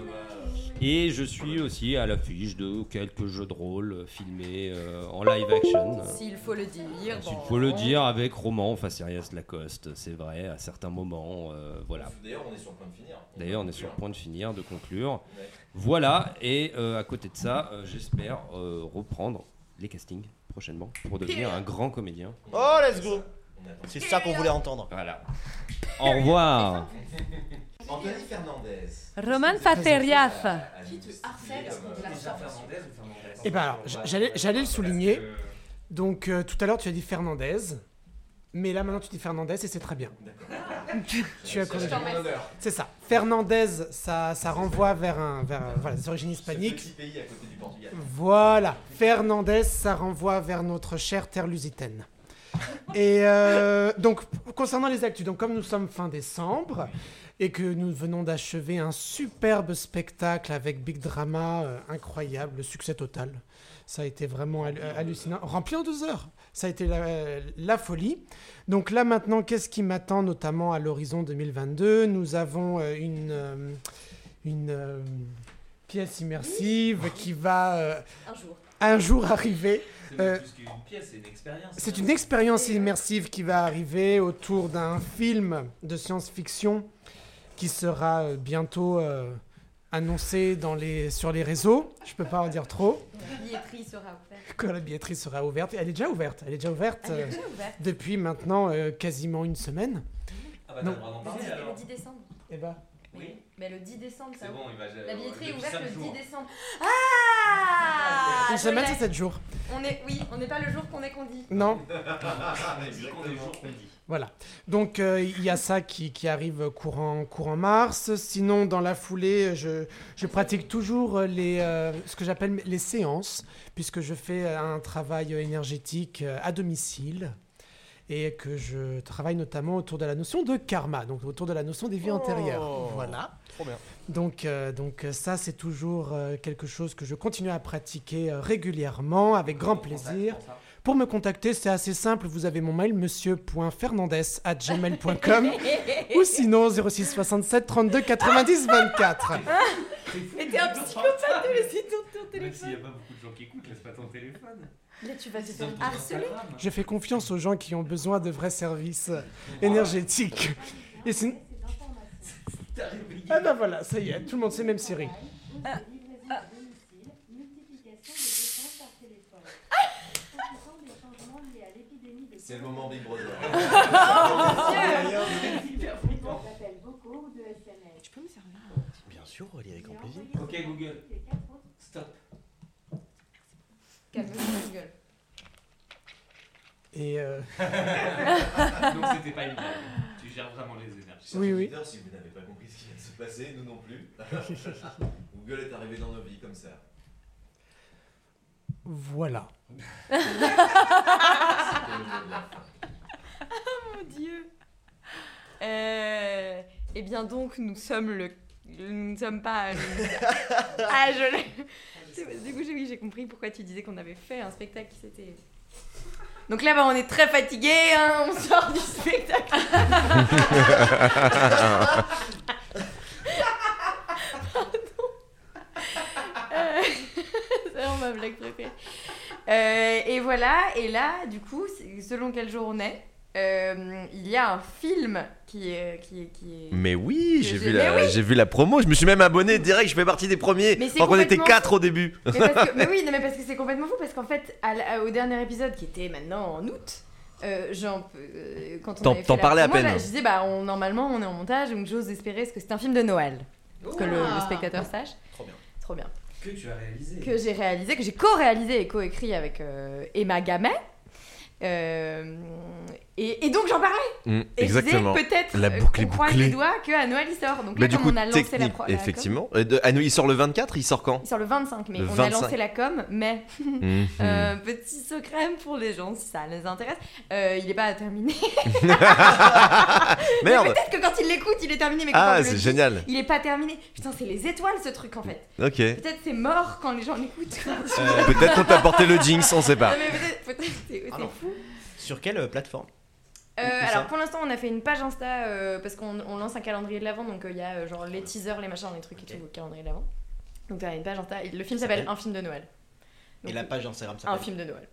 Speaker 6: Et je suis aussi à l'affiche de quelques jeux de rôle euh, filmés euh, en live action.
Speaker 9: S'il faut le dire.
Speaker 6: S'il
Speaker 9: bon.
Speaker 6: faut le dire avec Roman, enfin Sirius Lacoste, c'est vrai, à certains moments, euh, voilà.
Speaker 1: D'ailleurs, on est sur le point de finir.
Speaker 6: D'ailleurs, on est sur le point de finir, de conclure.
Speaker 1: Ouais.
Speaker 6: Voilà, et euh, à côté de ça, euh, j'espère euh, reprendre les castings prochainement pour devenir un grand comédien.
Speaker 12: Oh, let's go C'est ça qu'on voulait entendre.
Speaker 6: Voilà. Au revoir.
Speaker 1: Anthony Fernandez.
Speaker 19: Roman Fateriaf.
Speaker 1: Qui te
Speaker 10: ah.
Speaker 1: harcèle
Speaker 8: Eh ben alors, j- j'allais, j'allais le souligner. Donc euh, tout à l'heure tu as dit Fernandez, mais là maintenant tu dis Fernandez et c'est très bien. [LAUGHS] tu as
Speaker 1: Je
Speaker 8: corrigé.
Speaker 1: t'en remercie.
Speaker 8: C'est ça. Fernandez, ça, ça renvoie vers un, vers un- voilà, des origines hispaniques.
Speaker 1: Petit pays à côté du Portugal.
Speaker 8: Voilà, Fernandez, ça renvoie vers notre chère terre lusitaine. Et euh, donc, concernant les actus, donc comme nous sommes fin décembre et que nous venons d'achever un superbe spectacle avec Big Drama, euh, incroyable, succès total. Ça a été vraiment hal- hallucinant. Rempli en deux heures. Ça a été la, la folie. Donc là maintenant, qu'est-ce qui m'attend notamment à l'horizon 2022 Nous avons euh, une, euh, une euh, pièce immersive qui va euh,
Speaker 5: Un jour.
Speaker 8: un jour arriver.
Speaker 10: C'est
Speaker 8: Euh,
Speaker 10: même plus qu'une pièce, c'est une expérience.
Speaker 8: c'est une expérience immersive qui va arriver autour d'un film de science-fiction qui sera euh, bientôt euh, annoncé dans les, sur les réseaux. Je peux pas en dire trop.
Speaker 5: La billetterie sera offerte.
Speaker 8: Quand la billetterie sera ouverte, elle est déjà ouverte. Elle est déjà ouverte,
Speaker 5: Elle est
Speaker 8: euh,
Speaker 5: déjà ouverte.
Speaker 8: depuis maintenant euh, quasiment une semaine.
Speaker 10: Ah bah, t'as
Speaker 8: Non.
Speaker 10: le droit d'en parler
Speaker 5: Le
Speaker 10: alors.
Speaker 5: 10 décembre.
Speaker 8: Eh ben.
Speaker 5: Mais le 10 décembre, ça
Speaker 10: C'est bon,
Speaker 5: ouvre.
Speaker 10: il va-
Speaker 5: La billetterie est
Speaker 10: depuis
Speaker 5: ouverte
Speaker 10: cinq
Speaker 5: le 10
Speaker 10: jours.
Speaker 5: décembre. Ah
Speaker 8: Une
Speaker 5: je
Speaker 8: semaine,
Speaker 5: l'ai.
Speaker 8: c'est sept jours.
Speaker 5: On est, oui, on n'est pas le jour qu'on est qu'on dit. [LAUGHS]
Speaker 8: Non.
Speaker 3: Exactement.
Speaker 8: Voilà. Donc euh, il y a ça qui, qui arrive courant, courant mars. Sinon, dans la foulée, je, je pratique toujours euh, les, euh, ce que j'appelle les séances, puisque je fais euh, un travail énergétique euh, à domicile et que je travaille notamment autour de la notion de karma, donc autour de la notion
Speaker 3: Oh.
Speaker 8: des vies antérieures. Voilà.
Speaker 12: Oh. Trop bien.
Speaker 8: Donc, euh, donc euh, ça, c'est toujours euh, quelque chose que je continue à pratiquer euh, régulièrement, avec grand plaisir. Pour me contacter, c'est assez simple. Vous avez mon mail,
Speaker 9: [LAUGHS]
Speaker 8: monsieur.fernandez.gmail.com ou sinon 06 67 32 90 24.
Speaker 5: Mais t'es un psychopathe de laisser ton, ton
Speaker 6: Même s'il n'y a
Speaker 5: téléphone.
Speaker 6: pas beaucoup de gens qui écoutent, laisse pas ton téléphone.
Speaker 5: Là, tu vas te
Speaker 6: Ils ont
Speaker 5: faire
Speaker 6: tout
Speaker 5: harceler.
Speaker 6: Instagram.
Speaker 8: Je fais confiance aux gens qui ont besoin de vrais services euh, énergétiques. Et sinon... Ah ben voilà, ça y est, tout le monde sait, même Siri.
Speaker 9: Ah.
Speaker 3: C'est le moment Big Brother.
Speaker 9: Tu peux me servir
Speaker 12: Bien
Speaker 6: [LAUGHS]
Speaker 12: sûr, Aurélie, avec grand plaisir.
Speaker 6: Ok Google, stop.
Speaker 5: Calme-toi, gueule.
Speaker 8: Et...
Speaker 6: [LAUGHS]
Speaker 8: euh,
Speaker 5: [LAUGHS]
Speaker 6: Donc c'était pas une blague. Tu gères vraiment les énergies.
Speaker 8: Oui, oui.
Speaker 3: D'ailleurs, Si vous n'avez pas compris ce qui vient de se passer, nous non plus. [LAUGHS] Google est arrivé dans nos vies comme ça.
Speaker 8: Voilà.
Speaker 5: Mon dieu. Euh, eh bien donc, nous sommes le... Nous ne sommes pas... ah, je l'ai... C'est- Du coup, j'ai- oui, j'ai compris pourquoi tu disais qu'on avait fait un spectacle qui s'était... Donc là, bah, on est très fatigué, hein, on sort du spectacle. Euh, [LAUGHS] C'est vraiment ma blague préférée. Euh, et voilà, et là, du coup, c'est- selon quel jour on est, euh, il y a un film qui est... Qui est, qui est...
Speaker 1: Mais oui,
Speaker 5: Que
Speaker 1: j'ai
Speaker 5: j'ai-
Speaker 1: vu, la-
Speaker 5: Mais oui.
Speaker 1: j'ai vu la promo, je me suis même abonné direct, je fais partie des premiers.
Speaker 5: Mais c'est
Speaker 1: Enfin, qu'on était
Speaker 5: complètement
Speaker 1: quatre
Speaker 5: fou.
Speaker 1: au début.
Speaker 5: Mais, parce
Speaker 1: [LAUGHS]
Speaker 5: que- mais oui, non, mais parce que c'est complètement fou, parce qu'en fait, à la- au dernier épisode qui était maintenant en août, euh, j'en- euh, quand on
Speaker 1: T'en-
Speaker 5: avait fait
Speaker 1: t'en
Speaker 5: la
Speaker 1: parlais à
Speaker 5: promo,
Speaker 1: peine.
Speaker 5: là, je disais, bah, on, normalement, on est en montage, donc j'ose espérer ce que c'est un film de Noël. Que le, le spectateur sache.
Speaker 6: Trop bien.
Speaker 5: Trop bien.
Speaker 6: Que tu as réalisé.
Speaker 5: Que j'ai réalisé, que j'ai co-réalisé et co-écrit avec euh, Emma Gamet. Euh, et, et donc j'en parlais.
Speaker 1: Mm,
Speaker 5: Et je disais,
Speaker 1: exactement.
Speaker 5: Peut-être
Speaker 1: La
Speaker 5: euh,
Speaker 1: boucle est
Speaker 5: qu'on croise
Speaker 1: bouclée.
Speaker 5: les doigts qu'à Noël il sort. Donc
Speaker 1: Mais
Speaker 5: là,
Speaker 1: du
Speaker 5: comme
Speaker 1: coup,
Speaker 5: on a lancé la,
Speaker 1: technique,
Speaker 5: pro- la com-
Speaker 1: effectivement. Euh, de- ah non, il sort le 24, il sort quand
Speaker 5: il sort le 25 mai.
Speaker 1: Le
Speaker 5: on
Speaker 1: 25.
Speaker 5: a lancé la com, mais
Speaker 1: Mhm.
Speaker 5: euh, petit secret pour les gens si ça les intéresse. Euh, il n'est
Speaker 1: [LAUGHS]
Speaker 5: pas terminé. Mais
Speaker 1: Merde.
Speaker 5: Peut-être que quand il l'écoute, il est terminé. Mais
Speaker 1: Ah,
Speaker 5: quand on le
Speaker 1: c'est
Speaker 5: dit,
Speaker 1: génial.
Speaker 5: Il n'est pas terminé. Putain, c'est les étoiles ce truc en fait.
Speaker 1: Ok.
Speaker 5: Peut-être c'est mort quand les gens l'écoutent.
Speaker 1: Euh, Peut-être qu'on t'a porté le jinx, on sait pas.
Speaker 5: Non, mais peut-être, peut-être c'est, c'est fou.
Speaker 12: Sur quelle euh, plateforme
Speaker 5: Euh,
Speaker 12: Où
Speaker 5: alors
Speaker 12: ça
Speaker 5: pour l'instant on a fait une page Insta euh, parce qu'on on lance un calendrier de l'avant donc euh, il y a euh, genre les teasers, les machins, les trucs et tout au calendrier de l'avant. Donc on a une page Insta. et Le film s'appelle
Speaker 12: s'appelle
Speaker 5: Un film de Noël.
Speaker 12: Et la page Instagram s'appelle
Speaker 5: Un film de Noël.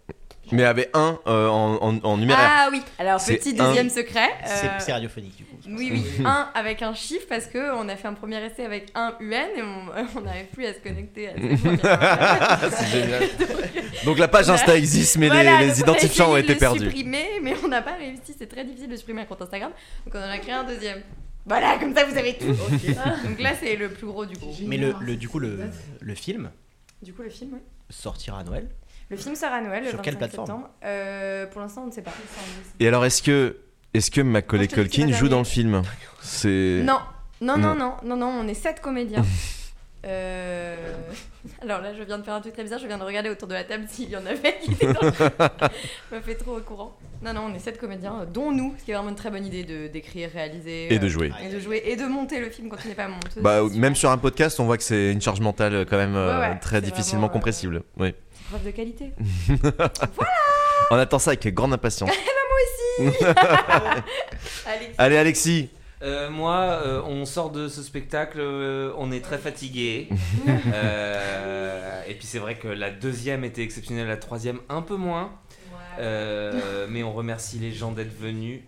Speaker 1: Mais avec un euh, en, en- en numéraire.
Speaker 5: Ah oui, alors
Speaker 1: C'est
Speaker 5: petit
Speaker 1: un-
Speaker 5: deuxième secret. euh,
Speaker 12: C'est c'est radiophonique du coup.
Speaker 5: Oui,
Speaker 1: [LAUGHS]
Speaker 5: oui, un avec un chiffre parce que on a fait un premier essai avec un UN et on [LAUGHS] on n'arrive plus à se connecter à cette première-
Speaker 1: [LAUGHS] C'est
Speaker 5: [LAUGHS]
Speaker 1: génial. Donc la page
Speaker 5: Voilà.
Speaker 1: Insta existe, mais les- les
Speaker 5: donc on a
Speaker 1: identifiants ont
Speaker 5: essayé de
Speaker 1: été
Speaker 5: le
Speaker 1: perdus.
Speaker 5: supprimer, mais on n'a pas réussi, c'est très difficile de supprimer un compte Instagram, donc on en a créé un deuxième. Voilà, comme ça vous
Speaker 12: [LAUGHS]
Speaker 5: avez tout. donc là c'est le plus gros du groupe.
Speaker 12: Mais le, le- du coup, le, le film
Speaker 5: Du coup le film, oui.
Speaker 12: sortira à Noël.
Speaker 5: Le film sort à Noël le
Speaker 12: Sur quelle
Speaker 5: 25
Speaker 12: plateforme
Speaker 5: septembre. Euh, pour l'instant on ne sait pas.
Speaker 1: Et alors, est-ce que, est-ce que Macaulay
Speaker 5: Moi, je te dis que
Speaker 1: Culkin
Speaker 5: la
Speaker 1: joue dans
Speaker 5: dernière.
Speaker 1: le film C'est.
Speaker 5: Non, non, non,
Speaker 1: Non.
Speaker 5: non, non, non, on est sept comédiens. Euh, Alors là, je viens de faire un truc très bizarre, je viens de regarder autour de la table s'il y en avait qui étaient dans le- Je me fait trop au courant. Non, non, on est sept comédiens, euh, dont nous, ce qui est vraiment une très bonne idée de d'écrire, réaliser.
Speaker 1: Et de jouer.
Speaker 5: Et de jouer, et de monter le film quand il n'est pas monté.
Speaker 1: Bah, même sur un podcast, on voit que c'est une charge mentale euh, quand même euh,
Speaker 5: Ouais, ouais,
Speaker 1: très
Speaker 5: c'est
Speaker 1: difficilement
Speaker 5: vraiment, euh,
Speaker 1: compressible.
Speaker 5: [LAUGHS]
Speaker 1: Oui.
Speaker 5: Preuve de qualité.
Speaker 1: [LAUGHS] On attend ça avec grande
Speaker 5: [LAUGHS]
Speaker 1: impatience.
Speaker 5: Eh ben,
Speaker 1: [LAUGHS]
Speaker 5: moi aussi Alexis.
Speaker 1: Allez, Alexis.
Speaker 10: Euh, moi, euh, on sort de ce spectacle, euh, on est très fatigué. Euh, et puis c'est vrai que la deuxième était exceptionnelle, la troisième un peu moins. Euh, mais on remercie les gens d'être venus.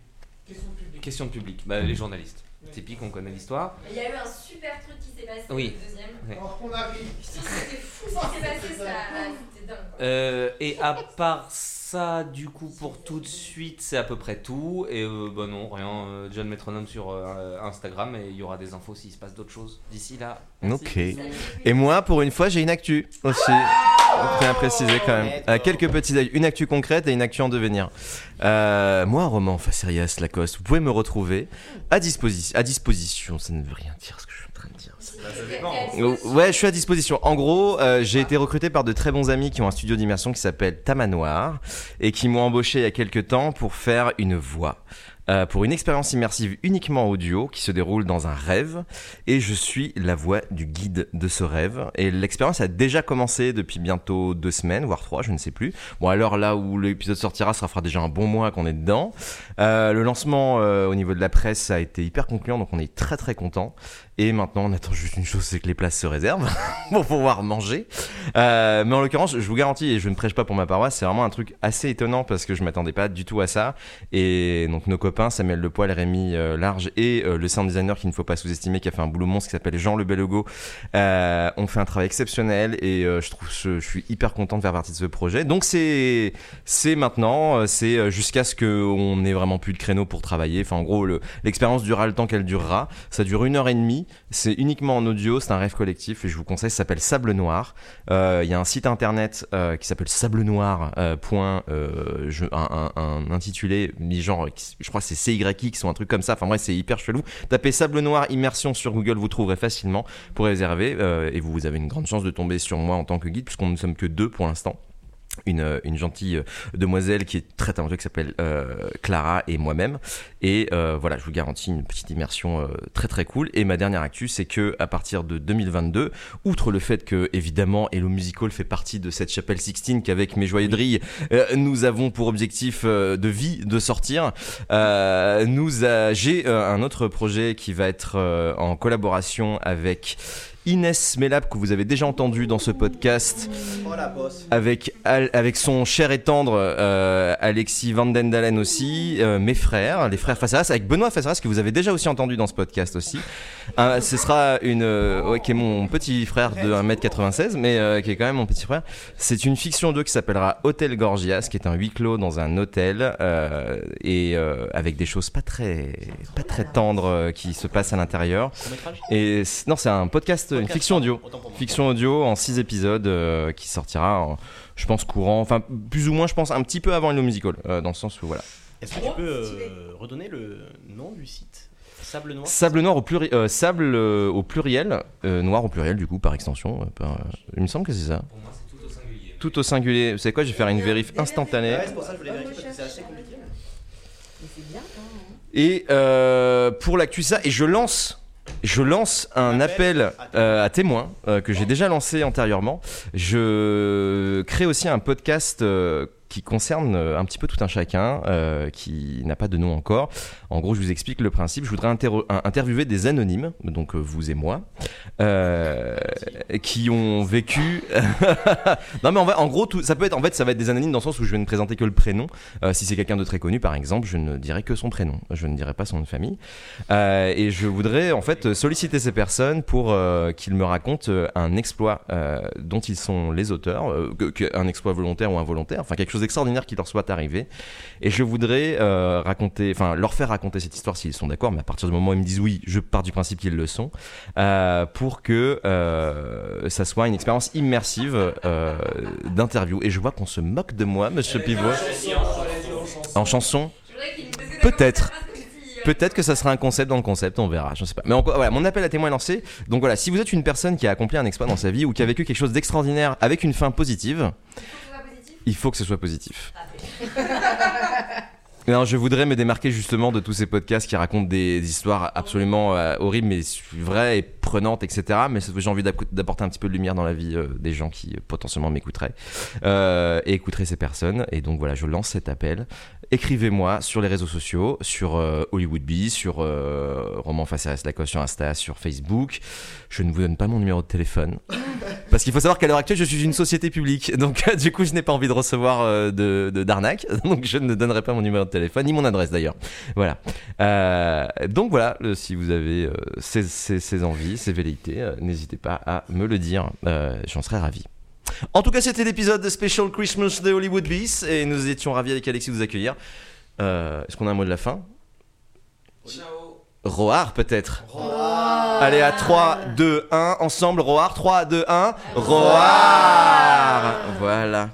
Speaker 5: Question publique.
Speaker 10: Question publique. Bah, les journalistes. Typique, on connaît l'histoire.
Speaker 5: Il y a eu un super truc qui s'est passé,
Speaker 10: Oui.
Speaker 5: le deuxième.
Speaker 10: Oui.
Speaker 5: Alors qu'on arrive. Putain, c'était fou ce qui s'est passé, ça. Ah, C'était dingue.
Speaker 10: Euh, et à part ça, ça, du coup, pour tout de suite, c'est à peu près tout. Et euh, bah non, rien. euh, John Metronome sur euh, Instagram et il y aura des infos s'il se passe d'autres choses d'ici là.
Speaker 1: Ok. Et moi, pour une fois, j'ai une actu aussi.
Speaker 5: Oh.
Speaker 1: Je tiens à préciser quand même. À quelques petits détails. Une actu concrète et une actu en devenir. Euh, moi, Roman Facerias Lacoste, vous pouvez me retrouver à, disposi- à disposition. Ça ne veut rien dire ce que je suis en train de dire. ça. Euh, Ouais, je suis à disposition. En gros, euh, j'ai été recruté par de très bons amis qui ont un studio d'immersion qui s'appelle Tamanoir et qui m'ont embauché il y a quelques temps pour faire une voix. euh, pour une expérience immersive uniquement audio qui se déroule dans un rêve et je suis la voix du guide de ce rêve et l'expérience a déjà commencé depuis bientôt deux semaines voire trois je ne sais plus bon alors là où l'épisode sortira ça fera déjà un bon mois qu'on est dedans Euh, le lancement euh, au niveau de la presse a été hyper concluant donc on est très très content et maintenant, on attend juste une chose, c'est que les places se réservent [LAUGHS] pour pouvoir manger. Euh, mais en l'occurrence, je vous garantis, et je ne prêche pas pour ma paroisse, c'est vraiment un truc assez étonnant parce que je m'attendais pas du tout à ça. Et donc nos copains, Samuel Lepoil, Rémi euh, Large et euh, le sound designer qu'il ne faut pas sous-estimer, qui a fait un boulot monstre qui s'appelle Jean Le Bellogo, euh, ont fait un travail exceptionnel et euh, je trouve, je, je suis hyper content de faire partie de ce projet. Donc c'est, c'est maintenant, euh, c'est euh, jusqu'à ce qu'on ait vraiment plus de créneaux pour travailler. Enfin, en gros, le- l'expérience durera le temps qu'elle durera. Ça dure une heure et demie. C'est uniquement en audio. C'est un rêve collectif et je vous conseille. Ça s'appelle Sable Noir. Euh, Il y a un site internet euh, qui s'appelle Sable Noir. euh, point, euh, je- un, un- un intitulé mis genre, je crois que c'est CYX ou un truc comme ça. Enfin bref, c'est hyper chelou. Tapez Sable Noir immersion sur Google, vous trouverez facilement pour réserver euh, et vous avez une grande chance de tomber sur moi en tant que guide puisqu'on ne sommes que deux pour l'instant une, euh, une gentille euh, demoiselle qui est très talentueuse qui s'appelle euh, Clara et moi-même et euh, voilà je vous garantis une petite immersion euh, très très cool et ma dernière actu c'est que à partir de 2022 outre le fait que évidemment Hello Musical fait partie de cette chapelle 16 qu'avec mes joyeux drilles euh, nous avons pour objectif euh, de vie de sortir euh, nous a- j'ai euh, un autre projet qui va être euh, en collaboration avec Inès Melab que vous avez déjà entendu dans ce podcast avec, Al- avec son cher et tendre euh, Alexis Van Den Dalen aussi, euh, mes frères, les frères Faceras, avec Benoît Faceras que vous avez déjà aussi entendu dans ce podcast aussi. Euh, ce sera une, euh, ouais, qui est mon petit frère de 1m96, mais euh, qui est quand même mon petit frère. C'est une fiction 2 qui s'appellera Hôtel Gorgias, qui est un huis clos dans un hôtel euh, et euh, avec des choses pas très, pas très tendres euh, qui se passent à l'intérieur. Et c- non, c'est un podcast, une fiction audio, fiction audio en 6 épisodes euh, qui sortira, en, je pense courant, enfin plus ou moins, je pense un petit peu avant Hello Musical, euh, dans le sens où voilà.
Speaker 12: Est-ce que tu peux euh, redonner le nom du site Sable Noir
Speaker 1: Sable noir au, pluri- euh, sable, euh, au pluriel, euh, noir au pluriel du coup par extension. euh, par- euh, il me semble que c'est ça. Tout au singulier. Vous savez quoi, je vais faire une vérif instantanée.
Speaker 12: Ouais, c'est pour ça que je voulais vérifier parce que c'est assez compliqué.
Speaker 1: Et euh, pour l'actu ça, et je lance, je lance un appel euh, à témoins euh, que j'ai déjà lancé antérieurement. Je crée aussi un podcast. euh, qui concerne euh, un petit peu tout un chacun, euh, qui n'a pas de nom encore. En gros, je vous explique le principe. Je voudrais interro- un- interviewer des anonymes, donc euh, vous et moi, euh, qui ont vécu. [LAUGHS] non, mais en, va- en gros, tout, ça peut être en fait, ça va être des anonymes dans le sens où je vais ne présenter que le prénom. Euh, si c'est quelqu'un de très connu, par exemple, je ne dirai que son prénom. Je ne dirai pas son nom de famille. Euh, et je voudrais en fait solliciter ces personnes pour euh, qu'ils me racontent euh, un exploit euh, dont ils sont les auteurs, euh, que- que- un exploit volontaire ou involontaire, enfin quelque chose d'extraordinaire qui leur soit arrivé. Et je voudrais euh, raconter, enfin leur faire raconter cette histoire s'ils sont d'accord, mais à partir du moment où ils me disent oui, je pars du principe qu'ils le sont, euh, pour que euh, ça soit une expérience immersive euh, d'interview. Et je vois qu'on se moque de moi, Monsieur Pivot. En chanson Peut-être. Peut-être que ça sera un concept dans le concept, on verra, je ne sais pas. Mais encore, voilà, mon appel à témoins est lancé. Donc voilà, si vous êtes une personne qui a accompli un exploit dans sa vie ou qui a vécu quelque chose d'extraordinaire avec une fin positive, il faut que ce soit positif.
Speaker 6: [LAUGHS]
Speaker 1: Non, je voudrais me démarquer justement de tous ces podcasts qui racontent des, des histoires absolument euh, horribles, mais vraies et prenantes, etc. Mais c'est- j'ai envie d'app- d'apporter un petit peu de lumière dans la vie euh, des gens qui euh, potentiellement m'écouteraient euh, et écouteraient ces personnes. Et donc voilà, je lance cet appel. Écrivez-moi sur les réseaux sociaux, sur euh, Hollywood Bee, sur euh, Roman Face à Lacoste sur Insta, sur Facebook. Je ne vous donne pas mon numéro de téléphone. Parce qu'il faut savoir qu'à l'heure actuelle, je suis une société publique. [LAUGHS] Donc, du coup, je n'ai pas envie de recevoir euh, de, de- d'arnaque. [LAUGHS] Donc, je ne donnerai pas mon numéro de téléphone, ni mon adresse d'ailleurs. Voilà. Euh, donc, voilà. euh, si vous avez euh, ces, ces- ces envies, ces velléités, euh, n'hésitez pas à me le dire. Euh, J'en serais ravi. En tout cas, c'était l'épisode Special Christmas de Hollywood Beast et nous étions ravis avec Alexis de vous accueillir. Euh, Est-ce qu'on a un mot de la fin Roar peut-être Allez à 3, 2, 1, ensemble, Roar, 3, 2, 1, Roar Voilà.